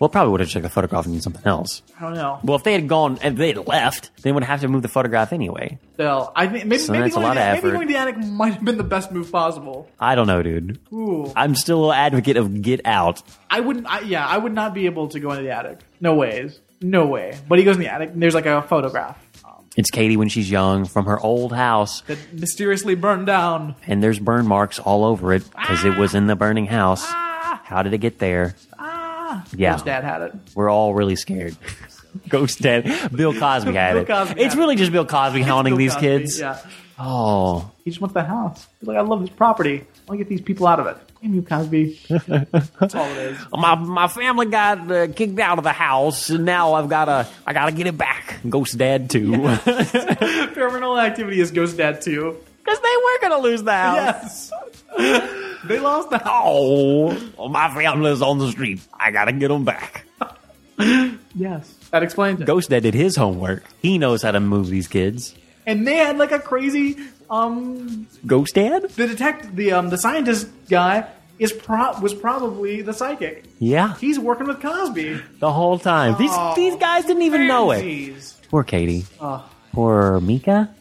B: Well, probably would have checked the photograph and done something else.
D: I don't know.
B: Well, if they had gone and they had left, they would have to move the photograph anyway.
D: Still, I think maybe,
B: So
D: maybe,
B: that's a
D: going, to the,
B: lot of
D: maybe
B: effort.
D: going to the attic might have been the best move possible.
B: I don't know, dude.
D: Ooh,
B: I'm still an advocate of get out.
D: I wouldn't. I, yeah, I would not be able to go into the attic. No ways. No way. But he goes in the attic and there's like a photograph
B: It's Katie when she's young from her old house,
D: that mysteriously burned down.
B: and there's burn marks all over it because it was in the burning house. How did it get there?
D: His
B: Yeah,
D: dad had it.
B: we're all really scared. Ghost dad. Bill Cosby had
D: Bill
B: it.
D: Cosby
B: it's
D: had
B: really just Bill Cosby hounding
D: Bill
B: these
D: Cosby,
B: kids.
D: Yeah.
B: Oh,
D: He just wants the house. He's like, I love this property. I want to get these people out of it. Damn you, Cosby. That's all it is.
B: my my family got uh, kicked out of the house, and now I've gotta I gotta get it back. Ghost dad too, because
D: Paranormal activity is Ghost Dad 2.
B: they were gonna lose the house.
D: Yes. they lost the house.
B: Oh, my family's on the street. I gotta get them back.
D: Yes. That explains it.
B: Ghost Dad did his homework. He knows how to move these kids.
D: And they had like a crazy um
B: Ghost Dad?
D: the detect the um the scientist guy is pro- was probably the psychic.
B: Yeah,
D: He's working with Cosby.
B: the whole time. These
D: Oh,
B: these guys didn't even know it.
D: Crazies.
B: Poor Katie. Poor Mika.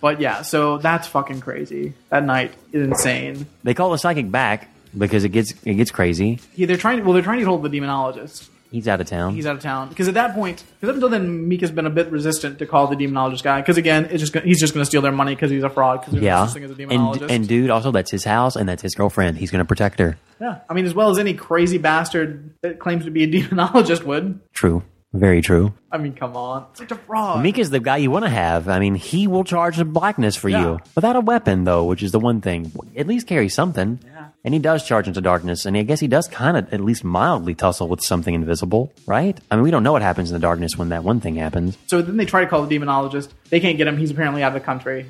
D: But yeah, so that's fucking crazy. That night is insane.
B: They call the psychic back because it gets it gets crazy.
D: Yeah, they're trying. Well, they're trying to get hold of the demonologist.
B: He's out of town.
D: He's out of town because at that point, because up until then, Mika's been a bit resistant to call the demonologist guy because again, it's just gonna, he's just going to steal their money because he's a fraud. Because
B: yeah,
D: such thing as a
B: and
D: demonologist.
B: and dude, also that's his house and that's his girlfriend. He's gonna protect her.
D: yeah, I mean, as well as any crazy bastard that claims to be a demonologist would.
B: True, very true.
D: I mean, come on, such a fraud.
B: Mika's the guy you want to have. I mean, he will charge the blackness for
D: Yeah.
B: you without a weapon, though, which is the one thing. At least carry something. And he does charge into darkness, and I guess he does kind of at least mildly tussle with something invisible, right? I mean, we don't know what happens in the darkness when that one thing happens.
D: So then they try to call the demonologist. They can't get him. He's apparently out of the country.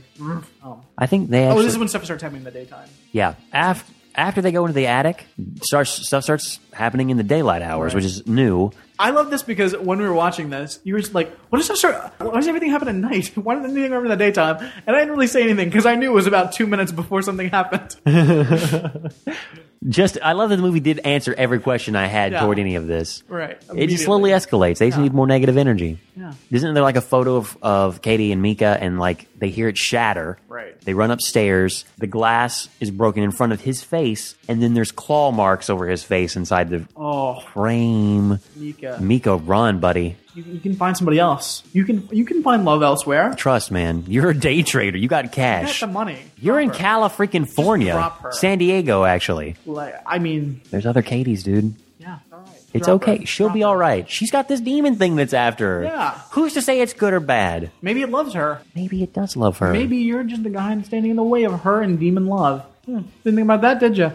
B: I think they
D: Oh,
B: actually,
D: this is when stuff starts happening in the daytime.
B: yeah. After after they go into the attic, starts stuff starts happening in the daylight hours, which is new.
D: I love this because when we were watching this, you were just like, "What does that start? Why does everything happen at night? Why does anything happen in the daytime?" And I didn't really say anything because I knew it was about two minutes before something happened.
B: Just, I love that the movie did answer every question I had toward any of this.
D: Right.
B: It just slowly escalates. They just need more negative energy.
D: Yeah.
B: Isn't there like a photo of, of Katie and Mika and like they hear it shatter?
D: Right.
B: They run upstairs. The glass is broken in front of his face, and then there's claw marks over his face inside the
D: Oh,
B: frame.
D: Mika.
B: Mika, run, buddy.
D: You, you can find somebody else. You can you can find love elsewhere.
B: Trust, man. You're a day trader. You got
D: Get
B: cash.
D: the money.
B: You're in
D: Proper.
B: California,
D: drop her.
B: San Diego, actually.
D: Like, I mean,
B: There's other Katie's, dude.
D: yeah. All right.
B: It's
D: Drop
B: okay.
D: her.
B: She'll
D: Drop
B: be
D: her.
B: all right. She's got this demon thing that's after her.
D: Yeah.
B: Who's to say it's good or bad?
D: Maybe it loves her.
B: Maybe it does love her.
D: Maybe you're just the guy standing in the way of her and demon love. Hmm. Didn't think about that, did you?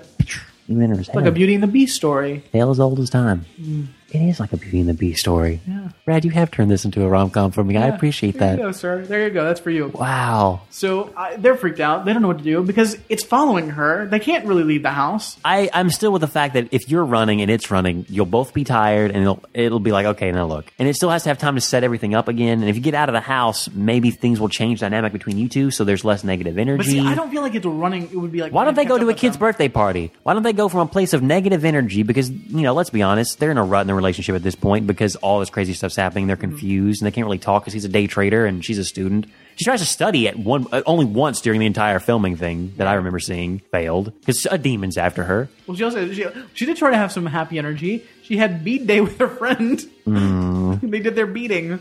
B: Even in his
D: Like a
B: head.
D: Beauty and the Beast story.
B: Tale as old as time. It is like a Beauty and the Beast story.
D: Yeah.
B: Brad, you have turned this into a rom com for me. I
D: Yeah.
B: appreciate
D: There
B: that.
D: you go, sir. There you go. That's for you.
B: Wow.
D: So I, they're freaked out. They don't know what to do because it's following her. They can't really leave the house.
B: I, I'm still with the fact that if you're running and it's running, you'll both be tired and it'll, it'll be like, okay, now look. And it still has to have time to set everything up again. And if you get out of the house, maybe things will change dynamic between you two so there's less negative energy.
D: But see, I don't feel like it's running. It would be like
B: Why don't they go
D: catch up
B: to a
D: with
B: kid's
D: them.
B: birthday party? Why don't they go from a place of negative energy? Because, you know, let's be honest, they're in a rut in their relationship at this point because all this crazy stuff's happening. They're
D: Mm-hmm.
B: confused and they can't really talk because he's a day trader and she's a student. She tries to study at one uh, only once during the entire filming thing that I remember seeing failed because a demon's after her.
D: Well, she also she, she did try to have some happy energy. She had bead day with her friend.
B: Mm.
D: they did their beating.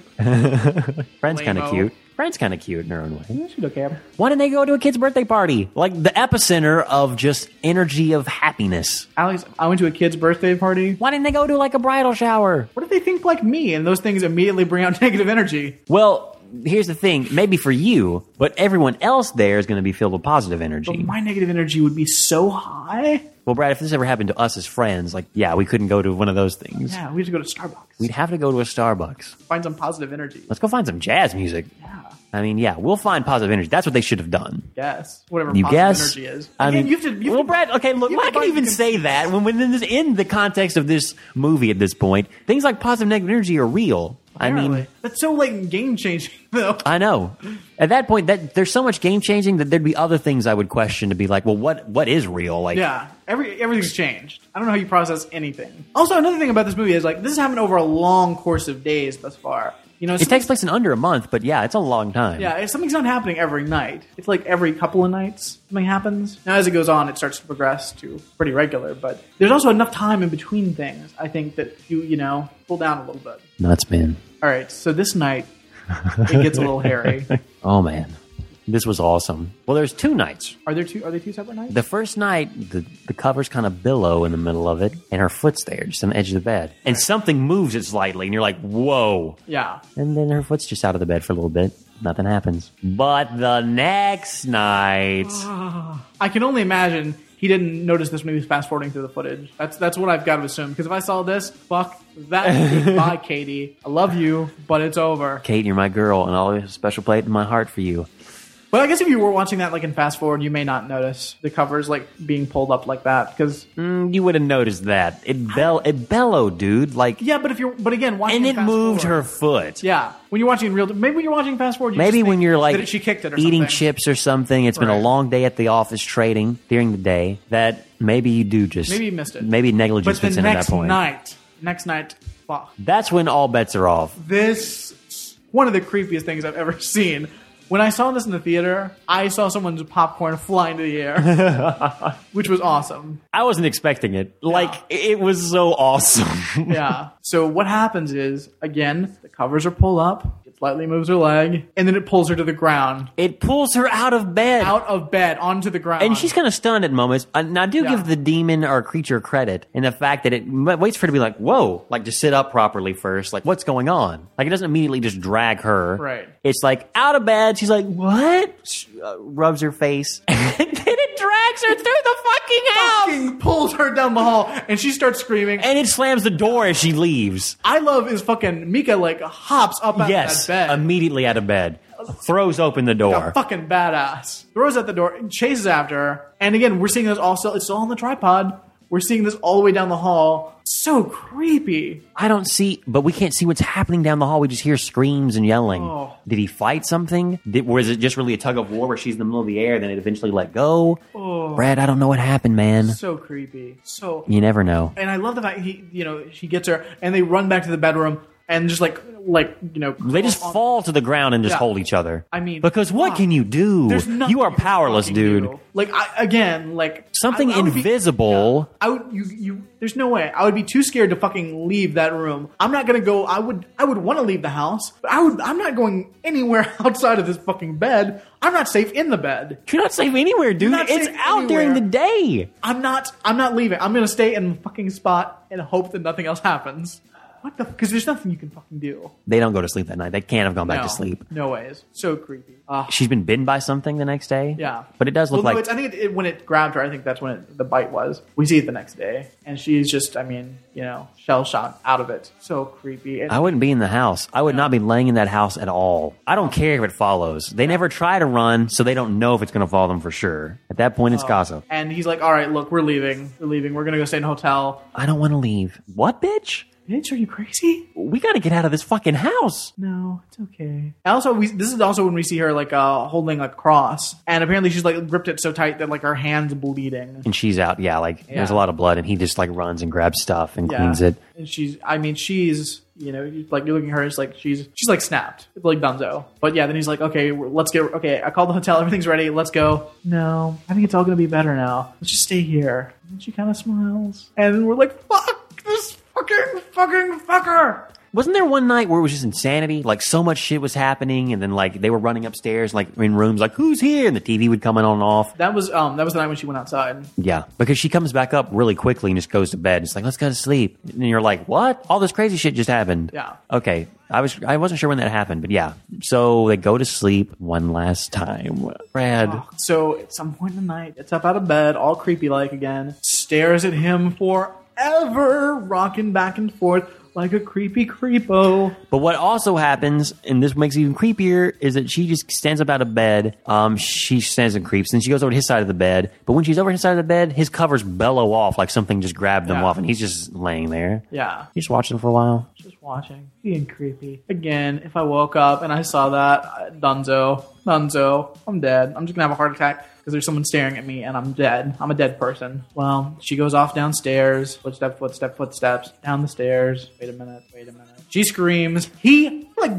B: Friend's kind of
D: Lame-o.
B: cute. Friend's kind of cute in her own way.
D: She's okay.
B: Why didn't they go to a kid's birthday party? Like the epicenter of just energy of happiness.
D: Alex, I went to a kid's birthday party.
B: Why didn't they go to like a bridal shower?
D: What if they think like me and those things immediately bring out negative energy?
B: Well, here's the thing. Maybe for you, but everyone else there is going to be filled with positive energy.
D: My negative energy would be so high.
B: well, Brad, if this ever happened to us as friends, like, yeah, we couldn't go to one of those things.
D: Yeah, we have to go to Starbucks.
B: We'd have to go to a Starbucks.
D: find some positive energy.
B: Let's go find some jazz music. Yeah. I mean, yeah, we'll find positive energy. That's what they should have done.
D: Yes, whatever
B: You
D: positive
B: guess?
D: energy is.
B: I
D: Again,
B: mean,
D: you have to. You
B: well,
D: have to-
B: Brad. Okay, look,
D: you have
B: why
D: to
B: can I
D: find
B: even
D: some-
B: say that when, when this, in the context of this movie at this point, things like positive, negative energy are real. I mean,
D: Apparently. that's so like game changing though.
B: I know. At that point, that there's so much game changing that there'd be other things I would question to be like, well, what what is real? Like,
D: Yeah, every everything's changed. I don't know how you process anything. Also, another thing about this movie is like this has happened over a long course of days thus far. You know,
B: it takes place in under a month, but yeah, it's a long time.
D: Yeah, if something's not happening every night, it's like every couple of nights something happens. Now, as it goes on, it starts to progress to pretty regular. But there's also enough time in between things. I think that you you know pull down a little bit.
B: nuts, man.
D: All right, so this night it gets a little hairy.
B: Oh man, this was awesome. Well, there's two nights.
D: Are there two? Are there two separate nights?
B: The first night, the, the covers kind of billow in the middle of it, and her foot's there, just on the edge of the bed, and something moves it slightly, and you're like, whoa.
D: yeah,
B: And then her foot's just out of the bed for a little bit. Nothing happens. But the next night,
D: I can only imagine he didn't notice this when he was fast forwarding through the footage. That's that's what I've got to assume. Because if I saw this, fuck that. Goodbye, Katie. I love you, but it's over.
B: Kate, you're my girl, and I'll always have a special plate in my heart for you.
D: But I guess if you were watching that like in fast forward, you may not notice the covers like being pulled up like that. Because
B: Mm, You would have noticed that. It bell, it bellowed, dude. Like,
D: yeah, but if you're but again watching
B: and
D: in
B: it
D: fast
B: moved
D: forward-
B: her foot.
D: Yeah, when you're watching in real, maybe when you're watching fast forward, you
B: Maybe
D: just
B: when
D: think
B: you're like
D: that she kicked it or
B: eating
D: something.
B: chips or something, It's been a
D: Right.
B: long day at the office trading during the day. That maybe you do just
D: Maybe you missed it.
B: Maybe negligence
D: But the
B: fits in at that
D: next
B: point.
D: night, next night, fuck.
B: That's when all bets are off.
D: this one of the creepiest things I've ever seen. When I saw this in the theater, I saw someone's popcorn fly into the air, which was awesome.
B: I wasn't expecting it. Like it was so awesome.
D: Yeah. So what happens is, again, the covers are pulled up, it slightly moves her leg, and then it pulls her to the ground,
B: it pulls her out of bed.
D: out of bed, onto the ground.
B: And she's kind of stunned at moments. And I do
D: Yeah.
B: give the demon or creature credit in the fact that it m- waits for her to be like, whoa, like to sit up properly first. Like, what's going on? Like, it doesn't immediately just drag her.
D: Right.
B: It's like, out of bed. She's like, what? She, uh, rubs her face. and then it drags her through the fucking house.
D: fucking pulls her down the hall, and she starts screaming.
B: and it slams the door as she leaves.
D: I love is fucking Mika like hops up out
B: yes.
D: of that bed.
B: Immediately out of bed. Throws open the door.
D: a fucking badass. Throws out the door, chases after her, and again, we're seeing this also. It's all on the tripod. We're seeing this all the way down the hall. So creepy.
B: I don't see, but we can't see what's happening down the hall. We just hear screams and yelling.
D: Oh.
B: Did he fight something? Did, was it just really a tug of war where she's in the middle of the air, then it eventually let go? Brad, I don't know what happened, man.
D: Oh. So creepy. So
B: You never know.
D: and I love the fact he you know she gets her and they run back to the bedroom and just like like you know
B: They just fall to the ground and just
D: Yeah.
B: hold each other.
D: I mean,
B: because what
D: fuck.
B: can you do?
D: There's nothing
B: You are
D: can
B: powerless,
D: fucking
B: dude.
D: do. Like I, again, like
B: Something
D: I- I would be-
B: invisible.
D: I would you you. There's no way. I would be too scared to fucking leave that room. I'm not gonna go. I would I would want to leave the house, but I would. I'm not going anywhere outside of this fucking bed. I'm not safe in the bed.
B: You're not safe anywhere, dude.
D: not
B: It's
D: safe
B: out during the
D: anywhere.
B: day.
D: I'm not. I'm not leaving. I'm gonna stay in the fucking spot and hope that nothing else happens. What the? Because there's nothing you can fucking do.
B: They don't go to sleep that night. They can't have gone back
D: no,
B: to sleep.
D: No ways. So creepy. Ah,
B: She's been bitten by something the next day.
D: Yeah,
B: But it does look
D: Well, no,
B: like
D: it's, I think it, it, when it grabbed her, I think that's when it, the bite was. We see it the next day, and she's just, I mean, you know, shell shot out of it. So creepy. And
B: I wouldn't be in the house. I would not be laying in that house at all. I don't care if it follows. They never try to run, so they don't know if it's going to follow them for sure. At that point, it's gossip.
D: and he's like, "All right, look, we're leaving. We're leaving. We're gonna go stay in a hotel."
B: I don't want to leave. What, bitch?
D: Bitch, are you crazy?
B: We got to get out of this fucking house.
D: No, it's okay. And also, we this is also when we see her like uh, holding a cross, and apparently she's like gripped it so tight that like her hands bleeding.
B: And she's out. Yeah, like there's a lot of blood, and he just like runs and grabs stuff and
D: Yeah.
B: cleans it.
D: And she's, I mean, she's, you know, you- like you're looking at her, it's like she's, she's like snapped, It's like Dunzo. But yeah, then he's like, okay, we're- let's get, okay, I called the hotel, everything's ready, let's go. No, I think it's all gonna be better now. Let's just stay here. And she kind of smiles, and we're like, fuck this fucking fucking fucker.
B: Wasn't there one night where it was just insanity? Like so much shit was happening, and then like they were running upstairs, like in rooms, like who's here, and the TV would come on and off.
D: That was, um, that was the night when she went outside.
B: Yeah, because she comes back up really quickly and just goes to bed. It's like let's go to sleep, and you're like, what? All this crazy shit just happened.
D: Yeah.
B: Okay, I was I wasn't sure when that happened, but yeah. So they go to sleep one last time. Brad,
D: So at some point in the night, gets up out of bed, all creepy like again, stares at him forever, rocking back and forth like a creepy creepo.
B: But what also happens, and this makes it even creepier, is that she just stands up out of bed. Um, she stands and creeps, and she goes over to his side of the bed. But when she's over his side of the bed, his covers bellow off like something just grabbed them
D: Yeah.
B: off, and he's just laying there.
D: Yeah.
B: You just watch him for a while.
D: just watching, being creepy. Again, if I woke up and I saw that, uh, Dunzo, Dunzo, I'm dead. I'm just gonna have a heart attack because there's someone staring at me and I'm dead. I'm a dead person. Well, she goes off downstairs, footstep, footstep, footsteps, down the stairs. Wait a minute, wait a minute. She screams. He like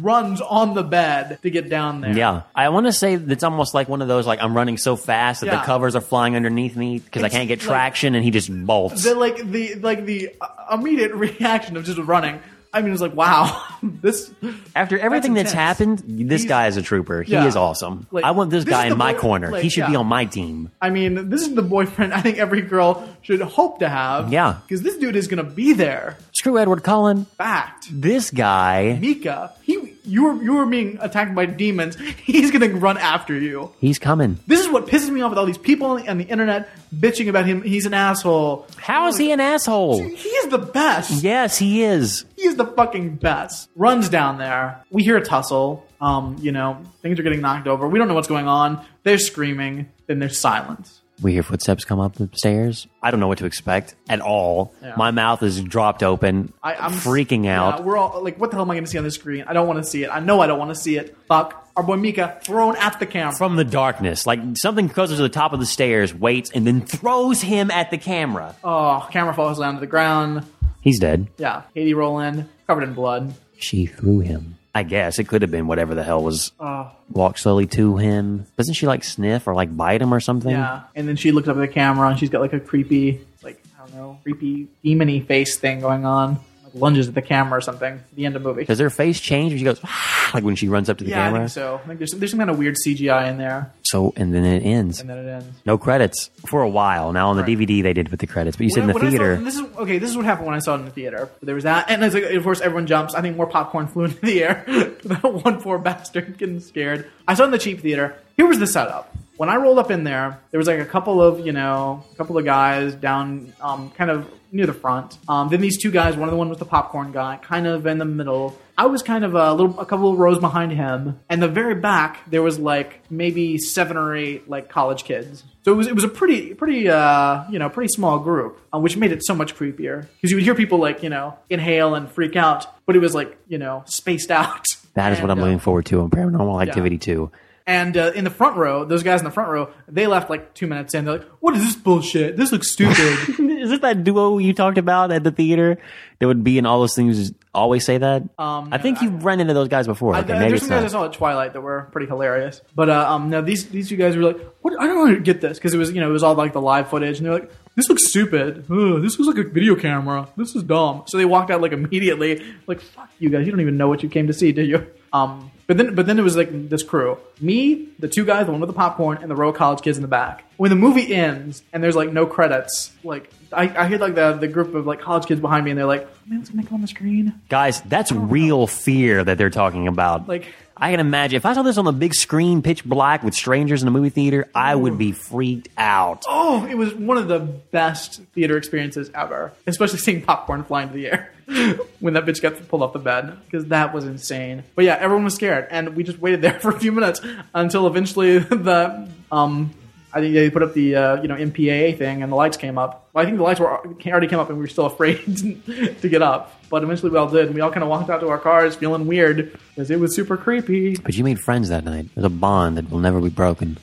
D: runs on the bed to get down there.
B: Yeah, I want to say that's almost like one of those like I'm running so fast that
D: Yeah.
B: the covers are flying underneath me because I
D: It's
B: can't get
D: like-
B: traction, and he just bolts.
D: The like the like the uh, immediate reaction of just running. I mean, it's like wow, this
B: After everything that's,
D: intense.
B: happened, this
D: He's-
B: guy is a trooper. He
D: Yeah.
B: is awesome.
D: Like,
B: I want this,
D: this
B: guy
D: is
B: in
D: the
B: my
D: boy-
B: corner.
D: like,
B: he should be
D: yeah.
B: on my team.
D: I mean, this is the boyfriend I think every girl should hope to have.
B: Yeah.
D: Because this dude is going to be there.
B: Screw Edward Cullen.
D: Fact.
B: This guy.
D: Mika, he, you were, you were being attacked by demons. He's going to run after you.
B: He's coming.
D: This is what pisses me off with all these people on the, on the internet bitching about him. He's an asshole.
B: How is he an asshole?
D: He is the best.
B: Yes, he is.
D: He is the fucking best. Runs down there. We hear a tussle. Um, you know, things are getting knocked over. We don't know what's going on. They're screaming. Then there's silence.
B: We hear footsteps come up the stairs. I don't know what to expect at all. My mouth is dropped open.
D: I, I'm
B: freaking
D: yeah,
B: out.
D: we're all like, what the hell am I going to see on the screen? I don't want to see it. I know I don't want to see it. Fuck. Our boy Mika thrown at the camera.
B: From the darkness, like something goes to the top of the stairs, waits, and then throws him at the camera.
D: oh, camera falls down to the ground.
B: He's dead.
D: Yeah, Katie Roland covered in blood.
B: She threw him. I guess it could have been whatever the hell was.
D: Uh.
B: Walk slowly to him. Doesn't she like sniff or like bite him or something?
D: Yeah, and then she looks up at the camera and she's got like a creepy, like I don't know, creepy demony face thing going on. Like lunges at the camera or something. The end of the movie.
B: Does her face change? when She goes like when she runs up to the
D: Yeah, I
B: camera.
D: think so. I think there's some, there's some kind of weird CGI in there,
B: so and then it ends.
D: and then it ends.
B: No credits for a while. Now on the DVD they did with the credits, but you said in the
D: When I saw-
B: theater.
D: this is okay. This is what happened when I saw it in the theater. There was that, and it's like, of course, everyone jumps. I think more popcorn flew into the air. that one poor bastard getting scared. I saw it in the cheap theater. Here was the setup. When I rolled up in there, there was like a couple of you know, a couple of guys down, um, kind of near the front. Um, then these two guys. One of the one was the popcorn guy, kind of in the middle. I was kind of a little, a couple of rows behind him, and the very back there was like maybe seven or eight like college kids. So it was it was a pretty pretty uh you know pretty small group, uh, which made it so much creepier because you would hear people like you know inhale and freak out, but it was like you know spaced out.
B: That is what I'm
D: And, uh,
B: looking forward to in Paranormal Activity 2.
D: and uh, in the front row, those guys in the front row, they left like two minutes in. They're like, "What is this bullshit? This looks stupid."
B: Is it that duo you talked about at the theater that would be in all those things? Always say that. Um, I think you've run into those guys before. Okay,
D: There-
B: maybe
D: There's
B: it's
D: some guys I
B: not.
D: saw at Twilight that were pretty hilarious, but uh, um, no, these these two guys were like, "What? I don't really get this," because it was you know it was all like the live footage, and they're like, "This looks stupid. Ugh, this looks like a video camera. This is dumb." So they walked out like immediately, like, "Fuck you guys! You don't even know what you came to see, do you?" Um, but then but then it was like this crew: me, the two guys, the one with the popcorn, and the row of college kids in the back. When the movie ends and there's like no credits, like I, I hear like the the group of like college kids behind me, and they're like, "Man, what's gonna come on the screen?"
B: Guys, that's real fear that they're talking about.
D: Like-
B: I can imagine if I saw this on the big screen, pitch black with strangers in a movie theater, I would be freaked out.
D: Oh, it was one of the best theater experiences ever, especially seeing popcorn fly into the air when that bitch got pulled off the bed because that was insane. But yeah, everyone was scared, and we just waited there for a few minutes until eventually the um, I think they put up the uh, you know MPAA thing, and the lights came up. Well, I think the lights were already came up, and we were still afraid to get up. But eventually, we all did, and we all kind of walked out to our cars feeling weird because it was super creepy.
B: But you made friends that night. There's a bond that will never be broken.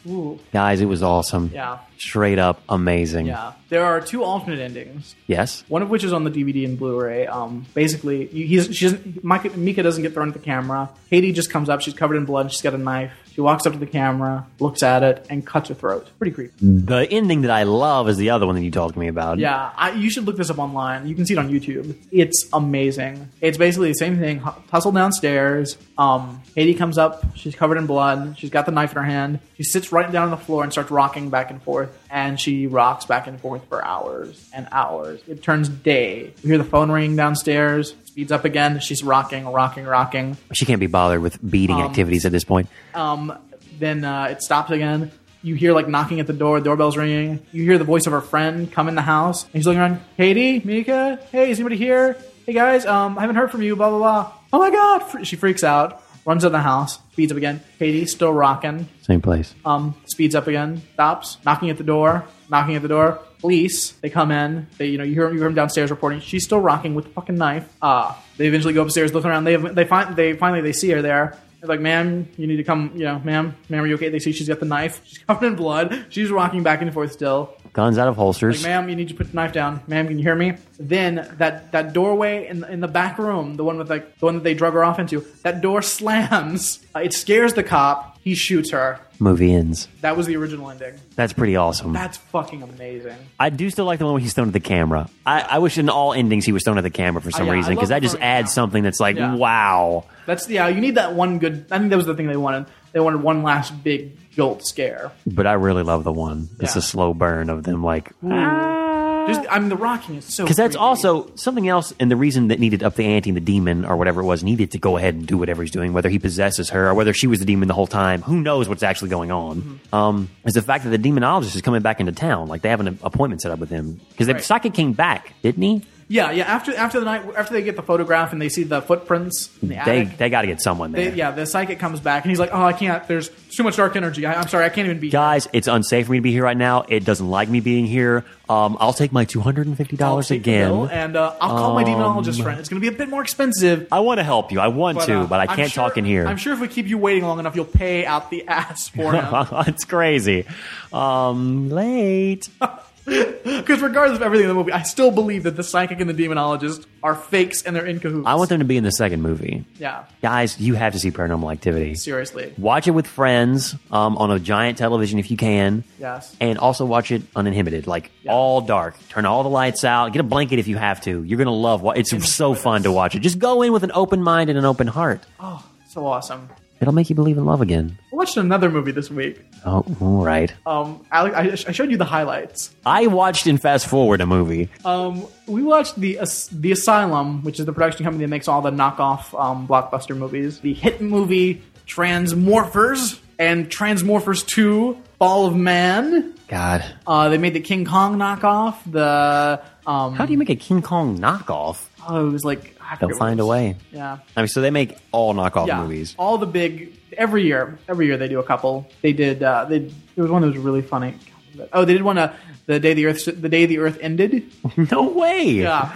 B: Guys, it was awesome.
D: Yeah.
B: Straight up amazing.
D: Yeah, there are two alternate endings.
B: Yes.
D: One of which is on the DVD and Blu-ray. Um, basically, you- he's, she doesn't, Micah, Mika doesn't get thrown at the camera. Haiti just comes up. She's covered in blood. She's got a knife. She walks up to the camera, looks at it, and cuts her throat. Pretty creepy.
B: The ending that I love is the other one that you talked to me about.
D: Yeah, I, you should look this up online. You can see it on YouTube. It's amazing. It's basically the same thing. Hu- Hustle downstairs. Um, Haiti comes up. She's covered in blood. She's got the knife in her hand. She sits right down on the floor and starts rocking back and forth. And she rocks back and forth for hours and hours. It turns day. We hear the phone ringing downstairs. Speeds up again. She's rocking, rocking, rocking.
B: She can't be bothered with beating activities at this point.
D: Um, then uh, it stops again. You hear like knocking at the door, doorbell's ringing. You hear the voice of her friend come in the house, and she's looking around. Katie, Mika, hey, is anybody here? Hey guys, um, I haven't heard from you. Blah blah blah. Oh my god! Fr- She freaks out, runs out of the house, speeds up again. Katie still rocking,
B: Same place.
D: um, speeds up again, stops, knocking at the door, knocking at the door. Police, they come in. They, you know, you hear, you hear them downstairs reporting. She's still rocking with the fucking knife. Uh, they eventually go upstairs, look around. They, they find, they finally, they see her there. They're like, ma'am, you need to come. You know, ma'am, ma'am, are you okay? They see she's got the knife. She's covered in blood. She's rocking back and forth still.
B: Guns out of holsters.
D: Like, ma'am, you need to put the knife down. Ma'am, can you hear me? Then that that doorway in in the back room, the one with like the one that they drug her off into, that door slams. Uh, it scares the cop. He shoots her.
B: movie ends.
D: That was the original ending.
B: That's pretty awesome.
D: That's fucking amazing.
B: I do still like the one where he's thrown at the camera. I, I wish in all endings he was thrown at the camera for some
D: Oh, yeah, I
B: reason
D: love
B: because that
D: the
B: just
D: throwing
B: adds
D: down.
B: something that's like,
D: Yeah.
B: wow.
D: That's yeah. You need that one good. I think that was the thing they wanted. They wanted one last big jolt scare.
B: But I really love the one. It's
D: Yeah.
B: a slow burn of them like
D: Just I mean, the rocking is so
B: because that's
D: creepy.
B: also something else. And the reason that needed up the ante, and the demon or whatever it was, needed to go ahead and do whatever he's doing, whether he possesses her or whether she was the demon the whole time. Who knows what's actually going on?
D: Mm-hmm.
B: Um, is the fact that the demonologist is coming back into town, like they have an appointment set up with him because the psychic came back, didn't he?
D: yeah yeah. After after the night after they get the photograph and they see the footprints in the
B: They
D: attic.
B: they got to get someone there.
D: They, yeah, the psychic comes back and he's like, "Oh, I can't. There's too much dark energy. I, I'm sorry, I can't even be." here."
B: Guys, it's unsafe for me to be here right now. It doesn't like me being here. Um, I'll take my two hundred and fifty
D: I'll
B: dollars
D: take the bill,
B: again.
D: and uh, I'll call my
B: Um,
D: demonologist friend. It's going to be a bit more expensive.
B: I want to help you. I want to,
D: uh,
B: but I
D: I'm
B: can't
D: sure-
B: talk in here.
D: I'm sure if we keep you waiting long enough, you'll pay out the ass for him.
B: it's crazy. Um, late.
D: Because regardless of everything in the movie, I still believe that the psychic and the demonologist are fakes and they're in cahoots.
B: I want them to be in the second movie.
D: Yeah,
B: Guys, you have to see Paranormal Activity.
D: seriously.
B: Watch it with friends um, on a giant television if you can.
D: Yes.
B: And also watch it uninhibited, like all dark. Turn all the lights out. Get a blanket if you have to. You're going to love it. It's so fun to watch it. Just go in with an open mind and an open heart.
D: So awesome.
B: It'll make you believe in love again.
D: I watched another movie this week.
B: Oh, all right.
D: Um, Alec, I, I showed you the highlights.
B: I watched in Fast Forward a movie.
D: Um, we watched the As- the Asylum, which is the production company that makes all the knockoff um, blockbuster movies. The hit movie Transmorphers and Transmorphers Two: Fall of Man.
B: God.
D: Uh, they made the King Kong knockoff. The um,
B: How do you make a King Kong knockoff?
D: oh, it was like I forget
B: They'll
D: what it
B: find a
D: was.
B: way.
D: Yeah,
B: I mean, so they make all knockoff
D: yeah.
B: movies.
D: All the big every year, every year they do a couple. They did. Uh, they there was one that was really funny. Oh, they did one. Uh, the day the earth, the day the earth ended.
B: No way.
D: Yeah.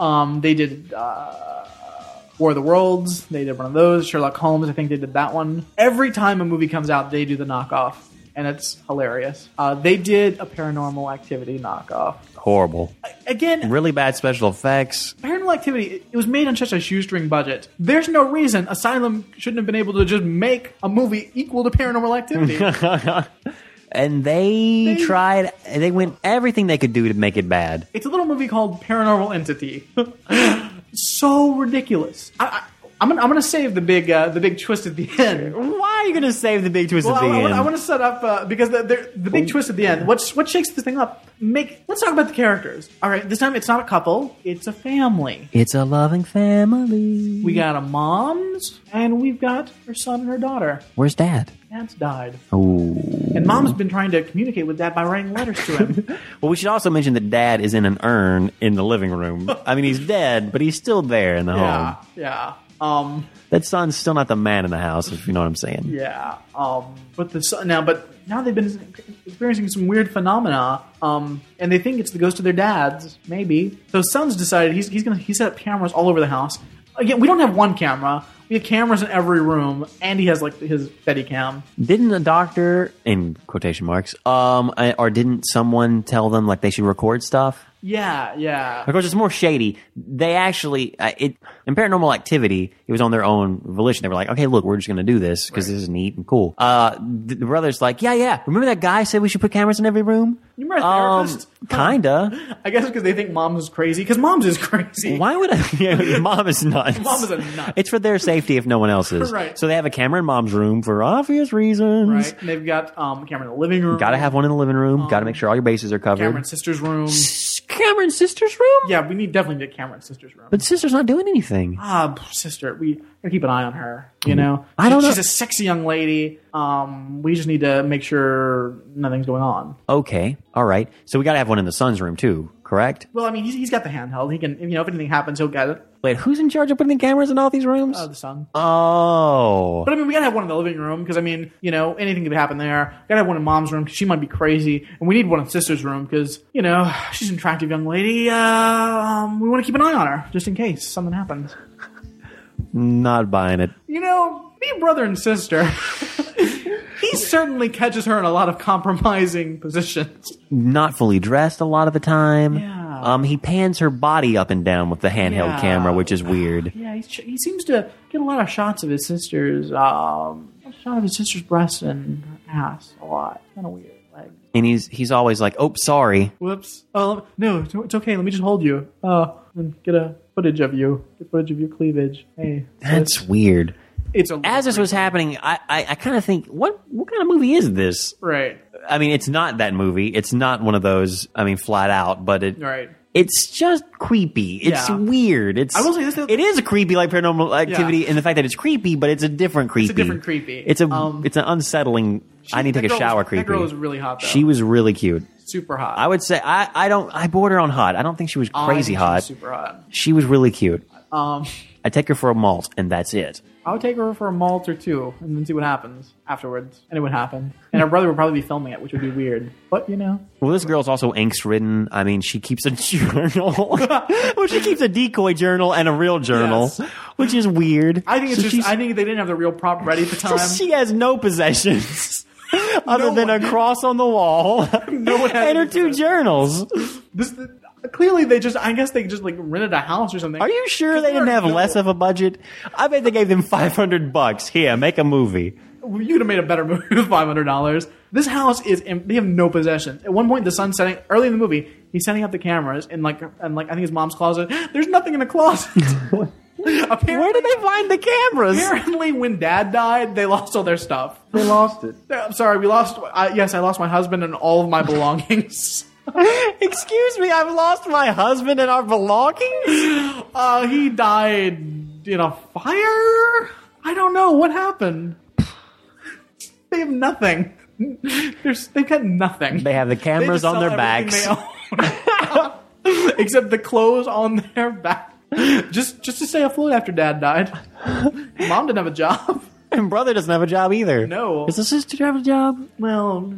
D: Um, they did uh, War of the Worlds. They did one of those. Sherlock Holmes. I think they did that one. Every time a movie comes out, they do the knockoff, and it's hilarious. Uh, they did a Paranormal Activity knockoff.
B: Horrible.
D: Again,
B: Really bad special effects.
D: Paranormal Activity. It, it was made on such a shoestring budget. There's no reason Asylum shouldn't have been able to just make a movie equal to Paranormal Activity.
B: And they, tried, they went everything they could do to make it bad.
D: it's a little movie called Paranormal Entity. so ridiculous. I, I, I'm gonna, I'm gonna save the big uh, the big twist at the end.
B: Why are you going to save the big twist
D: Well,
B: at the
D: I,
B: end?
D: want to set up uh, because the, the, the big twist at the end. What what shakes this thing up? Make let's talk about the characters. All right, this time it's not a couple; it's a family.
B: it's a loving family.
D: We got a mom's, and we've got her son and her daughter.
B: Where's dad?
D: Dad's died,
B: Ooh.
D: and mom's been trying to communicate with dad by writing letters to him.
B: Well, we should also mention that dad is in an urn in the living room. I mean, he's dead, but he's still there in the
D: yeah,
B: home.
D: yeah, um,
B: That son's still not the man in the house, if you know what I'm saying.
D: yeah, um. But the son now, but now they've been experiencing some weird phenomena, um, and they think it's the ghost of their dad's, maybe. So son's decided he's he's gonna he set up cameras all over the house. Again, we don't have one camera. We have cameras in every room, and he has like his Betty cam.
B: Didn't the doctor, in quotation marks, um, I- or didn't someone tell them like they should record stuff?
D: Yeah, yeah.
B: Of course, it's more shady. They actually, uh, it in Paranormal Activity, it was on their own volition. They were like, okay, look, we're just going to do this because this is neat and cool. Uh, the, the brother's like, yeah, yeah. Remember that guy said we should put cameras in every room? Um,
D: You remember our therapist?
B: kinda.
D: I guess because they think mom's is crazy. Because mom's is crazy.
B: Why would I? Yeah, mom is nuts.
D: Mom is a nut.
B: It's for their safety if no one else is.
D: Right.
B: So they have a camera in mom's room for obvious reasons.
D: Right? And they've got um, a camera in the living room.
B: Got to have one in the living room. Got to make sure all your bases are covered.
D: Cameron's sister's room.
B: Cameron's sister's room?
D: Yeah, we need definitely need Cameron's sister's room.
B: But sister's not doing anything.
D: ah, sister, we gotta keep an eye on her. You know,
B: Mm. I don't
D: She-
B: know-
D: She's a sexy young lady. Um, we just need to make sure nothing's going on.
B: Okay. All right. So we got to have one in the son's room too, correct?
D: Well, I mean, he's, he's got the handheld. He can, you know, if anything happens, he'll get it.
B: Wait, who's in charge of putting the cameras in all these rooms?
D: Uh, the son.
B: oh.
D: But I mean, we gotta have one in the living room because I mean, you know, anything could happen there. We gotta have one in mom's room because she might be crazy, and we need one in sister's room because you know she's an attractive young lady. Uh, um, we want to keep an eye on her just in case something happens.
B: Not buying it.
D: You know, being brother and sister, he certainly catches her in a lot of compromising positions.
B: Not fully dressed a lot of the time.
D: Yeah.
B: Um, he pans her body up and down with the handheld
D: Yeah.
B: camera, which is weird.
D: Yeah, he's, he seems to get a lot of shots of his sister's, um, a shot of his sister's breasts and her ass a lot. Kind of weird. Like,
B: And he's he's always like, "Oh, sorry."
D: whoops. Oh no, it's- it's okay. Let me just hold you. Uh, and get a footage of you. Get footage of your cleavage. Hey,
B: That's weird.
D: it's a
B: As this was happening, I I, I kind of think, what what kind of movie is this?
D: right,
B: I mean, it's not that movie. It's not one of those. I mean, flat out, but it
D: right.
B: it's just creepy. It's
D: Yeah.
B: weird. It's
D: I will say this, though-
B: It is creepy, like Paranormal Activity, in the fact that it's creepy, but it's a different creepy.
D: different creepy.
B: It's a
D: Um,
B: it's an unsettling. I need to
D: that
B: take a
D: girl
B: shower.
D: was- that
B: creepy.
D: girl was really hot, though.
B: She was really cute.
D: Super hot.
B: I would say I I don't I border on hot. I don't think she was
D: Oh, I
B: crazy
D: think she was
B: hot.
D: Super hot.
B: She was really cute.
D: Um.
B: I take her for a malt, and that's it.
D: I would take her for a malt or two and then see what happens afterwards. And it would happen. And her brother would probably be filming it, which would be weird. But, you know.
B: Well, this girl's also angst ridden. I mean, she keeps a journal. well, she keeps a decoy journal and a real journal,
D: Yes.
B: which is weird.
D: I think it's
B: So
D: just,
B: she's-
D: I think they didn't have the real prop ready at the time.
B: she has no possessions other
D: No
B: than a
D: one-
B: cross on the wall
D: one has
B: and her
D: any
B: two
D: possessions.
B: journals.
D: This, clearly, they just, I guess they just, like, rented a house or something.
B: Are you sure they didn't have less of a budget? I bet they gave them 500 bucks. Here, make a movie.
D: You could have made a better movie with $500. This house is, em- they have no possession. At one point, the son's setting, early in the movie, he's setting up the cameras in, like, and like I think his mom's closet. There's nothing in the closet. Apparently,
B: Where did they find the cameras?
D: Apparently, when Dad died, they lost all their stuff. They lost it. I'm sorry, we lost. I, yes, I lost my husband and all of my belongings.
B: Excuse me, I've lost my husband and our belongings?
D: Uh, he died in a fire. I don't know what happened. They have nothing. There's, they've got nothing.
B: They have the
D: They
B: cameras
D: just
B: on
D: sell
B: their
D: everything
B: backs.
D: they own. except the clothes on their back. just just to stay afloat after dad died. Mom didn't have a job.
B: And brother doesn't have a job either.
D: No.
B: Does the sister have a job?
D: Well,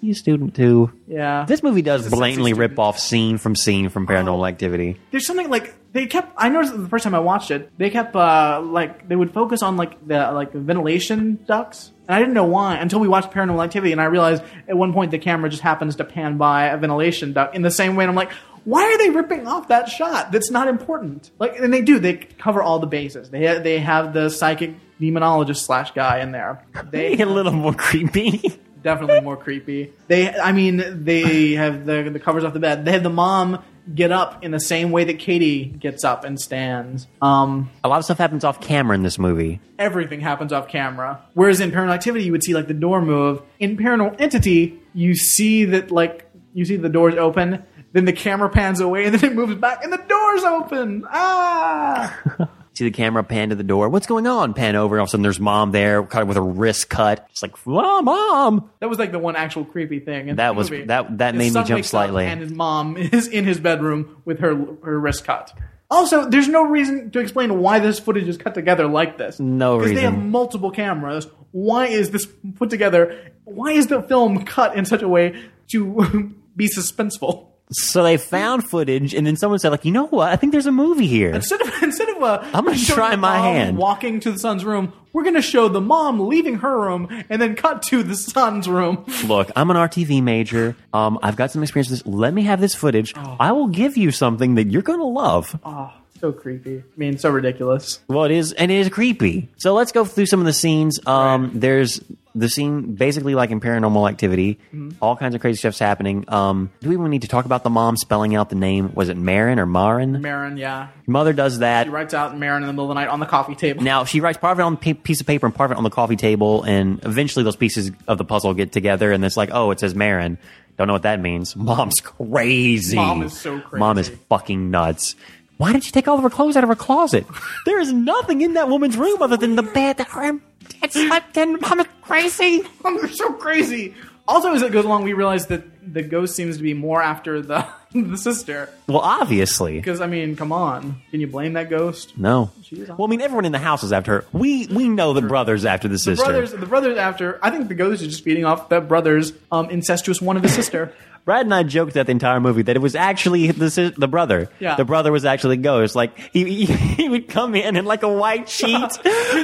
B: He's a student too.
D: yeah.
B: This movie does
D: sexy
B: blatantly
D: student.
B: rip off scene from scene from Paranormal Activity.
D: there's something like they kept i noticed the first time i watched it they kept uh like they would focus on like the like ventilation ducts and i didn't know why until we watched paranormal activity and i realized at one point the camera just happens to pan by a ventilation duct in the same way and i'm like why are they ripping off that shot that's not important like and they do they cover all the bases they they have the psychic demonologist slash guy in there they
B: a little more creepy.
D: definitely more creepy. They, I mean, they have the the covers off the bed. They have the mom get up in the same way that Katie gets up and stands. Um,
B: a lot of stuff happens off camera in this movie.
D: everything happens off camera. Whereas in Paranormal Activity, you would see like the door move. In Paranormal Entity, you see that like you see the doors open. Then the camera pans away, and then it moves back, and the doors open. Ah!
B: See the camera pan to the door. What's going on? Pan over. and All of a sudden, there's mom there, kind of with a wrist cut. It's like, "Ah, mom.
D: That was like the one actual creepy thing. in
B: That
D: the
B: was-
D: movie.
B: that- that
D: His
B: made me
D: son
B: jump
D: wakes up
B: slightly.
D: And his mom is in his bedroom with her her wrist cut. Also, there's no reason to explain why this footage is cut together like this.
B: No
D: because they have
B: reason.
D: multiple cameras. Why is this put together? Why is the film cut in such a way to be suspenseful?
B: So they found footage, and then someone said, "Like, you know what? I think there's a movie here."
D: Instead of instead of uh,
B: I'm gonna
D: showing
B: try
D: the
B: my
D: mom
B: hand.
D: walking to the son's room, we're gonna show the mom leaving her room and then cut to the son's room.
B: Look, I'm an RTV major. Um, I've got some experience with this. Let me have this footage.
D: Oh.
B: I will give you something that you're gonna love.
D: Ah, So creepy. I mean, so ridiculous.
B: Well, it is, and it is creepy. So let's go through some of the scenes. Um, There's the scene basically like in Paranormal Activity, all kinds of crazy stuff's happening. Um, do we even need to talk about the mom spelling out the name? Was it Marin or Marin?
D: Marin, yeah.
B: Mother does that.
D: He writes out Marin in the middle of the night on the coffee table.
B: Now she writes part of it on a pa- piece of paper and part of it on the coffee table, and eventually those pieces of the puzzle get together, and it's like, oh, it says Marin. Don't know what that means. Mom's crazy.
D: Mom is so crazy.
B: Mom is fucking nuts. Why did she take all of her clothes out of her closet? There is nothing in that woman's room other than the bed that her dad slept in. Mom is crazy.
D: They're so crazy. Also, as it goes along, we realize that the ghost seems to be more after the the sister.
B: Well, obviously,
D: Because I mean, come on, can you blame that ghost?
B: no.
D: She's awful.
B: Well, I mean, everyone in the house is after her. We we know the brothers after the sister.
D: Brothers, the brothers after. I think the ghost is just feeding off that brother's um, incestuous one of his sister.
B: Brad and I joked that the entire movie that it was actually the si- the brother.
D: Yeah.
B: The brother was actually the ghost. Like he, he he would come in in like a white sheet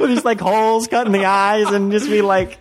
B: with just like holes cut in the eyes and just be like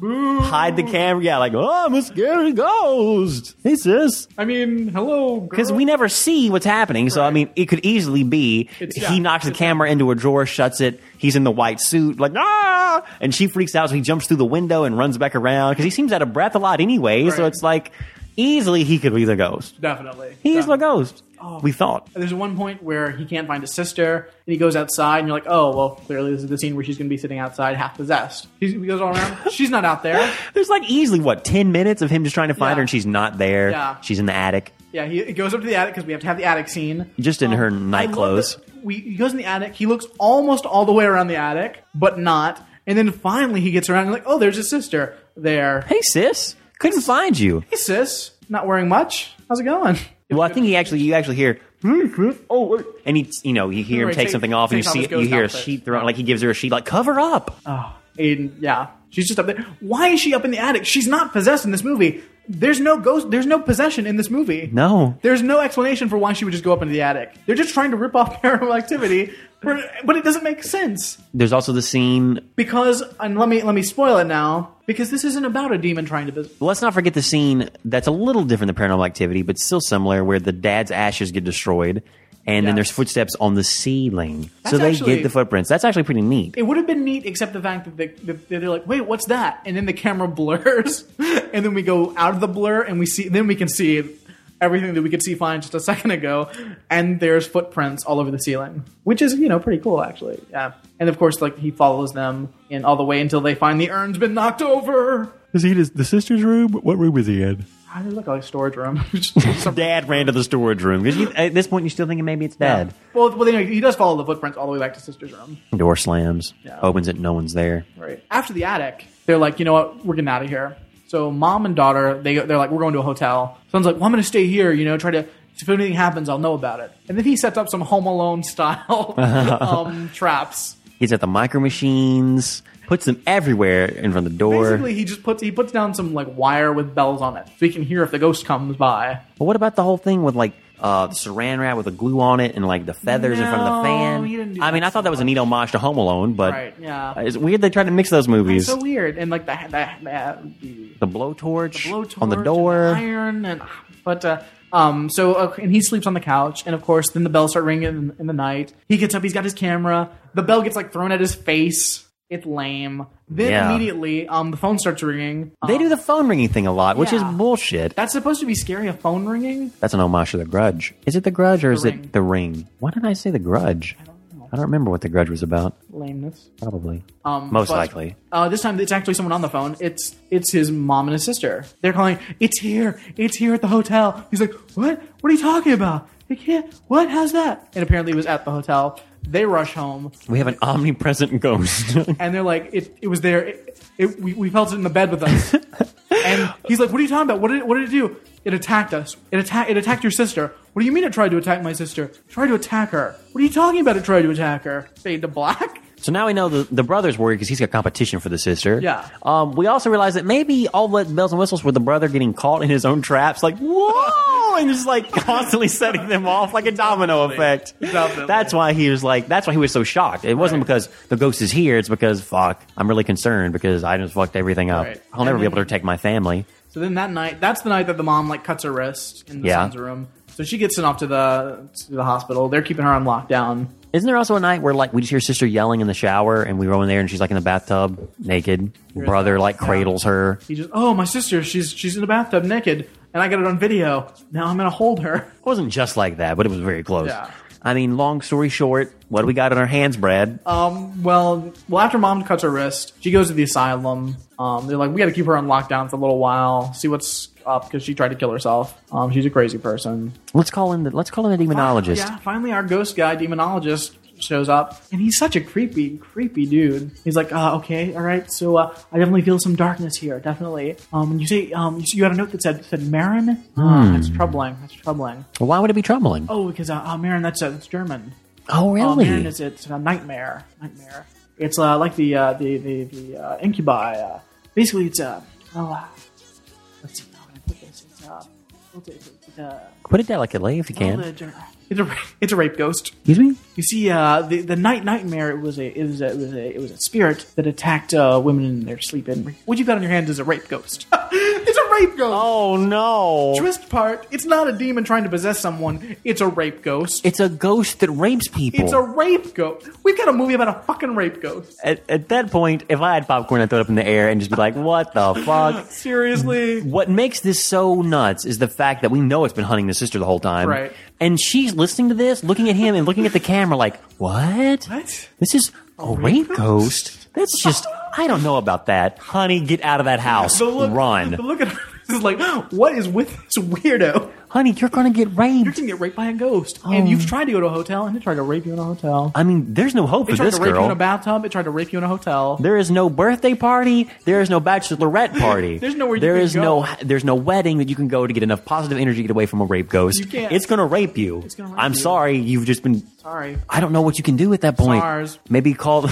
B: hide the camera. Yeah, like oh I'm a scary ghost. Hey sis,
D: I mean, hello,
B: because we never see what's happening. So I mean, it could easily be
D: It's-
B: he
D: yeah,
B: knocks the camera into a drawer, shuts it. He's in the white suit, like ah, and she freaks out. So he jumps through the window and runs back around because he seems out of breath a lot anyway. So
D: Right.
B: it's like. Easily, he could be the ghost.
D: definitely.
B: He's
D: definitely.
B: the ghost.
D: Oh.
B: We thought.
D: There's one point where he can't find his sister, and he goes outside, and you're like, oh, well, clearly this is the scene where she's going to be sitting outside, half possessed. He's, he goes all around. she's not out there.
B: There's like easily what ten minutes of him just trying to find
D: Yeah.
B: her, and she's not there.
D: Yeah.
B: She's in the attic,
D: Yeah, he, he goes up to the attic because we have to have the attic scene.
B: just in
D: Oh,
B: her
D: I
B: night
D: love
B: clothes.
D: that We, he goes in the attic. He looks almost all the way around the attic, but not. And then finally he gets around and like, oh, there's his sister there.
B: Hey sis, couldn't find you.
D: Hey, sis. Not wearing much. How's it going?
B: Well, I think he actually you actually hear. "Hey, sis." Oh, wait." and he, you know, you hear him
D: Right,
B: take
D: take-
B: something off, and you
D: take off
B: see,
D: his
B: you
D: ghost
B: hear a
D: outfit.
B: sheet thrown, like he gives her a sheet, like cover up.
D: Aiden, yeah. She's just up there. Why is she up in the attic? She's not possessed in this movie. There's no ghost. There's no possession in this movie.
B: No.
D: There's no explanation for why she would just go up into the attic. They're just trying to rip off paranormal activity, but but it doesn't make sense.
B: There's also the scene.
D: because and let me let me spoil it now because this isn't about a demon trying to visit.
B: Let's not forget the scene that's a little different than Paranormal Activity, but still similar, where the dad's ashes get destroyed, and then
D: Yeah.
B: there's footsteps on the ceiling. so
D: That's
B: they
D: actually-
B: get the footprints. That's actually pretty neat.
D: It would have been neat except the fact that, they, that they're like, wait, what's that? And then the camera blurs, and then we go out of the blur and we see then we can see everything that we could see fine just a second ago, and there's footprints all over the ceiling, which is you know pretty cool actually. Yeah, and of course like he follows them in all the way until they find the urn's been knocked over.
G: Is he in his, the sister's room? What room is he in?
D: Ah, They look like a storage room.
B: Dad ran to the storage room because at this point you're still thinking maybe it's dad.
D: well, well, anyway, he does follow the footprints all the way back to sister's room.
B: Door slams, opens it, no one's there.
D: Right. After the attic, they're like, you know what, we're getting out of here. So mom and daughter, they they're like, we're going to a hotel. Son's like, well, I'm going to stay here, you know, try to If anything happens, I'll know about it. And then he sets up some Home Alone style um, traps.
B: He's at the micro machines, puts them everywhere in front of the door.
D: Basically, he just puts he puts down some like wire with bells on it, so he can hear if the ghost comes by.
B: But what about the whole thing with like uh, the saran wrap with the glue on it and like the feathers in front of the
D: No,
B: fan?
D: he didn't do
B: I mean,
D: that
B: I thought that was a neat homage to Home Alone, but
D: Right? Yeah.
B: it's weird they tried to mix those movies.
D: It's so weird, and like the the, the, the
B: the blowtorch,
D: blowtorch
B: on the
D: and
B: door.
D: iron, and but uh, um, so uh, and he sleeps on the couch, and of course, then the bells start ringing in, in the night. He gets up, he's got his camera. The bell gets like thrown at his face. It's lame. Then
B: Yeah.
D: immediately, um, the phone starts ringing. Um,
B: They do the phone ringing thing a lot, which
D: Yeah.
B: is bullshit.
D: that's supposed to be scary. A phone ringing.
B: That's an homage to The Grudge. Is it The Grudge or is
D: Ring.
B: it The Ring? Why did I say The Grudge? I don't, remember what The Grudge was about.
D: Lameness.
B: Probably.
D: Um,
B: Most
D: but,
B: likely.
D: Uh, this time, it's actually someone on the phone. It's it's his mom and his sister. They're calling. It's here. It's here at the hotel. He's like, what? What are you talking about? They can't. What? How's that? And apparently, it was at the hotel. They rush home,
B: We have an omnipresent ghost.
D: and they're like, it, it was there. It, it, we, we felt it in the bed with us. and he's like, what are you talking about? What did it, what did it do? It attacked us. It attacked. It attacked your sister. What do you mean it tried to attack my sister? It tried to attack her. What are you talking about? It tried to attack her. Fade to black.
B: So now we know the, the brother's worried because he's got competition for the sister.
D: Yeah.
B: Um, we also realize that maybe all the bells and whistles were the brother getting caught in his own traps, like, whoa! And just like constantly setting them off like a domino effect. That's why he was like, that's why he was so shocked. It wasn't because the ghost is here, it's because, fuck, I'm really concerned because I just fucked everything up.
D: Right.
B: I'll never
D: And
B: be
D: then-
B: able to protect my family.
D: So then that night, that's the night that the mom like cuts her wrist in the
B: Yeah.
D: son's room. So she gets sent off to the to the hospital. They're keeping her on lockdown.
B: Isn't there also a night where like we just hear sister yelling in the shower and we go in there and she's like in the bathtub naked? Brother like cradles her.
D: He just, oh my sister, she's she's in the bathtub naked, and I got it on video. Now I'm gonna hold her.
B: It wasn't just like that, but it was very close.
D: Yeah.
B: I mean, long story short, what do we got on our hands, Brad?
D: Uh, Well, well, after mom cuts her wrist, she goes to the asylum. Um, they're like, we got to keep her on lockdown for a little while, see what's up because she tried to kill herself. Um, she's a crazy person.
B: let's call in the let's call in a demonologist.
D: Yeah, finally our ghost guy, demonologist, shows up, and he's such a creepy, creepy dude. He's like, uh, okay, all right, so uh, I definitely feel some darkness here, definitely. Um, and you say, um, you, you had a note that said said Marin. Uh, that's troubling. That's troubling.
B: Well, why would it be troubling?
D: Oh, because uh, uh, Marin, that's uh, that's German.
B: Oh,
D: Oh,
B: really?
D: Marin is it's a nightmare. Nightmare. It's uh, like the uh, the the, the uh, incubi. Uh, basically, it's uh, oh, uh, let's see how can I put this. It's uh, it's, it's, it's, uh,
B: Put it delicately if you can.
D: it's a it's a rape ghost.
B: Excuse me.
D: You see, uh, the the night nightmare it was a it was a it was a, it was a spirit that attacked uh, women in their sleep. And what you got on your hand is a rape ghost. it's a rape ghost.
B: Oh no!
D: Twist part. It's not a demon trying to possess someone. It's a rape ghost.
B: It's a ghost that rapes people.
D: It's a rape ghost. We've got a movie about a fucking rape ghost.
B: at, at that point, if I had popcorn, I'd throw it up in the air and just be like, "What the fuck."
D: Seriously.
B: What makes this so nuts is the fact that we know it's been hunting the sister the whole time.
D: Right.
B: And she's listening to this, looking at him and looking at the camera like, what?
D: What?
B: This is a rape ghost? That's just, I don't know about that. Honey, get out of that house.
D: The look,
B: Run.
D: The look at her is like, what is with this weirdo?
B: Honey, you're going to get
D: You're
B: raped.
D: gonna get raped by a ghost, and you've tried to go to a hotel, and they tried to rape you in a hotel.
B: Um, I mean, there's no hope
D: They
B: for
D: tried
B: this
D: to rape you in a
B: girl.
D: bathtub. It tried to rape you in a hotel.
B: There is no birthday party. There is no bachelorette party.
D: There's nowhere you
B: There
D: can
B: is
D: go.
B: no. There's no wedding that you can go to get enough positive energy to get away from a rape ghost.
D: You can't.
B: It's gonna rape you. It's
D: gonna rape
B: I'm
D: you.
B: sorry. You've just been.
D: Sorry,
B: I don't know what you can do at that point.
D: SARS.
B: Maybe call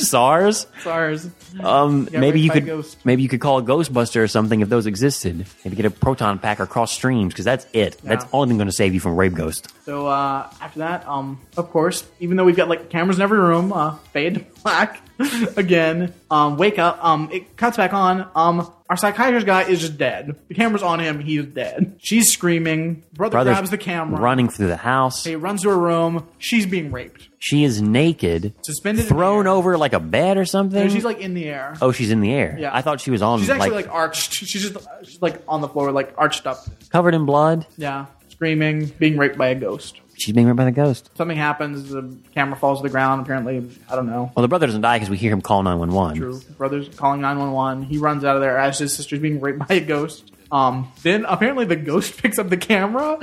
B: SARS.
D: SARS.
B: Um,
D: Yeah,
B: maybe
D: raped
B: you
D: by
B: could
D: a ghost.
B: maybe you could call a Ghostbuster or something if those existed. Maybe get a proton pack or cross streams because that's it. That's the only thing going to save you from rape ghost.
D: So uh, after that, um, of course, even though we've got like cameras in every room, uh, fade to black again. Um, wake up. Um, it cuts back on. Um, our psychiatrist guy is just dead. The camera's on him. He is dead. She's screaming. Brother
B: Brother's
D: grabs the camera.
B: running through the house.
D: He runs to her room. She's being raped.
B: She is naked,
D: Suspended in the
B: thrown
D: air.
B: over like a bed or something.
D: And she's like in the air.
B: Oh, she's in the air.
D: Yeah.
B: I thought she was on,
D: She's actually
B: like,
D: like, arched. She's just she's like on the floor, like arched up.
B: covered in blood.
D: Yeah, screaming, being raped by a ghost.
B: She's being raped by the ghost.
D: Something happens. The camera falls to the ground. Apparently, I don't know.
B: Well, the brother doesn't die because we hear him call nine one one.
D: True. Brothers calling 911. He runs out of there as his sister's being raped by a ghost. Um, then apparently the ghost picks up the camera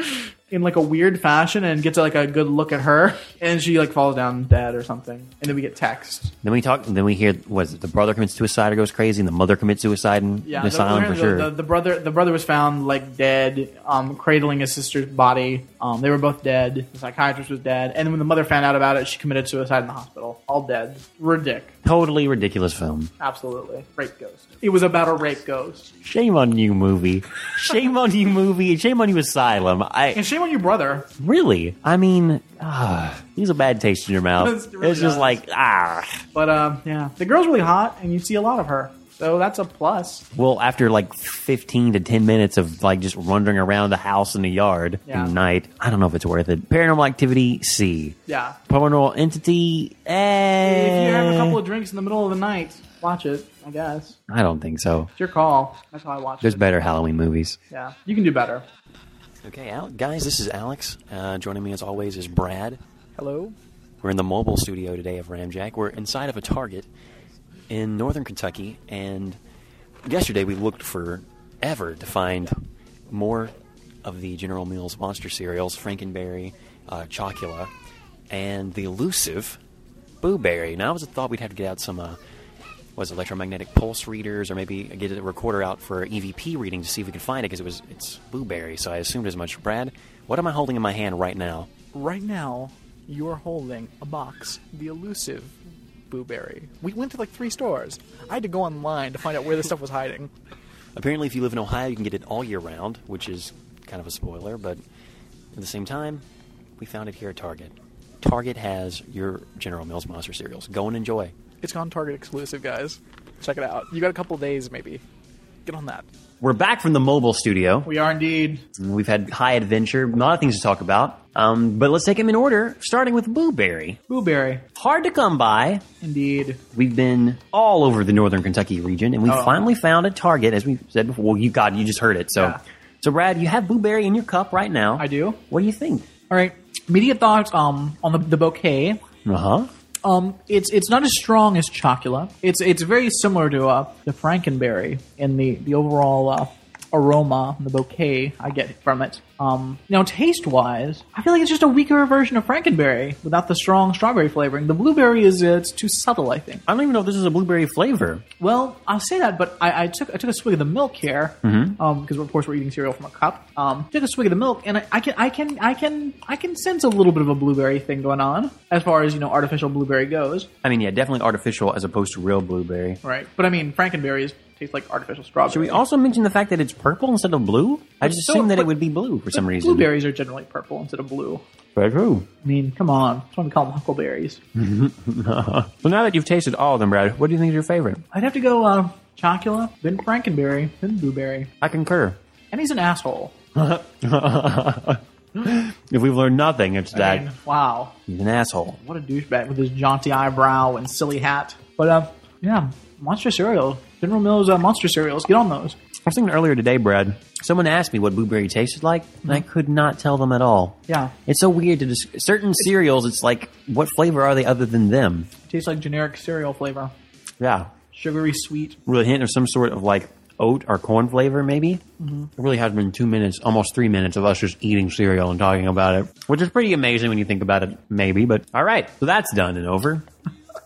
D: in like a weird fashion and gets like a good look at her, and she like falls down dead or something, and then we get text.
B: Then we talk. Then we hear was it the brother commits suicide or goes crazy, and the mother commits suicide in
D: Yeah,
B: the asylum for
D: the,
B: sure.
D: the, the brother the brother was found like dead, um, cradling his sister's body. Um, they were both dead. The psychiatrist was dead, and when the mother found out about it, she committed suicide in the hospital, all dead. Ridic,
B: totally ridiculous film.
D: absolutely rape ghost. It was about a rape ghost.
B: Shame on you, movie. Shame on you, movie. and Shame on you, asylum. I
D: And shame on your brother.
B: really. I mean, ah, he's a bad taste in your mouth.
D: It's really
B: it's just
D: not.
B: like ah.
D: But um, yeah, the girl's really hot, and you see a lot of her, so that's a plus.
B: Well, after like 15 to 10 minutes of like just wandering around the house and the yard
D: Yeah.
B: at night, I don't know if it's worth it. Paranormal activity, C.
D: Yeah,
B: Paranormal entity, eh.
D: if you have a couple of drinks in the middle of the night, watch it. I guess
B: I don't think so.
D: it's your call. That's how I watch
B: There's
D: it.
B: better Halloween movies.
D: Yeah, you can do better.
B: Okay, Al- guys, this is Alex. Uh, joining me as always is Brad.
E: Hello?
B: We're in the mobile studio today of Ramjack. We're inside of a Target in northern Kentucky, and yesterday we looked forever to find more of the General Mills monster cereals, Frankenberry, uh, Chocula, and the elusive Boo Berry. Now, I was thought we'd have to get out some. Uh, was electromagnetic pulse readers, or maybe get a recorder out for EVP reading to see if we could find it because it was it's blueberry, so I assumed as much. Brad, what am I holding in my hand right now?
E: Right now, you're holding a box, the elusive blueberry. We went to like three stores. I had to go online to find out where this stuff was hiding.
B: Apparently, if you live in Ohio, you can get it all year round, which is kind of a spoiler, but at the same time, we found it here at Target. Target has your General Mills monster cereals. Go and enjoy.
E: It's on Target exclusive, guys. Check it out. You got a couple days, maybe. Get on that.
B: We're back from the mobile studio.
D: We are indeed.
B: We've had high adventure, a lot of things to talk about. Um, but let's take them in order, starting with Blueberry.
D: Blueberry,
B: Hard to come by.
D: indeed.
B: We've been all over the northern Kentucky region, and we
D: Oh.
B: finally found a Target, as we said before. Well, you God, you just heard it. So,
D: Yeah.
B: so Brad, you have Blueberry in your cup right now.
D: I do.
B: What do you think?
D: All right. Immediate thoughts um, on the, the bouquet.
B: Uh huh.
D: Um, it's it's not as strong as Chocula. It's it's very similar to uh, the Frankenberry in the the overall uh, aroma, and the bouquet I get from it. Um, now taste wise, I feel like it's just a weaker version of Frankenberry without the strong strawberry flavoring. The blueberry is uh, it's too subtle, I think.
B: I don't even know if this is a blueberry flavor.
D: Well, I'll say that, but I, I took I took a swig of the milk here because of course we're eating cereal from a cup. Um, took a swig of the milk, and I, I can I can I can I can sense a little bit of a blueberry thing going on as far as you know artificial blueberry goes,
B: I mean, yeah, definitely artificial as opposed to real blueberry.
D: right? But I mean, Frankenberries taste like artificial strawberry.
B: Should we also mention the fact that it's purple instead of blue? I just
D: So-
B: assumed that it
D: but-
B: would be blue for some reason.
D: Blueberries are generally purple instead of blue.
B: Very true.
D: I mean, come on, that's why we call them huckleberries.
B: So now that you've tasted all of them, Brad, what do you think is your favorite?
D: I'd have to go uh, Chocula, then Frankenberry, then Blueberry,
B: I concur.
D: and he's an asshole.
B: If we've learned nothing, it's
D: I
B: that
D: mean, wow.
B: he's an asshole.
D: What a douchebag with his jaunty eyebrow and silly hat. But uh, yeah, monster cereal, General Mills uh, monster cereals. Get on those.
B: I was thinking earlier today, Brad. Someone asked me what blueberry tasted like, and I could not tell them at all.
D: Yeah.
B: it's so weird to just certain cereals. It's like, what flavor are they other than them?
D: Tastes like generic cereal flavor,
B: Yeah,
D: sugary sweet.
B: with a hint of some sort of like oat or corn flavor, maybe. It really has been two minutes, almost three minutes of us just eating cereal and talking about it, which is pretty amazing when you think about it, maybe. But all right, so that's done and over.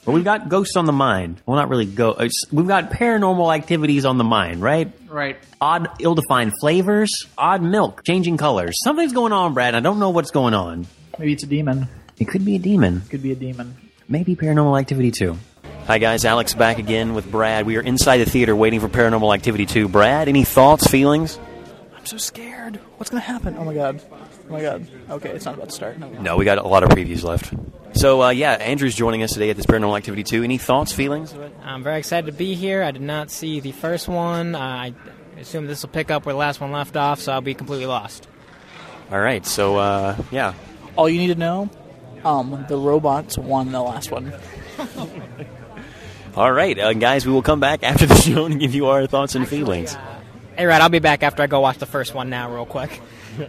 B: But we've got ghosts on the mind. Well, not really ghosts. We've got paranormal activities on the mind, right?
D: Right.
B: odd, ill-defined flavors, odd milk, changing colors. Something's going on, Brad. I don't know what's going on.
D: Maybe it's a demon.
B: It could be a demon.
D: Could be a demon.
B: Maybe paranormal activity too. Hi guys, Alex back again with Brad. We are inside the theater waiting for Paranormal Activity 2. Brad, any thoughts, feelings?
E: I'm so scared. What's gonna happen? Oh my god. Oh my god. Okay, it's not about to start. No.
B: No, we got a lot of previews left. So uh, yeah, Andrew's joining us today at this Paranormal Activity 2. Any thoughts, feelings?
H: I'm very excited to be here. I did not see the first one. Uh, I assume this will pick up where the last one left off, so I'll be completely lost.
B: All right, so uh, yeah,
E: All you need to know, um, the robots won the last one.
B: all right, uh, guys, we will come back after the show and give you our thoughts and feelings.
H: Hey, right, I'll be back after I go watch the first one now, real quick.
B: All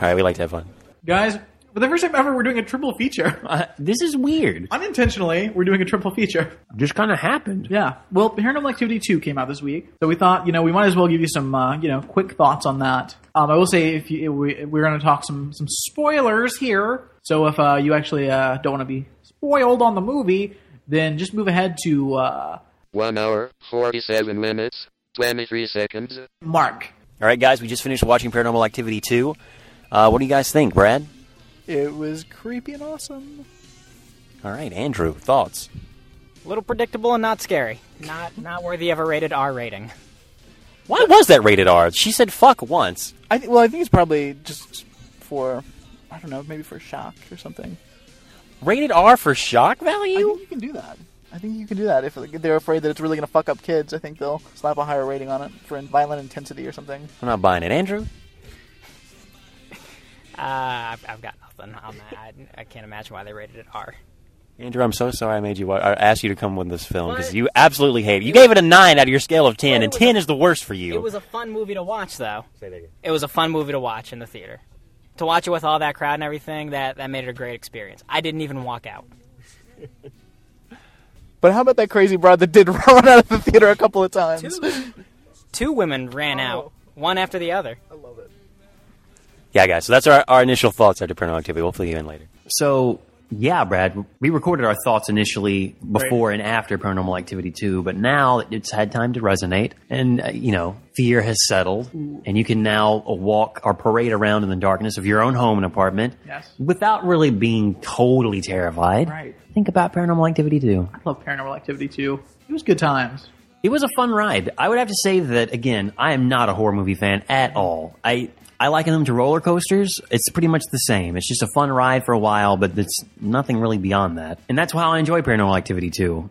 B: right, we like to have fun.
D: Guys, For the first time ever, we're doing a triple feature.
B: Uh, this is weird.
D: Unintentionally, we're doing a triple feature.
B: Just kind of happened.
D: Yeah. Well, Paranormal Activity 2 came out this week. So we thought, you know, we might as well give you some, uh, you know, quick thoughts on that. Um, I will say if, you, if we, if we're going to talk some, some spoilers here. So if uh, you actually uh, don't want to be spoiled on the movie, then just move ahead to uh,
I: 1 hour, 47 minutes, 23 seconds.
D: Mark.
B: All right, guys, we just finished watching Paranormal Activity 2. Uh, what do you guys think, Brad?
E: It was creepy and awesome.
B: All right, Andrew, thoughts?
H: A little predictable and not scary. Not not worthy of a rated R rating.
B: Why was that rated R? She said fuck once.
E: I th- well, I think it's probably just for I don't know, maybe for shock or something.
B: Rated R for shock
E: I
B: value?
E: think you can do that. I think you can do that if like, they're afraid that it's really going to fuck up kids. I think they'll slap a higher rating on it for in- violent intensity or something.
B: I'm not buying it. Andrew?
H: Uh, I've, I've got nothing on that. I, I can't imagine why they rated it R.
B: Andrew, I'm so sorry I made you. wa- I asked you to come with this film because you absolutely hate it. You gave it a nine out of your scale of ten,
H: Well, it
B: and
H: was
B: ten
H: a-
B: is the worst for you.
H: It was a fun movie to watch, though. It was a fun movie to watch in the theater. To watch it with all that crowd and everything, that, that made it a great experience. I didn't even walk out.
E: But how about that crazy broad that did run out of the theater a couple of times?
H: Two women ran out, one after the other.
B: Yeah, guys. So that's our, our initial thoughts after Paranormal Activity. We'll fill you in later. So yeah, Brad, we recorded our thoughts initially before and after Paranormal Activity two, but now it's had time to resonate, and uh, you know fear has settled, and you can now uh, walk or parade around in the darkness of your own home and apartment
D: Yes.
B: without really being totally terrified.
D: Right.
B: Think about Paranormal Activity two.
D: I love Paranormal Activity 2. It was good times.
B: It was a fun ride. I would have to say that again. I am not a horror movie fan at all. I I liken them to roller coasters. It's pretty much the same. It's just a fun ride for a while, but it's nothing really beyond that. And that's how I enjoy Paranormal Activity too.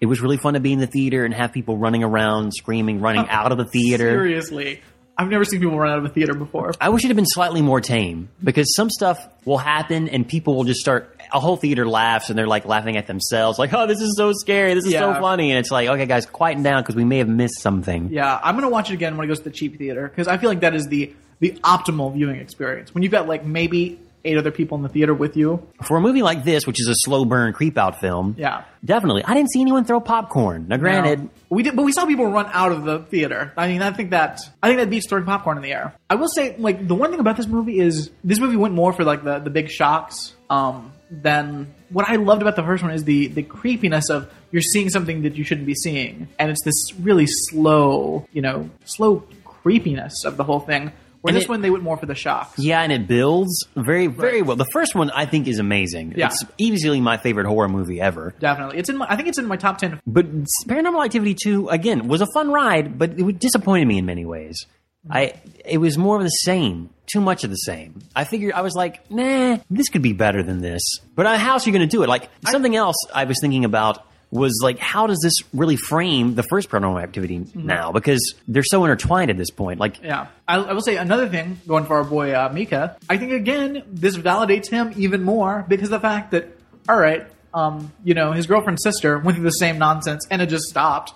B: It was really fun to be in the theater and have people running around, screaming, running out of the theater.
D: Seriously. I've never seen people run out of a theater before.
B: I wish it had been slightly more tame because some stuff will happen and people will just start. A whole theater laughs and they're like laughing at themselves, like, "Oh, this is so scary! This is
D: Yeah.
B: so funny!" And it's like, "Okay, guys, quieten down because we may have missed something."
D: Yeah, I'm gonna watch it again when it goes to the cheap theater because I feel like that is the the optimal viewing experience. When you've got like maybe eight other people in the theater with you,
B: for a movie like this, which is a slow burn creep out film,
D: yeah.
B: definitely. I didn't see anyone throw popcorn. Now, granted,
D: Now, we did, but we saw people run out of the theater. I mean, I think that I think that beats throwing popcorn in the air. I will say, like the one thing about this movie is this movie went more for like the the big shocks. Um, than what I loved about the first one is the the creepiness of you're seeing something that you shouldn't be seeing, and it's this really slow, you know, slow creepiness of the whole thing. Where
B: And
D: this
B: it-
D: one they went more for the shocks.
B: yeah, and it builds very, very well. The first one I think is amazing.
D: Yeah.
B: It's easily my favorite horror movie ever.
D: Definitely, it's in. My, I think it's in my top ten.
B: But Paranormal Activity 2, again, was a fun ride, but it disappointed me in many ways. I It was more of the same. Too much of the same. I figured I was like, nah, this could be better than this. But uh, how else are you going to do it? Like something else I was thinking about was like, how does this really frame the first Paranormal Activity now? Because they're so intertwined at this point. Like,
D: Yeah, I, I will say another thing going for our boy uh, Mika. I think again this validates him even more because the fact that all right, um, you know, his girlfriend's sister went through the same nonsense and it just stopped.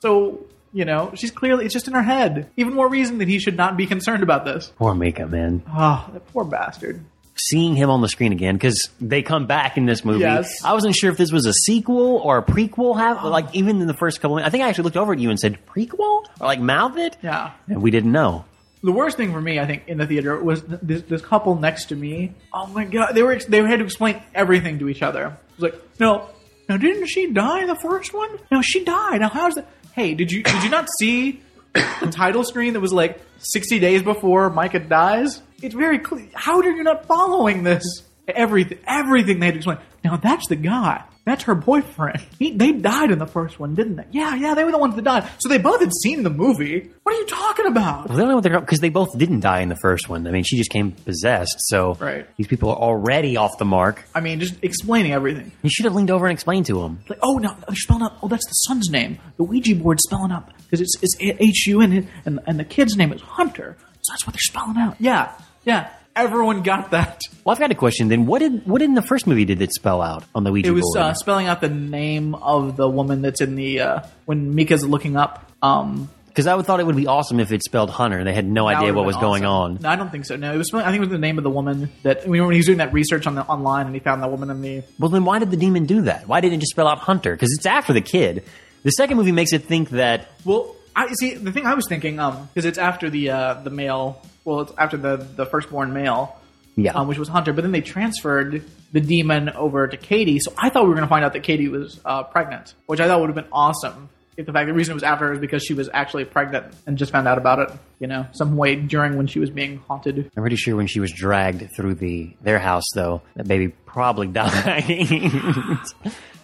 D: So you know, she's clearly it's just in her head. Even more reason that he should not be concerned about this.
B: poor makeup man.
D: Ah, that poor bastard.
B: seeing him on the screen again because they come back in this movie.
D: Yes. Oh.
B: I wasn't sure if this was a sequel or a prequel. Have like even in the first couple, of, I think I actually looked over at you and said prequel or like mouth it.
D: Yeah.
B: and we didn't know.
D: The worst thing for me, I think, in the theater was th- this, this couple next to me. Oh my god, they were ex- they had to explain everything to each other. It was like, no, no, didn't she die in the first one? No, she died. Now how's that? Hey, did you did you not see the title screen that was like sixty days before Micah dies? It's very clear. How are you not following this? Everything, everything they had to explain. Now that's the guy. That's her boyfriend. He, they died in the first one, didn't they? Yeah, yeah, they were the ones that died. So they both had seen the movie. What are you talking about?
B: Well, they don't know what they're because they both didn't die in the first one. I mean, she just came possessed, so
D: Right.
B: these people are already off the mark.
D: I mean, just explaining everything.
B: You should have leaned over and explained to them.
D: Like, oh no, they're spelling up. Oh, that's the son's name. The Ouija board's spelling up because it's it's H U N, and and the kid's name is Hunter. So that's what they're spelling out. Yeah, yeah. Everyone got that.
B: Well, I've got a question then. What did what in the first movie did it spell out on the Ouija
D: It was
B: board?
D: uh, spelling out the name of the woman that's in the uh, when Mika's looking up. Um,
B: Because I would thought it would be awesome if it spelled Hunter and they had no
D: That
B: idea
D: would've
B: what
D: been
B: was going
D: awesome.
B: on.
D: No, I don't think so. No, it was. I think it was the name of the woman that we when he was doing that research on the online, and he found that woman in the.
B: Well, then why did the demon do that? Why didn't it just spell out Hunter? Because it's after the kid. The second movie makes it think that
D: Well, I see. The thing I was thinking, um, because it's after the uh, the male. Well, it's after the the firstborn male,
B: yeah,
D: um, which was Hunter. But then they transferred the demon over to Katie. So I thought we were going to find out that Katie was uh, pregnant, which I thought would have been awesome. If the fact the reason it was after her is because she was actually pregnant and just found out about it, you know, some way during when she was being haunted.
B: I'm pretty sure when she was dragged through the their house, though, that baby probably died.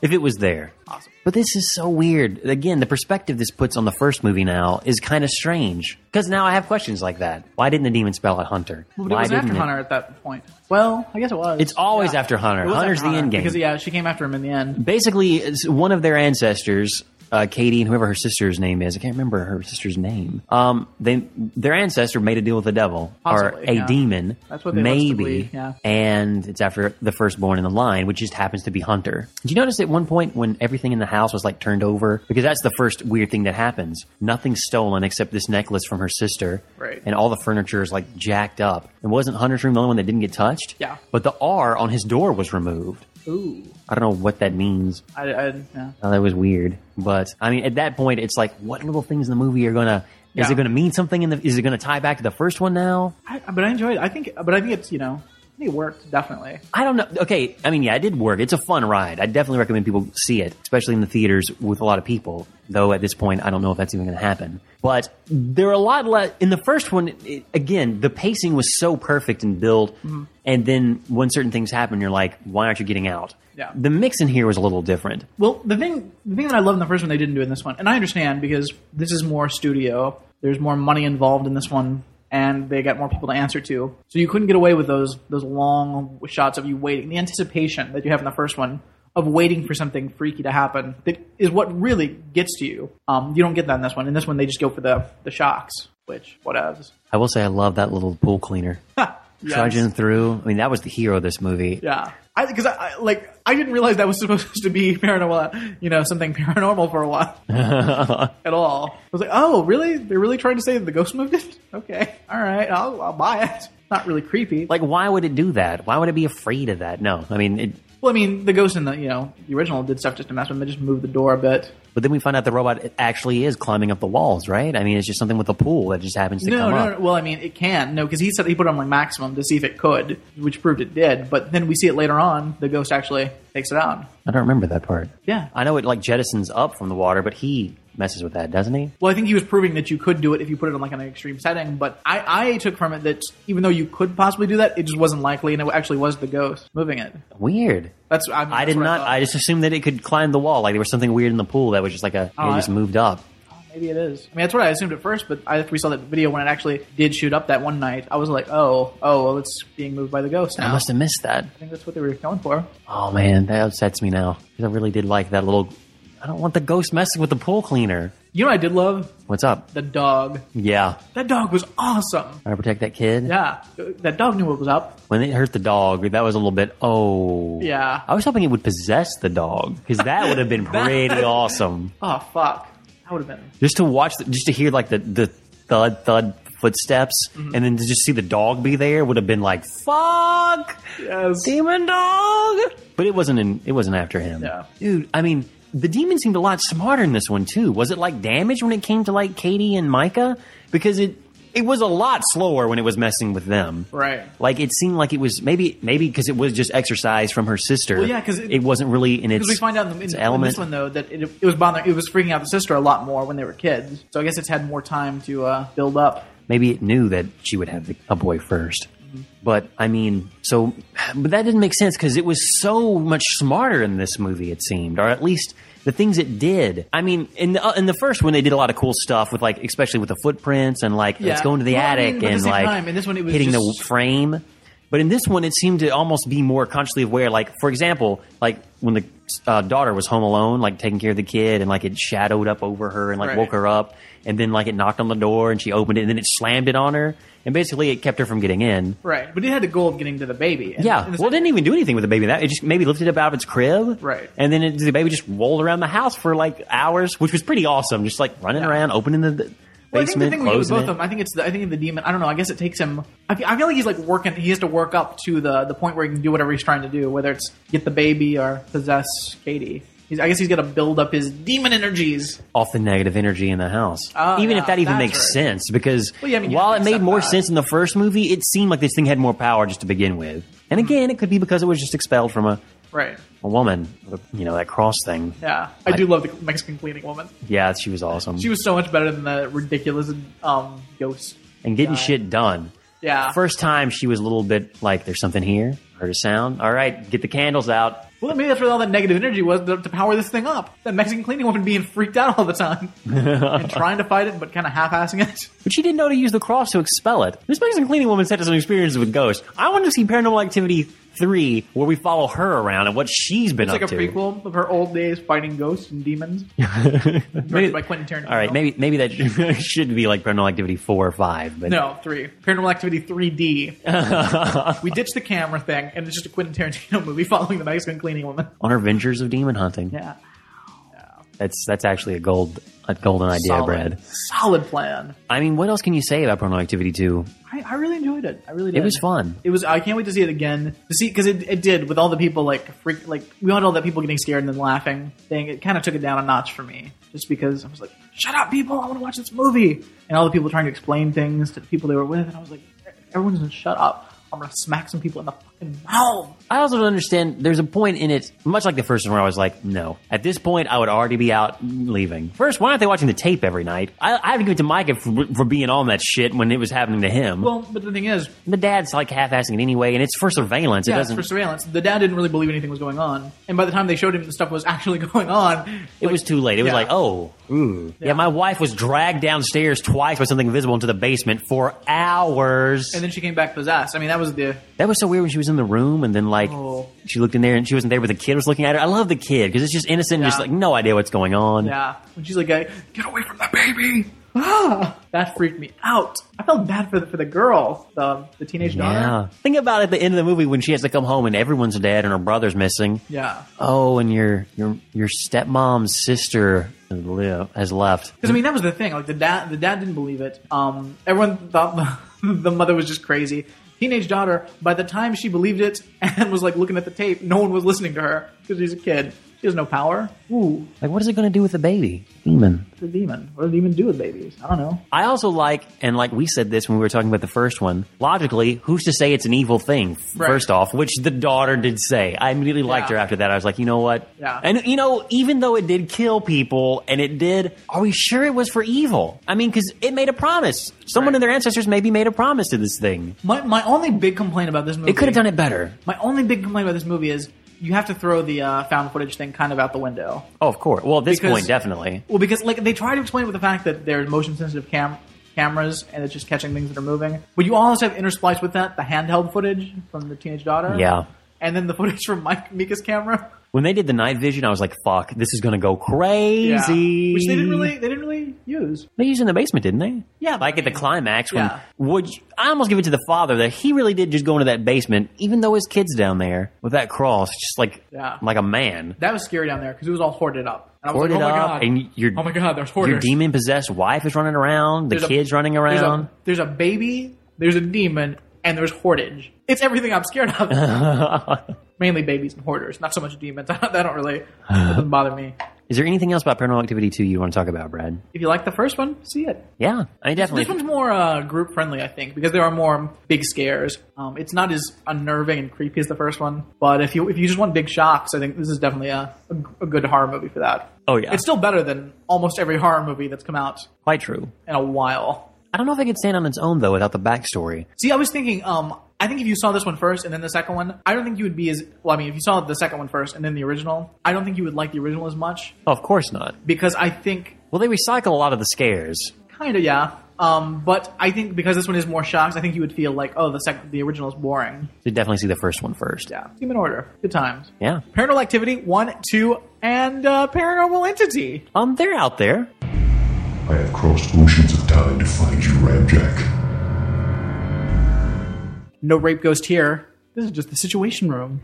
B: if it was there. Awesome. But this is so weird. Again, the perspective this puts on the first movie now is kind of strange. Because now I have questions like that. Why didn't the demon spell out Hunter?
D: But it
B: Why
D: was after
B: didn't it?
D: Hunter at that point. Well, I guess it was.
B: It's always
D: Yeah.
B: after Hunter.
D: It was
B: Hunter's
D: after
B: the
D: Hunter,
B: end game.
D: because yeah, she came after him in the end.
B: Basically, it's one of their ancestors, uh, Katie and whoever her sister's name is, I can't remember her sister's name. Um, they their ancestor made a deal with the devil or
D: Possibly,
B: a
D: yeah.
B: demon.
D: That's what they must
B: maybe.
D: believe, yeah.
B: And it's after the firstborn in the line, which just happens to be Hunter. Did you notice at one point when everything in the house was like turned over? Because that's the first weird thing that happens. Nothing's stolen except this necklace from her sister.
D: Right.
B: And all the furniture is like jacked up. And wasn't Hunter's room the only one that didn't get touched?
D: Yeah.
B: But the R on his door was removed.
D: Ooh,
B: I don't know what that means.
D: I, I yeah.
B: Oh, that was weird. But I mean, at that point, it's like, what little things in the movie are gonna? Is
D: Yeah.
B: it gonna mean something? In the is it gonna tie back to the first one now?
D: I, but I enjoyed. It. I think, but I think it's you know, I think it worked definitely.
B: I don't know. Okay, I mean, yeah, it did work. It's a fun ride. I definitely recommend people see it, especially in the theaters with a lot of people. Though at this point, I don't know if that's even going to happen. But there are a lot less in the first one. It, again, the pacing was so perfect and built,
D: Mm-hmm.
B: and then when certain things happen, you're like, why aren't you getting out?
D: Yeah.
B: The mix in here was a little different.
D: Well, the thing, the thing that I love in the first one they didn't do in this one, and I understand because this is more studio. There's more money involved in this one, and they got more people to answer to. So you couldn't get away with those those long shots of you waiting, the anticipation that you have in the first one of waiting for something freaky to happen. That is what really gets to you. Um, you don't get that in this one. In this one, they just go for the the shocks, which whatevs.
B: I will say I love that little pool cleaner. Trudging through. I mean, that was the hero of this movie.
D: Yeah, because I, I like I didn't realize that was supposed to be paranormal, you know, something paranormal for a while at all. I was like, oh, really? They're really trying to say that the ghost moved it? Okay, all right, I'll, I'll buy it. Not really creepy. Like,
B: Like, why would it do that? Why would it be afraid of that? No, I mean, it,
D: well, I mean, the ghost in the you know the original did stuff just to mess with them. They just moved the door a bit.
B: but then we find out the robot actually is climbing up the walls, right? I mean, it's just something with a pool that just happens to
D: No,
B: come
D: no,
B: up.
D: no. Well, I mean, it can no because he said he put it on like maximum to see if it could, which proved it did. But then we see it later on. The ghost actually takes it out.
B: I don't remember that part.
D: Yeah.
B: I know it like jettisons up from the water, but he messes with that, doesn't he?
D: Well, I think he was proving that you could do it if you put it on like an extreme setting, but I, I took from it that even though you could possibly do that, it just wasn't likely, and it actually was the ghost moving it.
B: Weird.
D: That's I, mean,
B: I
D: that's
B: did
D: what
B: not. I,
D: I,
B: just assumed that it could climb the wall. Like there was something weird in the pool that was just like a it
D: Oh, I-
B: just moved up.
D: thought. maybe it is. I mean, that's what I assumed at first, but I, after we saw that video when it actually did shoot up that one night, I was like, oh, oh, well, it's being moved by the ghost now.
B: I
D: I,
B: must have missed that.
D: think that's what they were going for.
B: Oh man, that upsets me now. 'Cause I really did like that little. I don't want the ghost messing with the pool cleaner.
D: You know, what I did love
B: What's up?
D: the dog.
B: Yeah,
D: That dog was awesome.
B: Trying to protect that kid.
D: Yeah, that dog knew what was up.
B: When it hurt the dog, that was a little bit. Oh,
D: Yeah.
B: I was hoping it would possess the dog because that would have been pretty awesome.
D: Oh fuck, that would have been
B: Just to watch, the, just to hear like the the thud thud footsteps,
D: Mm-hmm.
B: and then to just see the dog be there would have been like fuck
D: yes.
B: demon dog. But it wasn't. In, it wasn't after him.
D: Yeah.
B: dude. I mean. The demon seemed a lot smarter in this one too. Was it like damaged when it came to like Katie and Micah? Because it it was a lot slower when it was messing with them.
D: right.
B: Like it seemed like it was maybe maybe because it was just exercise from her sister.
D: Well, yeah, 'cause
B: it,
D: it-
B: wasn't really in its,
D: Because we find out in, the-
B: its
D: in, in
B: element.
D: this one though that it, it was bothering, it was freaking out the sister a lot more when they were kids. So I guess it's had more time to uh, build up.
B: maybe it knew that she would have the, a boy 1st But I mean, so but that didn't make sense because it was so much smarter in this movie. It seemed, or at least the things it did. I mean, in the uh, in the first one, they did a lot of cool stuff with like, especially with the footprints and like let's
D: Yeah.
B: go into the
D: Well, I mean,
B: attic
D: but at the
B: and
D: same
B: like
D: time, in this one, it was
B: hitting the
D: just-
B: frame. But in this one, it seemed to almost be more consciously aware. Like, for example, like when the uh, daughter was home alone, like taking care of the kid, and like it shadowed up over her and like
D: Right.
B: woke her up, and then like it knocked on the door and she opened it, and then it slammed it on her, and basically it kept her from getting in.
D: Right. But it had a goal of getting to the baby. And-
B: Yeah.
D: and it's
B: Well, it
D: like,
B: didn't even do anything with the baby. That it just maybe lifted it up out of its crib,
D: Right.
B: And then it, the baby just rolled around the house for like hours, which was pretty awesome. Just like running
D: Yeah.
B: around, opening the, the
D: Well, I think the
B: basement,
D: thing we get with
B: closing
D: both
B: it.
D: of them, I think it's the, I think the demon. I don't know. I guess it takes him. I feel, I feel like he's like working. He has to work up to the the point where he can do whatever he's trying to do, whether it's get the baby or possess Katie. He's, I guess he's got to build up his demon energies.
B: off the negative energy in the house.
D: Oh,
B: even
D: yeah,
B: if that even
D: that's
B: makes
D: right.
B: sense, because
D: Well, yeah, I mean, you
B: while
D: have to
B: it made
D: accept
B: more
D: that.
B: sense in the first movie, it seemed like this thing had more power just to begin with.
D: Mm-hmm.
B: And again, it could be because it was just expelled from a,
D: Right.
B: a woman, you know, that cross thing.
D: Yeah. I, do love the Mexican cleaning woman.
B: Yeah, she was awesome.
D: She was so much better than the ridiculous um ghost.
B: and getting shit done.
D: Yeah.
B: First time, she was a little bit like, there's something here. Heard a sound. All right, get the candles out.
D: Well, maybe that's where all that negative energy was to, to power this thing up. That Mexican cleaning woman being freaked out all the time and trying to fight it, but kind of half-assing it.
B: But she didn't know to use the cross to expel it. This Mexican cleaning woman said to some experiences with ghosts. I want to see Paranormal Activity 3, where we follow her around and what she's been
D: It's
B: up
D: like a
B: to.
D: prequel of her old days fighting ghosts and demons. Directed by Quentin Tarantino.
B: All right, maybe maybe that should be like Paranormal Activity four or five, but
D: No, three. Paranormal Activity 3D. we ditched the camera thing, and it's just a Quentin Tarantino movie following the Mexican cleaning woman.
B: on Adventures of Demon Hunting.
D: Yeah.
B: That's that's actually a gold a golden idea,
D: Solid.
B: Brad.
D: Solid plan.
B: I mean, what else can you say about Paranormal Activity two?
D: I, I really enjoyed it. I really did.
B: It was fun.
D: It was. I can't wait to see it again to see because it, it did with all the people like freak like we had all that people getting scared and then laughing thing. It kind of took it down a notch for me just because I was like, shut up, people! I want to watch this movie. And all the people trying to explain things to the people they were with, and I was like, everyone's gonna shut up. I'm gonna smack some people in the fucking mouth.
B: I also don't understand. There's a point in it, much like the first one, where I was like, no. At this point, I would already be out leaving. First, why aren't they watching the tape every night? I, I have to give it to Micah for, for being on that shit when it was happening to him.
D: Well, but the thing is,
B: the dad's like half-assing it anyway, and it's for surveillance. it
D: yeah, it's
B: doesn't.
D: for surveillance. The dad didn't really believe anything was going on, and by the time they showed him the stuff was actually going on,
B: It was too late. It was
D: Yeah.
B: like, oh, ooh. Yeah. my wife was dragged downstairs twice by something invisible into the basement for hours.
D: And then she came back possessed. I mean, that was the
B: that was so weird when she was in the room and then, like,
D: Oh.
B: she looked in there and she wasn't there, but the kid was looking at her. I love the kid because it's just innocent and just
D: Yeah.
B: like no idea what's going on.
D: Yeah. When she's like, get away from that baby! Ah! That freaked me out. I felt bad for the, for the girl, the, the teenage daughter.
B: Yeah. Think about at the end of the movie when she has to come home and everyone's dead and her brother's missing.
D: Yeah.
B: Oh, and your your your stepmom's sister li- has left.
D: Because, I mean, that was the thing. Like, the dad, the dad didn't believe it. Um, everyone thought the, the mother was just crazy. Teenage daughter, by the time she believed it and was, like, looking at the tape, no one was listening to her because she's a kid. She has no power. Ooh,
B: Like, what is it going to do with the baby? Demon.
D: the demon. What does a demon do with babies? I don't know.
B: I also like, and like we said this when we were talking about the first one, logically, who's to say it's an evil thing, f-
D: Right.
B: first off, which the daughter did say. I immediately liked
D: Yeah.
B: her after that. I was like, you know what?
D: Yeah.
B: And, you know, even though it did kill people and it did, are we sure it was for evil? I mean, because it made a promise. Someone
D: Right.
B: and their ancestors maybe made a promise to this thing.
D: My, my only big complaint about this movie.
B: It could have done it better.
D: My only big complaint about this movie is you have to throw the uh, found footage thing kind of out the window.
B: Oh, of course. Well, at this
D: Because-
B: point, definitely.
D: Well, because like they try to explain it with the fact that there's motion sensitive cam- cameras and it's just catching things that are moving. But you also have interspliced with that the handheld footage from the teenage daughter.
B: Yeah.
D: And then the footage from Mike Mika's camera.
B: When they did the night vision, I was like, fuck, this is going to go crazy.
D: Yeah. Which they didn't really they didn't really use.
B: They used it in the basement, didn't they?
D: Yeah, but
B: Like at the
D: I mean-
B: climax when
D: Yeah.
B: would you- I almost give it to the father that he really did just go into that basement, even though his kid's down there with that cross, just like
D: Yeah.
B: like a man.
D: That was scary down there because it was all hoarded up. And I was
B: Boarded
D: like, oh my
B: up
D: god.
B: and your
D: oh my god, there's
B: your
D: hoarders.
B: demon possessed wife is running around, the
D: There's a-
B: kids running
D: there's a-
B: around.
D: There's a, baby, there's a demon, and there's hoardage. It's everything I'm scared of. Mainly babies and hoarders, not so much demons. that don't really that doesn't bother me.
B: Is there anything else about Paranormal Activity two you want to talk about, Brad?
D: If you like the first one, see it.
B: Yeah, I mean, definitely.
D: This one's more uh, group friendly, I think, because there are more big scares. Um, it's not as unnerving and creepy as the first one, but if you if you just want big shocks, I think this is definitely a, a, a good horror movie for that.
B: Oh, yeah.
D: it's still better than almost every horror movie that's come out
B: Quite true.
D: in a while.
B: I don't know if it could stand on its own though without the backstory.
D: See, I was thinking, um, I think if you saw this one first and then the second one, I don't think you would be as well. I mean, if you saw the second one first and then the original, I don't think you would like the original as much
B: of course not.
D: because I think
B: Well, they recycle a lot of the scares.
D: Kind of, yeah. Um, but I think because this one is more shocks, I think you would feel like, oh, the sec- the original is boring.
B: You definitely see the first one first.
D: Yeah, team in order. Good times.
B: Yeah.
D: Paranormal Activity one, two, and uh, Paranormal Entity.
B: Um, they're out there.
J: I have crossed oceans of time to find you, Ramjack.
D: No rape ghost here. This is just the Situation Room.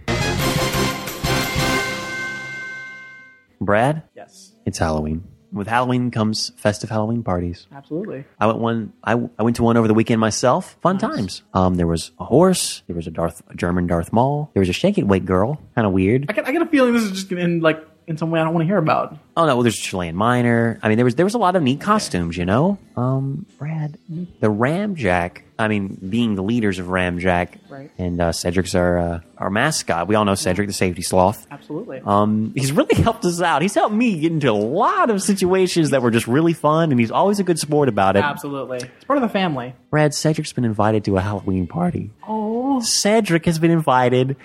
B: Brad,
D: Yes.
B: it's Halloween. with Halloween comes festive Halloween parties.
D: Absolutely.
B: I went one. I, I went to one over the weekend myself. Fun times. Um, there was a horse. There was a Darth a German Darth Maul. There was a shake it wait girl. Kind of weird.
D: I get, I get a feeling this is just going to end like in some way I don't want to hear about.
B: Oh no, well, there's Chilean Miner. I mean, there was there was a lot of neat costumes. You know, um, Brad, the Ramjack. I mean, being the leaders of Ramjack,
D: Right.
B: and uh, Cedric's our uh, our mascot. We all know Cedric, the safety sloth.
D: Absolutely.
B: Um, he's really helped us out. He's helped me get into a lot of situations that were just really fun, and he's always a good sport about it.
D: Absolutely. It's part of the family.
B: Brad, Cedric's been invited to a Halloween party.
D: Oh,
B: Cedric has been invited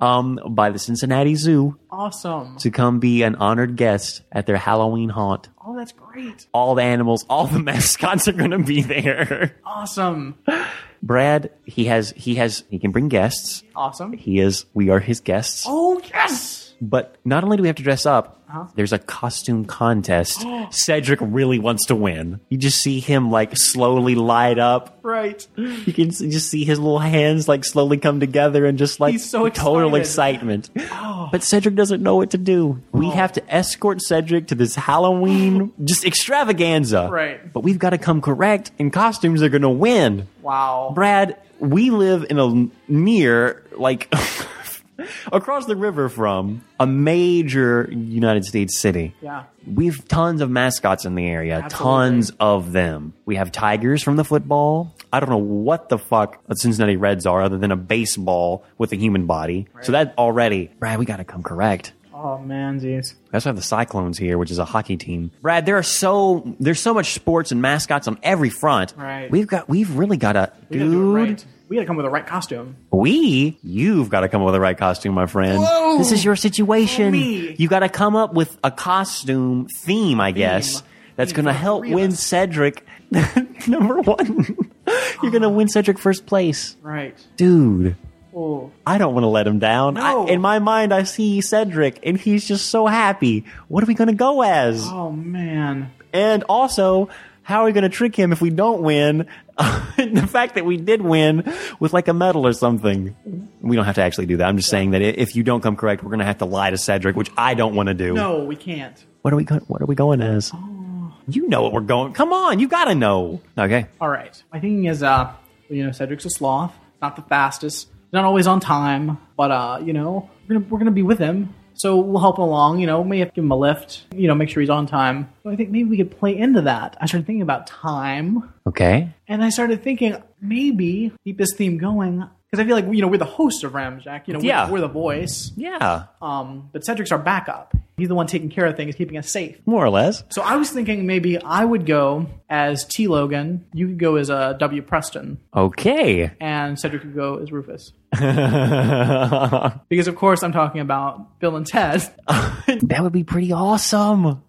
B: um, by the Cincinnati Zoo
D: awesome.
B: to come be an honored guest at their Halloween haunt.
D: Oh, that's great.
B: All the animals, all the mascots are going to be there.
D: Awesome.
B: Brad, he has, he has, he can bring guests.
D: Awesome.
B: He is, we are his guests.
D: Oh, yes.
B: But not only do we have to dress up,
D: Uh-huh.
B: there's a costume contest. Cedric really wants to win. You just see him like slowly light up
D: Right.
B: You can s- just see his little hands like slowly come together and just like
D: He's so
B: total
D: excited. Oh.
B: excitement. But Cedric doesn't know what to do. We have to escort Cedric to this Halloween just extravaganza.
D: Right.
B: But we've got to come correct in costumes that are going to win.
D: Wow.
B: Brad, we live in a near like across the river from a major United States city.
D: Yeah.
B: We have tons of mascots in the area,
D: Absolutely.
B: tons of them. We have tigers from the football. I don't know what the fuck the Cincinnati Reds are other than a baseball with a human body. So that already, Brad, we got to come correct.
D: Oh, man, jeez.
B: We also have the Cyclones here, which is a hockey team. Brad, there are so there's so much sports and mascots on every front.
D: Right.
B: We've got we've really got to
D: We
B: dude.
D: gotta do it right. We gotta come with the right costume.
B: We, you've got to come up with the right costume, my friend. This is your situation.
D: me.
B: You got to come up with a costume theme, I guess, that's going to help
D: three of
B: win
D: us.
B: Cedric number one. You're going to win Cedric first place,
D: Right.
B: dude.
D: Oh,
B: I don't want to let him down.
D: No.
B: I, in my mind, I see Cedric, and he's just so happy. What are we going to go as?
D: oh man.
B: And also, how are we going to trick him if we don't win? the fact that we did win with like a medal or something. We don't have to actually do that. I'm just saying that i- if you don't come correct, we're going to have to lie to Cedric, which I don't want to do.
D: No, we can't.
B: What are we going? What are we going as? You know what we're going. Come on, you got to know. Okay.
D: All right. My thinking is, uh, you know, Cedric's a sloth, not the fastest, not always on time, but uh, you know, we're gonna, we're gonna be with him, so we'll help him along. You know, may have to give him a lift. You know, make sure he's on time. So I think maybe we could play into that. I started thinking about time,
B: Okay.
D: and I started thinking maybe keep this theme going because I feel like you know we're the host of Ramjack. You know, we're,
B: Yeah.
D: we're the voice.
B: Yeah.
D: Um, but Cedric's our backup. He's the one taking care of things, keeping us safe.
B: More or less.
D: So I was thinking maybe I would go as T. Logan. You could go as uh, W. Preston
B: Okay.
D: and Cedric could go as Rufus.
B: that
D: Because of course I'm talking about Bill and Ted.
B: would be pretty awesome.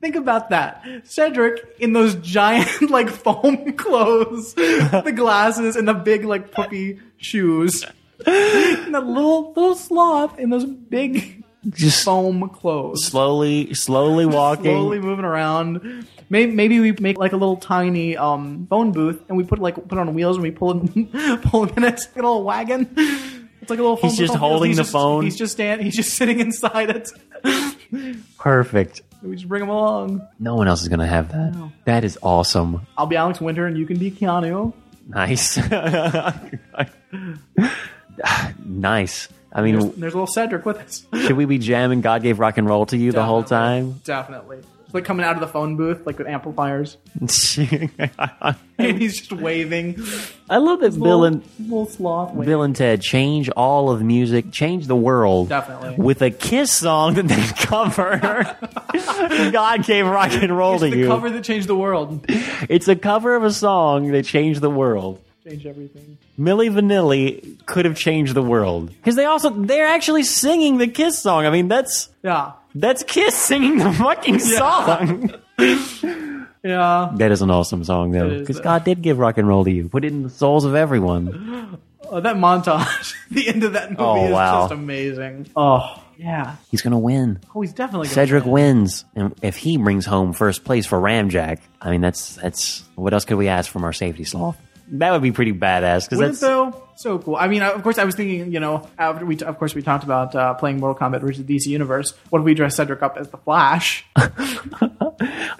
D: Think about that. Cedric in those giant like foam clothes, the glasses and the big like puffy shoes. And the little little sloth in those big
B: Just
D: foam clothes.
B: slowly, slowly walking.
D: Slowly moving around. Maybe, maybe we make like a little tiny um, phone booth, and we put like put it on wheels, and we pull it, pull it in a little wagon. It's like a little. Phone
B: He's
D: booth
B: just
D: on wheels.
B: holding
D: He's
B: the
D: just-
B: phone.
D: He's just stand. He's just sitting inside it.
B: Perfect.
D: We just bring him along.
B: No one else is going to have that. That is awesome.
D: I'll be Alex Winter, and you can be Keanu.
B: Nice. nice. I mean,
D: There's, there's little Cedric with us.
B: should we be jamming God Gave Rock and Roll to you the whole time?
D: Definitely. It's like coming out of the phone booth, like with amplifiers, and he's just waving.
B: I love that Bill and
D: little sloth. Waving.
B: Bill and Ted change all of music, change the world
D: Definitely.
B: with a Kiss song that they cover. God gave rock and roll
D: It's
B: to
D: the
B: you.
D: cover that changed the world.
B: It's a cover of a song that changed the world.
D: Changed everything.
B: Millie Vanilli could have changed the world because they also they're actually singing the Kiss song. I mean, that's
D: Yeah.
B: That's Kiss singing the fucking song.
D: Yeah.
B: That is an awesome song, though,
D: is,
B: because
D: though.
B: God did give rock and roll to you. Put it in the souls of everyone.
D: Oh, that montage, the end of that movie
B: Oh,
D: is
B: wow.
D: just amazing. Oh, yeah.
B: He's gonna win.
D: Oh, he's definitely gonna
B: Cedric
D: win.
B: wins, and if he brings home first place for Ramjack, I mean, that's that's what else could we ask from our safety sloth? That would be pretty badass. Because
D: Wouldn't
B: that's
D: it though? So cool. I mean, I- of course, I was thinking, you know, after we, of course, we talked about uh, playing Mortal Kombat versus DC Universe. What if we dress Cedric up as the Flash?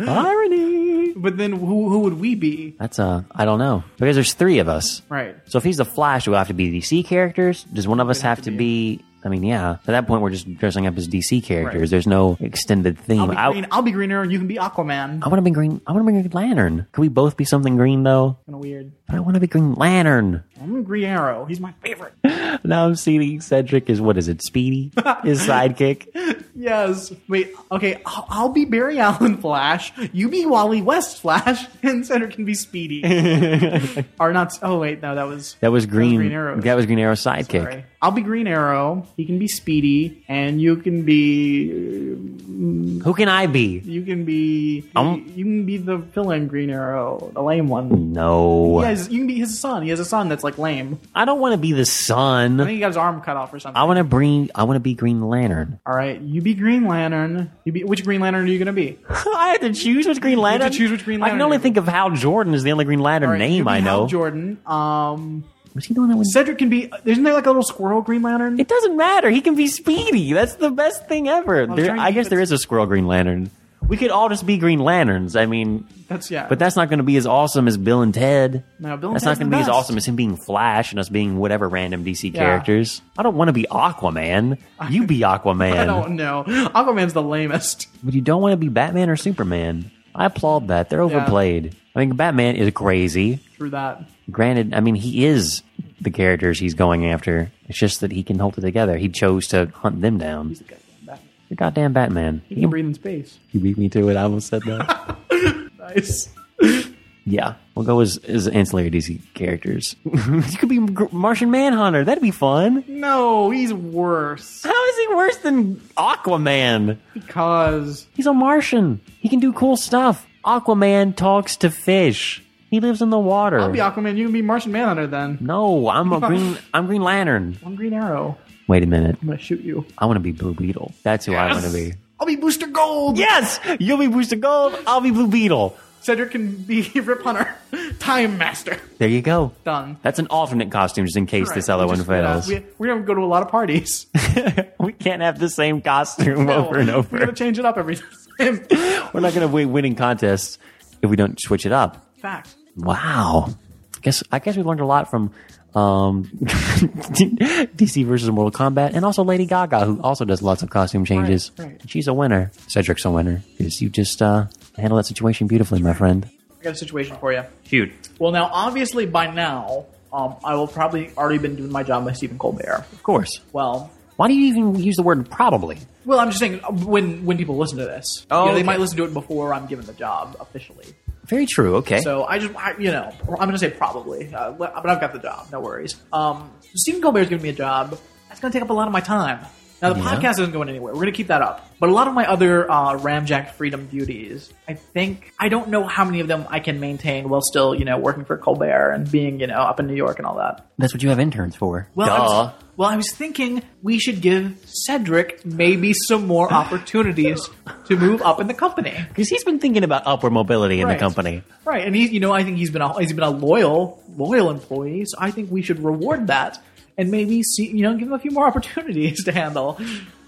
B: Irony.
D: But then who who would we be?
B: That's uh, I don't know because there's three of us.
D: Right.
B: So if he's the Flash, do we have to be DC characters? Does one of us have, to be? I mean, yeah. At that point, we're just dressing up as DC characters.
D: Right.
B: There's no extended theme.
D: I'll be,
B: I,
D: green, I'll be greener. You can be Aquaman.
B: want to be Green. I want to be Green Lantern. Can we both be something green though?
D: Kind of weird.
B: I don't want to be Green Lantern.
D: I'm Green Arrow. He's my favorite.
B: Now I'm seeing Cedric is what is it? Speedy, his sidekick.
D: Yes. Wait. Okay. I'll, I'll be Barry Allen Flash. You be Wally West Flash, and Center can be Speedy. or not? Oh wait. No, that was
B: That was Green.
D: Green Arrow's.
B: that was Green Arrow's sidekick.
D: Sorry. I'll be Green Arrow. He can be Speedy, and you can be
B: Who can I be?
D: you can be
B: I'm-
D: you can be the villain Green Arrow, the lame one.
B: No,
D: Yeah, you can be his son. He has a son that's like lame.
B: I don't want to be the
D: I
B: sun.
D: think he got his arm cut off or something.
B: I want to bring. I want to be Green Lantern.
D: All right, you be Green Lantern. You be which Green Lantern are you gonna be?
B: I had to choose which Green Lantern.
D: choose which Green
B: I can
D: Lantern
B: only
D: you
B: think of Hal Jordan is the only Green Lantern
D: All right, you
B: name
D: be
B: I
D: Hal
B: know.
D: Jordan. Um,
B: Was he the one that was?
D: Cedric can be. Isn't there like a little squirrel Green Lantern?
B: It doesn't matter. He can be Speedy. That's the best thing ever.
D: was
B: There,
D: trying to
B: I
D: keep
B: guess
D: it-
B: there is a Squirrel Green Lantern. We could all just be Green Lanterns. I mean,
D: That's yeah.
B: but that's not going to be as awesome as Bill and Ted.
D: No, Bill and
B: that's
D: Ted's
B: not going
D: the
B: to be as
D: best.
B: awesome as him being Flash and us being whatever random DC
D: Yeah.
B: characters. I don't want to be Aquaman. You be Aquaman.
D: I don't know. Aquaman's the lamest.
B: But you don't want to be Batman or Superman. I applaud that. They're overplayed. I think Batman is crazy.
D: Through that,
B: Granted, I mean, he is the characters he's going after. It's just that he can hold it together. He chose to hunt them down.
D: he's the goddamn Batman.
B: You're goddamn Batman.
D: He can breathe in space.
B: You beat me to it. I almost said that.
D: Nice.
B: yeah. We'll go as, as ancillary DC characters. you could be Gr- Martian Manhunter. That'd be fun.
D: No, he's worse
B: How is he worse than Aquaman?
D: because
B: He's a Martian. He can do cool stuff. Aquaman talks to fish. He lives in the water.
D: I'll be Aquaman. You can be Martian Manhunter then.
B: No, I'm a green. I'm Green Lantern.
D: I'm Green Arrow.
B: Wait a minute.
D: I'm gonna shoot you.
B: I want to be Blue Beetle. That's who I want to be.
D: I'll be Booster Gold.
B: Yes, you'll be Booster Gold. I'll be Blue Beetle.
D: Cedric can be Rip Hunter, Time Master.
B: There you go.
D: Done.
B: That's an alternate costume, just in case this other
D: We
B: one
D: just- we're not-
B: fails.
D: We, we're gonna go to a lot of parties.
B: we can't have the same costume over and
D: We're gonna
B: over.
D: change it up every time.
B: We're not going to win winning contests if we don't switch it up.
D: Fact.
B: Wow. I guess I guess we learned a lot from um, DC versus Mortal Kombat, and also Lady Gaga, who also does lots of costume changes.
D: Right, right.
B: She's a winner. Cedric's a winner. 'Cause you just uh, handle that situation beautifully, my friend.
D: I got a situation for you.
B: Cute.
D: Well, now obviously by now, um, I will probably already been doing my job by Stephen Colbert.
B: Of course.
D: Well,
B: Why do you even use the word probably?
D: well, I'm just saying uh, when when people listen to this,
B: Oh,
D: you know, they
B: okay.
D: might listen to it before I'm given the job officially.
B: Very true. Okay.
D: So I just, I, you know, I'm going to say probably, uh, but but I've got the job. No worries. Um, Stephen Colbert's giving me a job. That's going to take up a lot of my time. Now the
B: Yeah.
D: podcast isn't going anywhere. We're going to keep that up. But a lot of my other uh, Ramjack freedom duties, I think I don't know how many of them I can maintain while still, you know, working for Colbert and being, you know, up in New York and all that.
B: That's what you have interns for.
D: Well, I was,
B: Duh.
D: well, I was thinking we should give Cedric maybe some more opportunities to move up in the company.
B: Because he's been thinking about upward mobility in
D: Right.
B: the company.
D: Right, and he, you know, I think he's been a, he's been a loyal loyal employee, so I think we should reward that and maybe see, you know, give him a few more opportunities to handle.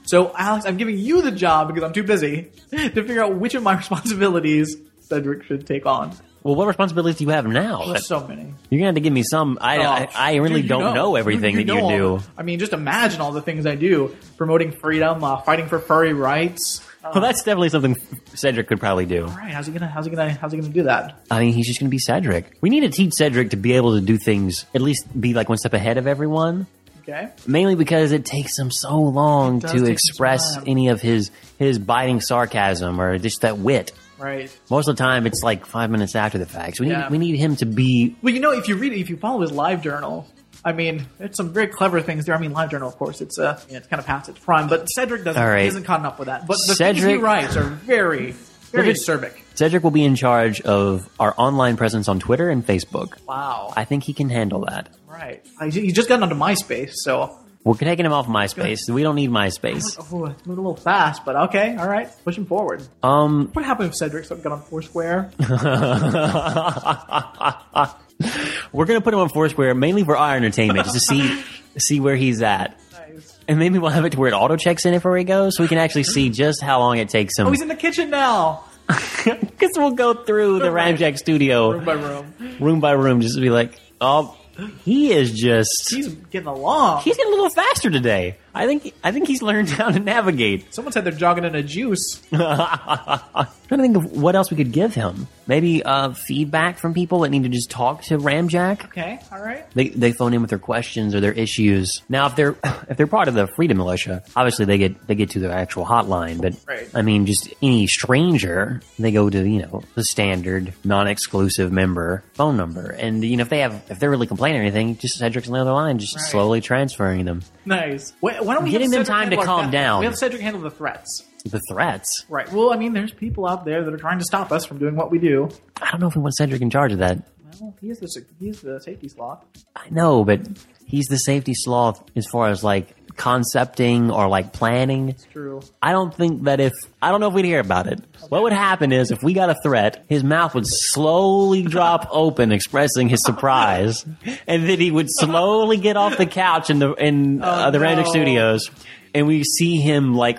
D: So, Alex, I'm giving you the job because I'm too busy to figure out which of my responsibilities Cedric should take on.
B: Well, what responsibilities do you have now?
D: There's so many.
B: You're going to have to give me some. I, I, I really
D: Oh, Dude, you
B: don't know, everything that you
D: all
B: do.
D: the- I mean, just imagine all the things I do: promoting freedom, uh, fighting for furry rights.
B: Well, that's definitely something Cedric could probably do.
D: All right, how's he gonna? How's he gonna? How's he gonna do that?
B: I mean, he's just going to be Cedric. We need to teach Cedric to be able to do things, at least be like one step ahead of everyone.
D: Okay.
B: Mainly because it takes him so long
D: does take
B: to
D: some
B: express
D: time.
B: any of his his biting sarcasm or just that wit.
D: Right.
B: Most of the time, it's like five minutes after the fact. So we need
D: Yeah.
B: we need him to be
D: Well, you know, if you read, if you follow his live journal, I mean, it's some very clever things there. I mean, live journal, of course, it's uh, you know, it's kind of past its prime, but Cedric doesn't
B: All right.
D: he isn't caught up with that. But the things he
B: Cedric-
D: writes are very, very acerbic.
B: Cedric will be in charge of our online presence on Twitter and Facebook.
D: Wow,
B: I think he can handle that.
D: right? I- He's just gotten onto MySpace, so
B: We're taking him off MySpace. We don't need MySpace.
D: oh, it's moving a little fast, but okay, all right, pushing forward.
B: Um,
D: What happened if Cedric got on Foursquare?
B: we're gonna put him on Foursquare mainly for our entertainment, just to see see where he's at,
D: Nice.
B: and maybe we'll have it to where it auto checks in it before he goes, so we can actually see just how long it takes him.
D: Oh, he's in the kitchen now.
B: Because we'll go through the Ramjack studio room by room, room by room, just to be like, oh, he is just.
D: He's getting along.
B: He's getting a little faster today. I think I think he's learned how to navigate.
D: Someone said they're jogging in a juice.
B: trying to think of what else we could give him. Maybe uh, feedback from people that need to just talk to Ramjack.
D: Okay, all right.
B: They they phone in with their questions or their issues. Now, if they're if they're part of the Freedom Militia, obviously they get they get to their actual hotline. But
D: Right.
B: I mean, just any stranger, they go to you know the standard non-exclusive member phone number. And you know if they have if they're really complaining or anything, just Cedric's on the other line, just slowly transferring them.
D: Nice. Why, why don't we
B: Getting
D: have
B: them
D: Cedric
B: time to
D: handle our
B: calm
D: threat-
B: down.
D: We have Cedric handle the threats.
B: The threats.
D: Right. Well, I mean, there's people out there that are trying to stop us from doing what we do.
B: I don't know if we want Cedric in charge of that.
D: Well, he is the sec- he is the safety slot.
B: I know, but he's the safety sloth as far as like concepting or like planning.
D: True.
B: I don't think that if I don't know if we'd hear about it. What would happen is if we got a threat, his mouth would slowly drop open, expressing his surprise, and then he would slowly get off the couch in the in uh, the
D: Oh, no.
B: Random Studios, and we see him like.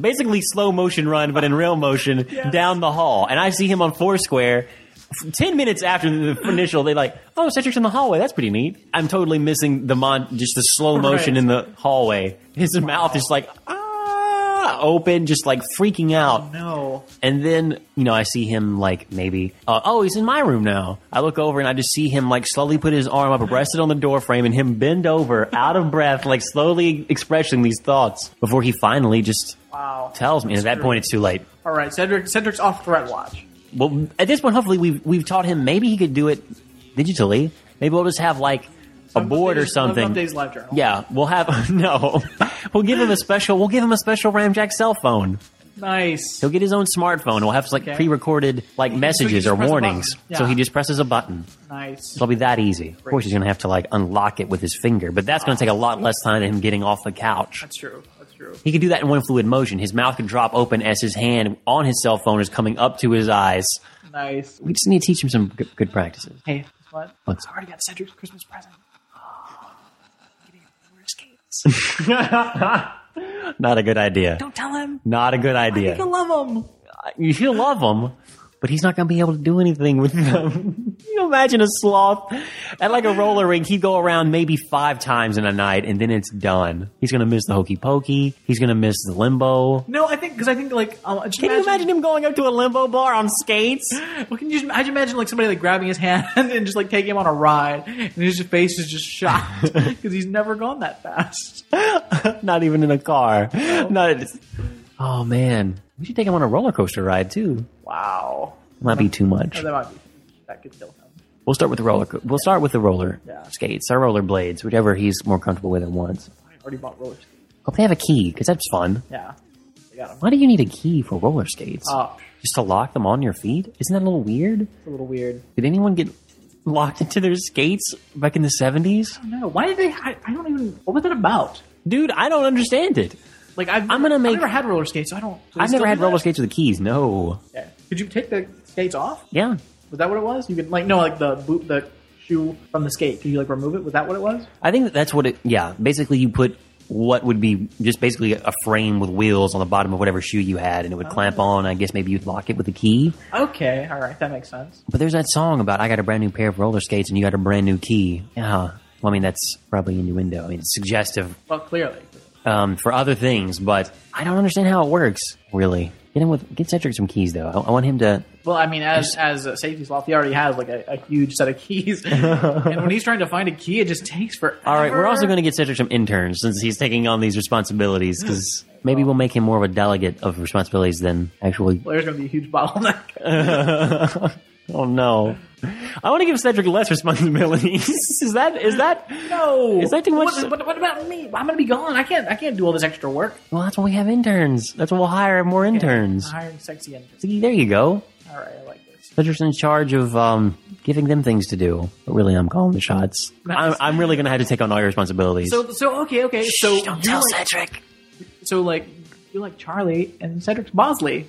B: Basically, slow motion run, but in real motion down the hall, and I see him on Foursquare. f- Ten minutes after the initial, they like, "Oh, Cedric's in the hallway. That's pretty neat." I'm totally missing the mon, just the slow motion
D: Right.
B: in the hallway. His mouth is like, ah, open, just like freaking out.
D: No.
B: And then, you know, I see him like maybe, uh, oh, he's in my room now. I look over and I just see him like slowly put his arm up, abreast it on the door frame, and him bend over, out of breath, like slowly expressing these thoughts before he finally just
D: Wow.
B: tells me. And at that point, it's too late.
D: All right, Cedric. Cedric's off threat watch.
B: Well, at this point, hopefully, we've, we've taught him maybe he could do it digitally. Maybe we'll just have like a board or
D: Updates-
B: something.
D: Updates live journal.
B: Yeah, we'll have no. We'll give him a special. We'll give him a special Ramjack cell phone.
D: Nice.
B: He'll get his own smartphone. We'll have like
D: Okay.
B: pre-recorded like messages
D: just
B: or
D: press a
B: warnings.
D: button.
B: So
D: Yeah.
B: he just presses a button.
D: Nice.
B: It'll be that easy. Of course, he's going to have to like unlock it with his finger, but that's going to take a lot less time than him getting off the couch.
D: That's true. That's true.
B: He could do that in one fluid motion. His mouth could drop open as his hand on his cell phone is coming up to his eyes.
D: Nice.
B: We just need to teach him some good, good practices.
D: Hey, guess what?
B: What's-
D: I already got Cedric's Christmas present.
B: Not a good idea.
D: Don't tell him.
B: Not a good idea.
D: You love him.
B: you should love him, but he's not going to be able to do anything with them. you know, imagine a sloth at like a roller rink. He'd go around maybe five times in a night, and then it's done. He's going to miss the hokey pokey. He's going to miss the limbo.
D: No, I think because I think like um, just
B: Can you imagine him going up to a limbo bar on skates?
D: Well, can you just, I just imagine like somebody like grabbing his hand and just like taking him on a ride, and his face is just shocked because he's never gone that fast.
B: not even in a car. Not. Oh man, we should take him on a roller coaster ride too.
D: Wow,
B: Might be too much.
D: that might be that could kill him.
B: We'll start with the roller. co- We'll start with the roller skates or roller blades, whichever he's more comfortable with at once.
D: I already bought roller skates.
B: Hope they have a key because that's fun.
D: Yeah, I got him.
B: Why do you need a key for roller skates?
D: Oh,
B: Just to lock them on your feet? Isn't that a little weird?
D: it's a little weird.
B: Did anyone get locked into their skates back in the seventies?
D: No, why did they? I, I don't even. What was that about?
B: Dude, I don't understand it.
D: Like I've,
B: I'm gonna make-
D: I've never had roller skates, so I don't. do they
B: I've never
D: still
B: had
D: do that?
B: roller skates with the keys. No.
D: Yeah. Could you take the skates off?
B: Yeah.
D: Was that what it was? You could like no, like the boot, the shoe from the skate. Could you like remove it? Was that what it was?
B: I think that that's what it. Yeah, basically, you put what would be just basically a frame with wheels on the bottom of whatever shoe you had, and it would clamp
D: Oh.
B: on. I guess maybe you'd lock it with a key.
D: Okay, all right, that makes sense.
B: But there's that song about I got a brand new pair of roller skates and you got a brand new key. Yeah. Well, I mean that's probably innuendo. I mean it's suggestive
D: Well, clearly,
B: um, for other things, but I don't understand how it works. Really, get him with get Cedric some keys though. I, I want him to.
D: Well, I mean, as as a safety sloth, he already has like a, a huge set of keys, and when he's trying to find a key, it just takes forever.
B: All right, we're also going to get Cedric some interns since he's taking on these responsibilities because maybe we'll make him more of a delegate of responsibilities than actually.
D: There's going to be a huge bottleneck.
B: Oh no, I want to give Cedric less responsibilities. is that is that?
D: No,
B: Is that too much-
D: What, what, what about me? I'm going to be gone. I can't. I can't do all this extra work.
B: Well, that's why we have interns. That's why we'll hire more interns.
D: Hiring sexy and
B: See, there you go.
D: all right. I like this.
B: Cedric's in charge of um, giving them things to do. But really, I'm calling the shots. I'm, I'm really going to have to take on all your responsibilities.
D: So so okay okay. So
B: Shh, don't
D: you're
B: tell
D: like,
B: Cedric.
D: so like you're like Charlie and Cedric's Bosley.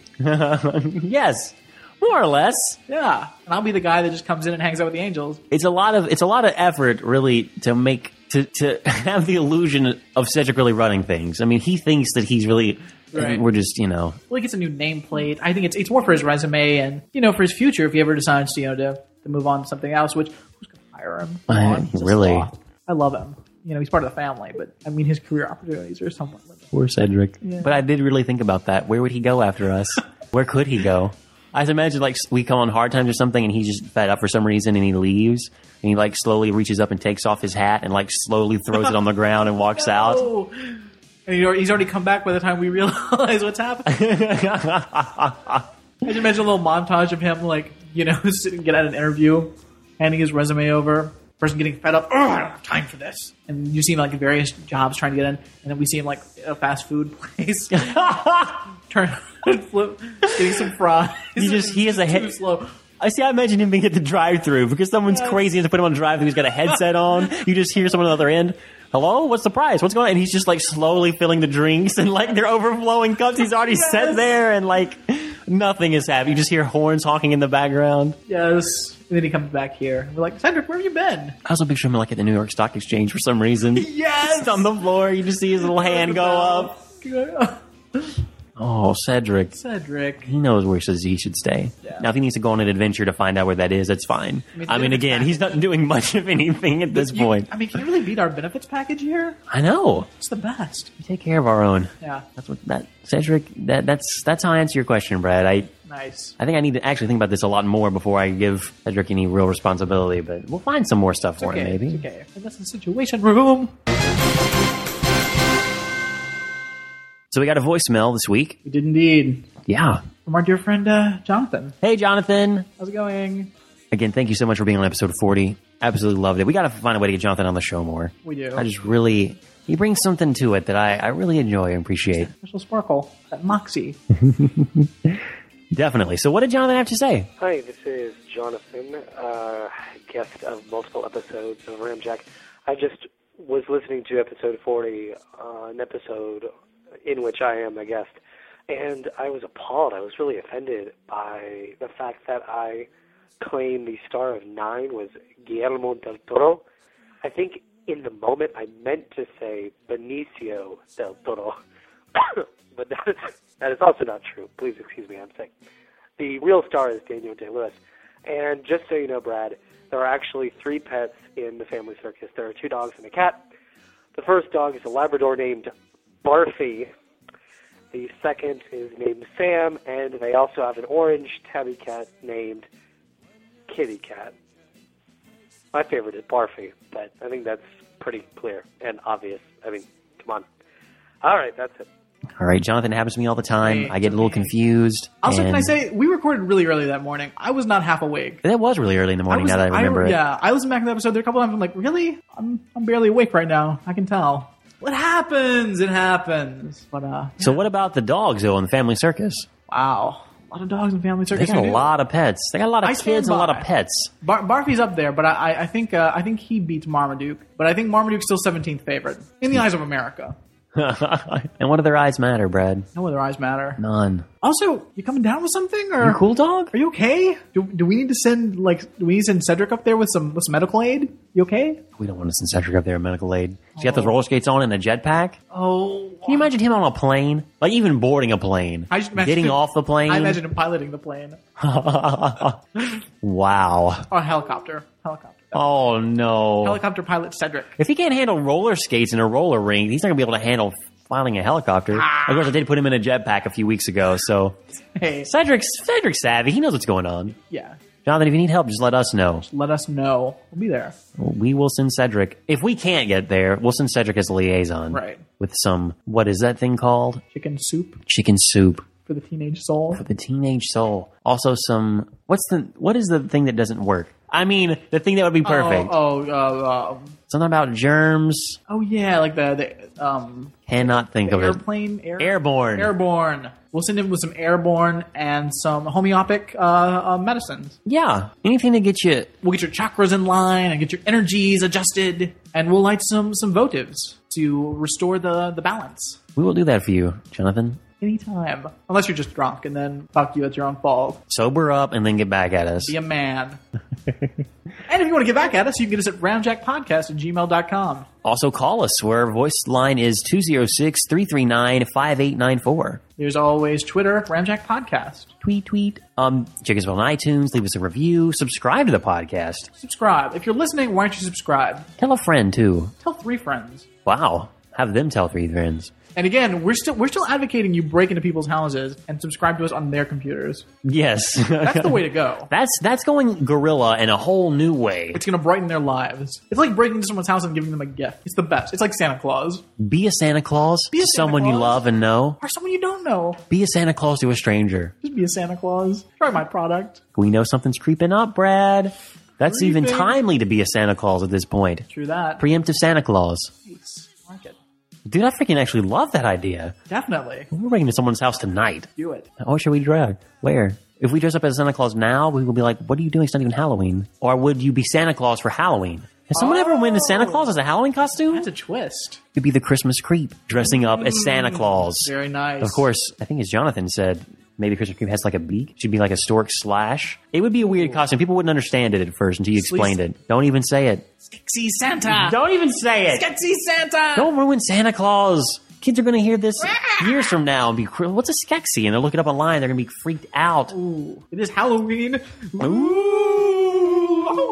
B: yes, more or less.
D: Yeah, and I'll be the guy that just comes in and hangs out with the angels.
B: It's a lot of it's a lot of effort, really, to make to to have the illusion of Cedric really running things. I mean, he thinks that he's really.
D: Right.
B: We're just you know
E: Well, he gets a new nameplate. I think it's it's more for his resume and you know for his future if he ever decides to you know to, to move on to something else. Which who's gonna hire him? Come
B: I-
E: on, he's a
B: really?
E: sloth. I love him. You know, he's part of the family, but I mean, his career opportunities are somewhat limited.
B: poor Cedric. But I did really think about that. Where would he go after us? Where could he go? I just imagine like we come on hard times or something, and he's just fed up for some reason, and he leaves, and he like slowly reaches up and takes off his hat, and like slowly throws it on the ground and walks out.
D: Oh. And you know, he's already come back by the time we realize what's happening. I just imagine a little montage of him, like, you know, sitting, get at an interview, handing his resume over, person getting fed up, oh, I don't have time for this. And you see him, like, in various jobs trying to get in, and then we see him, like, at a fast food place, turn, flip, getting some fries.
B: He just he has a
D: Too
B: head.
D: slow.
B: I see. I imagine him being at the drive-through because someone's crazy enough to put him on drive-through. He's got a headset on. You just hear someone on the other end. Hello, what's the price? What's going on? And he's just like slowly filling the drinks and like they're overflowing cups. He's already set there and like nothing is happening. You just hear horns honking in the background.
D: Yes. And then he comes back here. We're like, Cedric, where have you been?
B: I also picture him like at the New York Stock Exchange for some reason.
D: Yes!
B: Just on the floor. You just see his little hand go up. Oh, Cedric.
D: Cedric.
B: He knows where he says he should stay. Now, if he needs to go on an adventure to find out where that is, that's fine. I mean, again, he's not doing much of anything at this
D: You-
B: point.
D: I mean, can you really beat our benefits package here?
B: I know.
D: It's the best.
B: We take care of our own.
D: Yeah.
B: That's what that Cedric. That that's that's how I answer your question, Brad. I
D: Nice.
B: I think I need to actually think about this a lot more before I give Cedric any real responsibility. But we'll find some more stuff for
D: Okay,
B: him,
D: it's
B: maybe.
D: okay. And that's the situation room.
B: So we got a voicemail this week.
D: We did indeed.
B: Yeah.
D: From our dear friend uh, Jonathan.
B: Hey, Jonathan.
D: How's it going?
B: Again, thank you so much for being on episode forty. Absolutely loved it. We got to find a way to get Jonathan on the show more.
D: We do.
B: I just really he brings something to it that I I really enjoy and appreciate.
D: Special sparkle. That moxie.
B: Definitely. So what did Jonathan have to say?
K: Hi, this is Jonathan, uh, guest of multiple episodes of Ramjack. I just was listening to episode 40, uh, an episode in which I am a guest, and I was appalled. I was really offended by the fact that I claimed the star of nine was Guillermo del Toro. I think in the moment I meant to say Benicio del Toro, but that is, that is also not true. Please excuse me, I'm sick. The real star is Daniel Day Lewis. And just so you know, Brad, there are actually three pets in the family circus. There are two dogs and a cat. The first dog is a Labrador named Barfy. The second is named Sam, and they also have an orange tabby cat named Kitty Cat. My favorite is Barfy, but I think that's pretty clear and obvious. I mean, come on. All right, that's it.
B: All right, Jonathan it happens to me all the time. I get a little confused.
D: Also, can I
B: and-
D: say, we recorded really early that morning. I was not half awake.
B: That was really early in the morning.
D: was-
B: now that I remember it,
D: Yeah, I listened back to the episode. There are a couple times I'm like, really? I'm, I'm barely awake right now. I can tell. What happens? It happens. But, uh,
B: So what about the dogs though in the family circus?
D: wow. A lot of dogs in family
B: They
D: circus.
B: got
D: who
B: a
D: do.
B: lot of pets. They got a lot of
D: I stand
B: kids and a lot
D: by.
B: of pets.
D: Bar- Barfy's up there, but I, I- I think uh, I think he beats Marmaduke. But I think Marmaduke's still 17th favorite in
B: Hmm.
D: the eyes of America.
B: and what do their eyes matter, Brad?
D: No other eyes matter.
B: None.
D: Also, you coming down with something or
B: You cool dog?
D: Are you okay? Do, do we need to send like do we need to send Cedric up there with some with some medical aid? You okay?
B: We don't want to send Cedric up there in medical aid. He's got those roller skates on and a jetpack.
D: Oh,
B: Can you imagine him on a plane? Like even boarding a plane,
D: I just imagine-
B: getting off the plane.
D: I imagine him piloting the plane
B: wow.
D: or helicopter. Helicopter.
B: Oh no.
D: Helicopter pilot Cedric.
B: If he can't handle roller skates in a roller rink, he's not gonna be able to handle flying a helicopter.
D: Ah.
B: Of course, I did put him in a jetpack a few weeks ago, so
D: Hey,
B: Cedric's Cedric's savvy. He knows what's going on.
D: yeah.
B: Jonathan, if you need help, just let us know.
D: Let us know. We'll be there.
B: We will send Cedric. If we can't get there, we'll send Cedric as a liaison.
D: Right.
B: With some, what is that thing called?
D: Chicken soup
B: Chicken soup.
D: for the teenage soul.
B: The teenage soul. Also some, what's the, what is the thing that doesn't work? I mean, the thing that would be perfect.
D: Oh, oh, uh, um,
B: Something about germs.
D: oh yeah, like the, the um
B: Cannot think of it.
D: airplane air,
B: Airborne.
D: airborne. We'll send him with some airborne and some homeopathic uh, uh, medicines.
B: Yeah. Anything to get you,
D: We'll get your chakras in line and get your energies adjusted, and we'll light some some votives to restore the the balance.
B: we will do that for you, Jonathan.
D: anytime. Unless you're just drunk, and then fuck you, that's your own fault.
B: Sober up and then get back at us.
D: Be a man. and if you want to get back at us, you can get us at roundjackpodcast at gmail.com.
B: Also, call us where our voice line is 206 339 5894.
D: There's always Twitter, Ramjack Podcast.
B: Tweet, tweet. Um, check us out on iTunes. Leave us a review. Subscribe to the podcast.
D: Subscribe. If you're listening, why don't you subscribe?
B: Tell a friend, too.
D: Tell three friends.
B: Wow. Have them tell three friends.
D: And again, we're still we're still advocating you break into people's houses and subscribe to us on their computers.
B: Yes.
D: That's the way to go.
B: that's that's going gorilla in a whole new way.
D: It's going to brighten their lives. It's like breaking into someone's house and giving them a gift. It's the best. It's like Santa Claus
B: Be a Santa Claus
D: Be a
B: to
D: Santa
B: someone you
D: Claus.
B: love and know.
D: or someone you don't know.
B: Be a Santa Claus to a stranger.
D: Just be a Santa Claus. Try my product.
B: We know something's creeping up, Brad. That's even
D: Creeping.
B: timely to be a Santa Claus at this point.
D: True that.
B: Preemptive Santa Claus.
D: Nice. Like it.
B: Dude, I freaking actually love that idea.
D: Definitely
B: We're breaking into someone's house tonight.
D: do it.
B: Or should we dress? Where? If we dress up as Santa Claus now, we will be like, what are you doing? It's not even Halloween. Or would you be Santa Claus for Halloween? Has someone ever went as Santa Claus as a Halloween costume?
D: That's a twist.
B: You'd be the Christmas creep, dressing up as Santa Claus.
D: Very nice.
B: Of course, I think as Jonathan said, maybe Christmas creep has like a beak. She'd be like a stork slash. It would be a weird costume. People wouldn't understand it at first until you explained it. Don't even say it.
D: See Santa.
B: Don't even say it.
D: See Santa.
B: Don't ruin Santa Claus. Kids are going to hear this years from now and be, cr- what's a skexy? And they'll look it up online. They're going to be freaked out.
D: It is Halloween.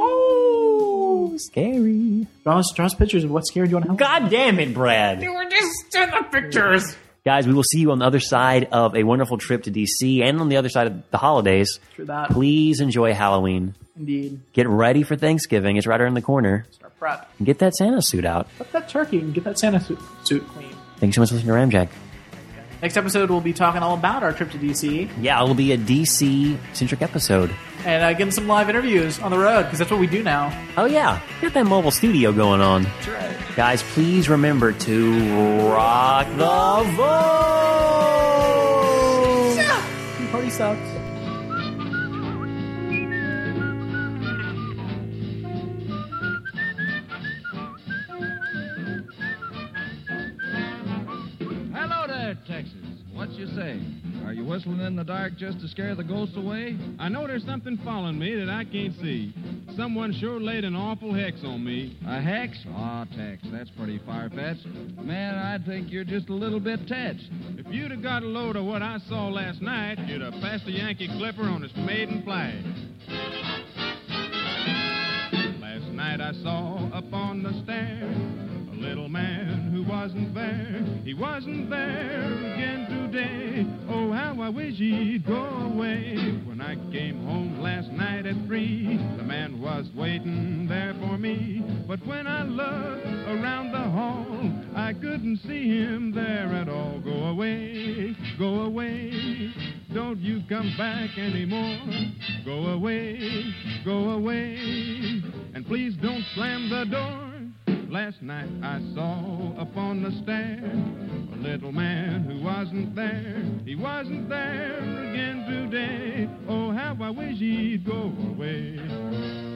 B: Ooh, scary.
D: Draw us, draw us pictures of what's scared you on Halloween.
B: God damn it, Brad.
A: We're just in the pictures.
B: Guys, we will see you on the other side of a wonderful trip to DC and on the other side of the holidays.
D: True that.
B: Please enjoy Halloween.
D: Indeed.
B: Get ready for Thanksgiving. It's right around the corner.
D: Start prep.
B: And Get that Santa suit out.
D: Put that turkey and get that Santa suit, suit clean.
B: Thanks so much for listening to Ramjack.
D: Next episode, we'll be talking all about our trip to DC
B: Yeah, it'll be a DC centric episode.
D: and uh, getting some live interviews on the road because that's what we do now.
B: Oh, yeah. Get that mobile studio going on.
D: That's right.
B: Guys, please remember to rock the vote!
D: Party sucks.
L: Hello there, Texas. What you say? Are you whistling in the dark just to scare the ghosts away? I know there's something following me that I can't see. Someone sure laid an awful hex on me. A hex? Aw, Tex, that's pretty far-fetched. Man, I think you're just a little bit touched. If you'd have got a load of what I saw last night, you'd have passed a Yankee clipper on its maiden flag. Last night I saw up on the stair a little man who wasn't there. He wasn't there again today. Oh, how I wish he'd go away. When I came home last night at three, the man was waiting there for me. But when I looked around the hall, I couldn't see him there at all. Go away, go away. Don't you come back anymore. Go away, go away. And please don't slam the door. Last night I saw up on the stair a little man who wasn't there. He wasn't there again today. Oh, how I wish he'd go away.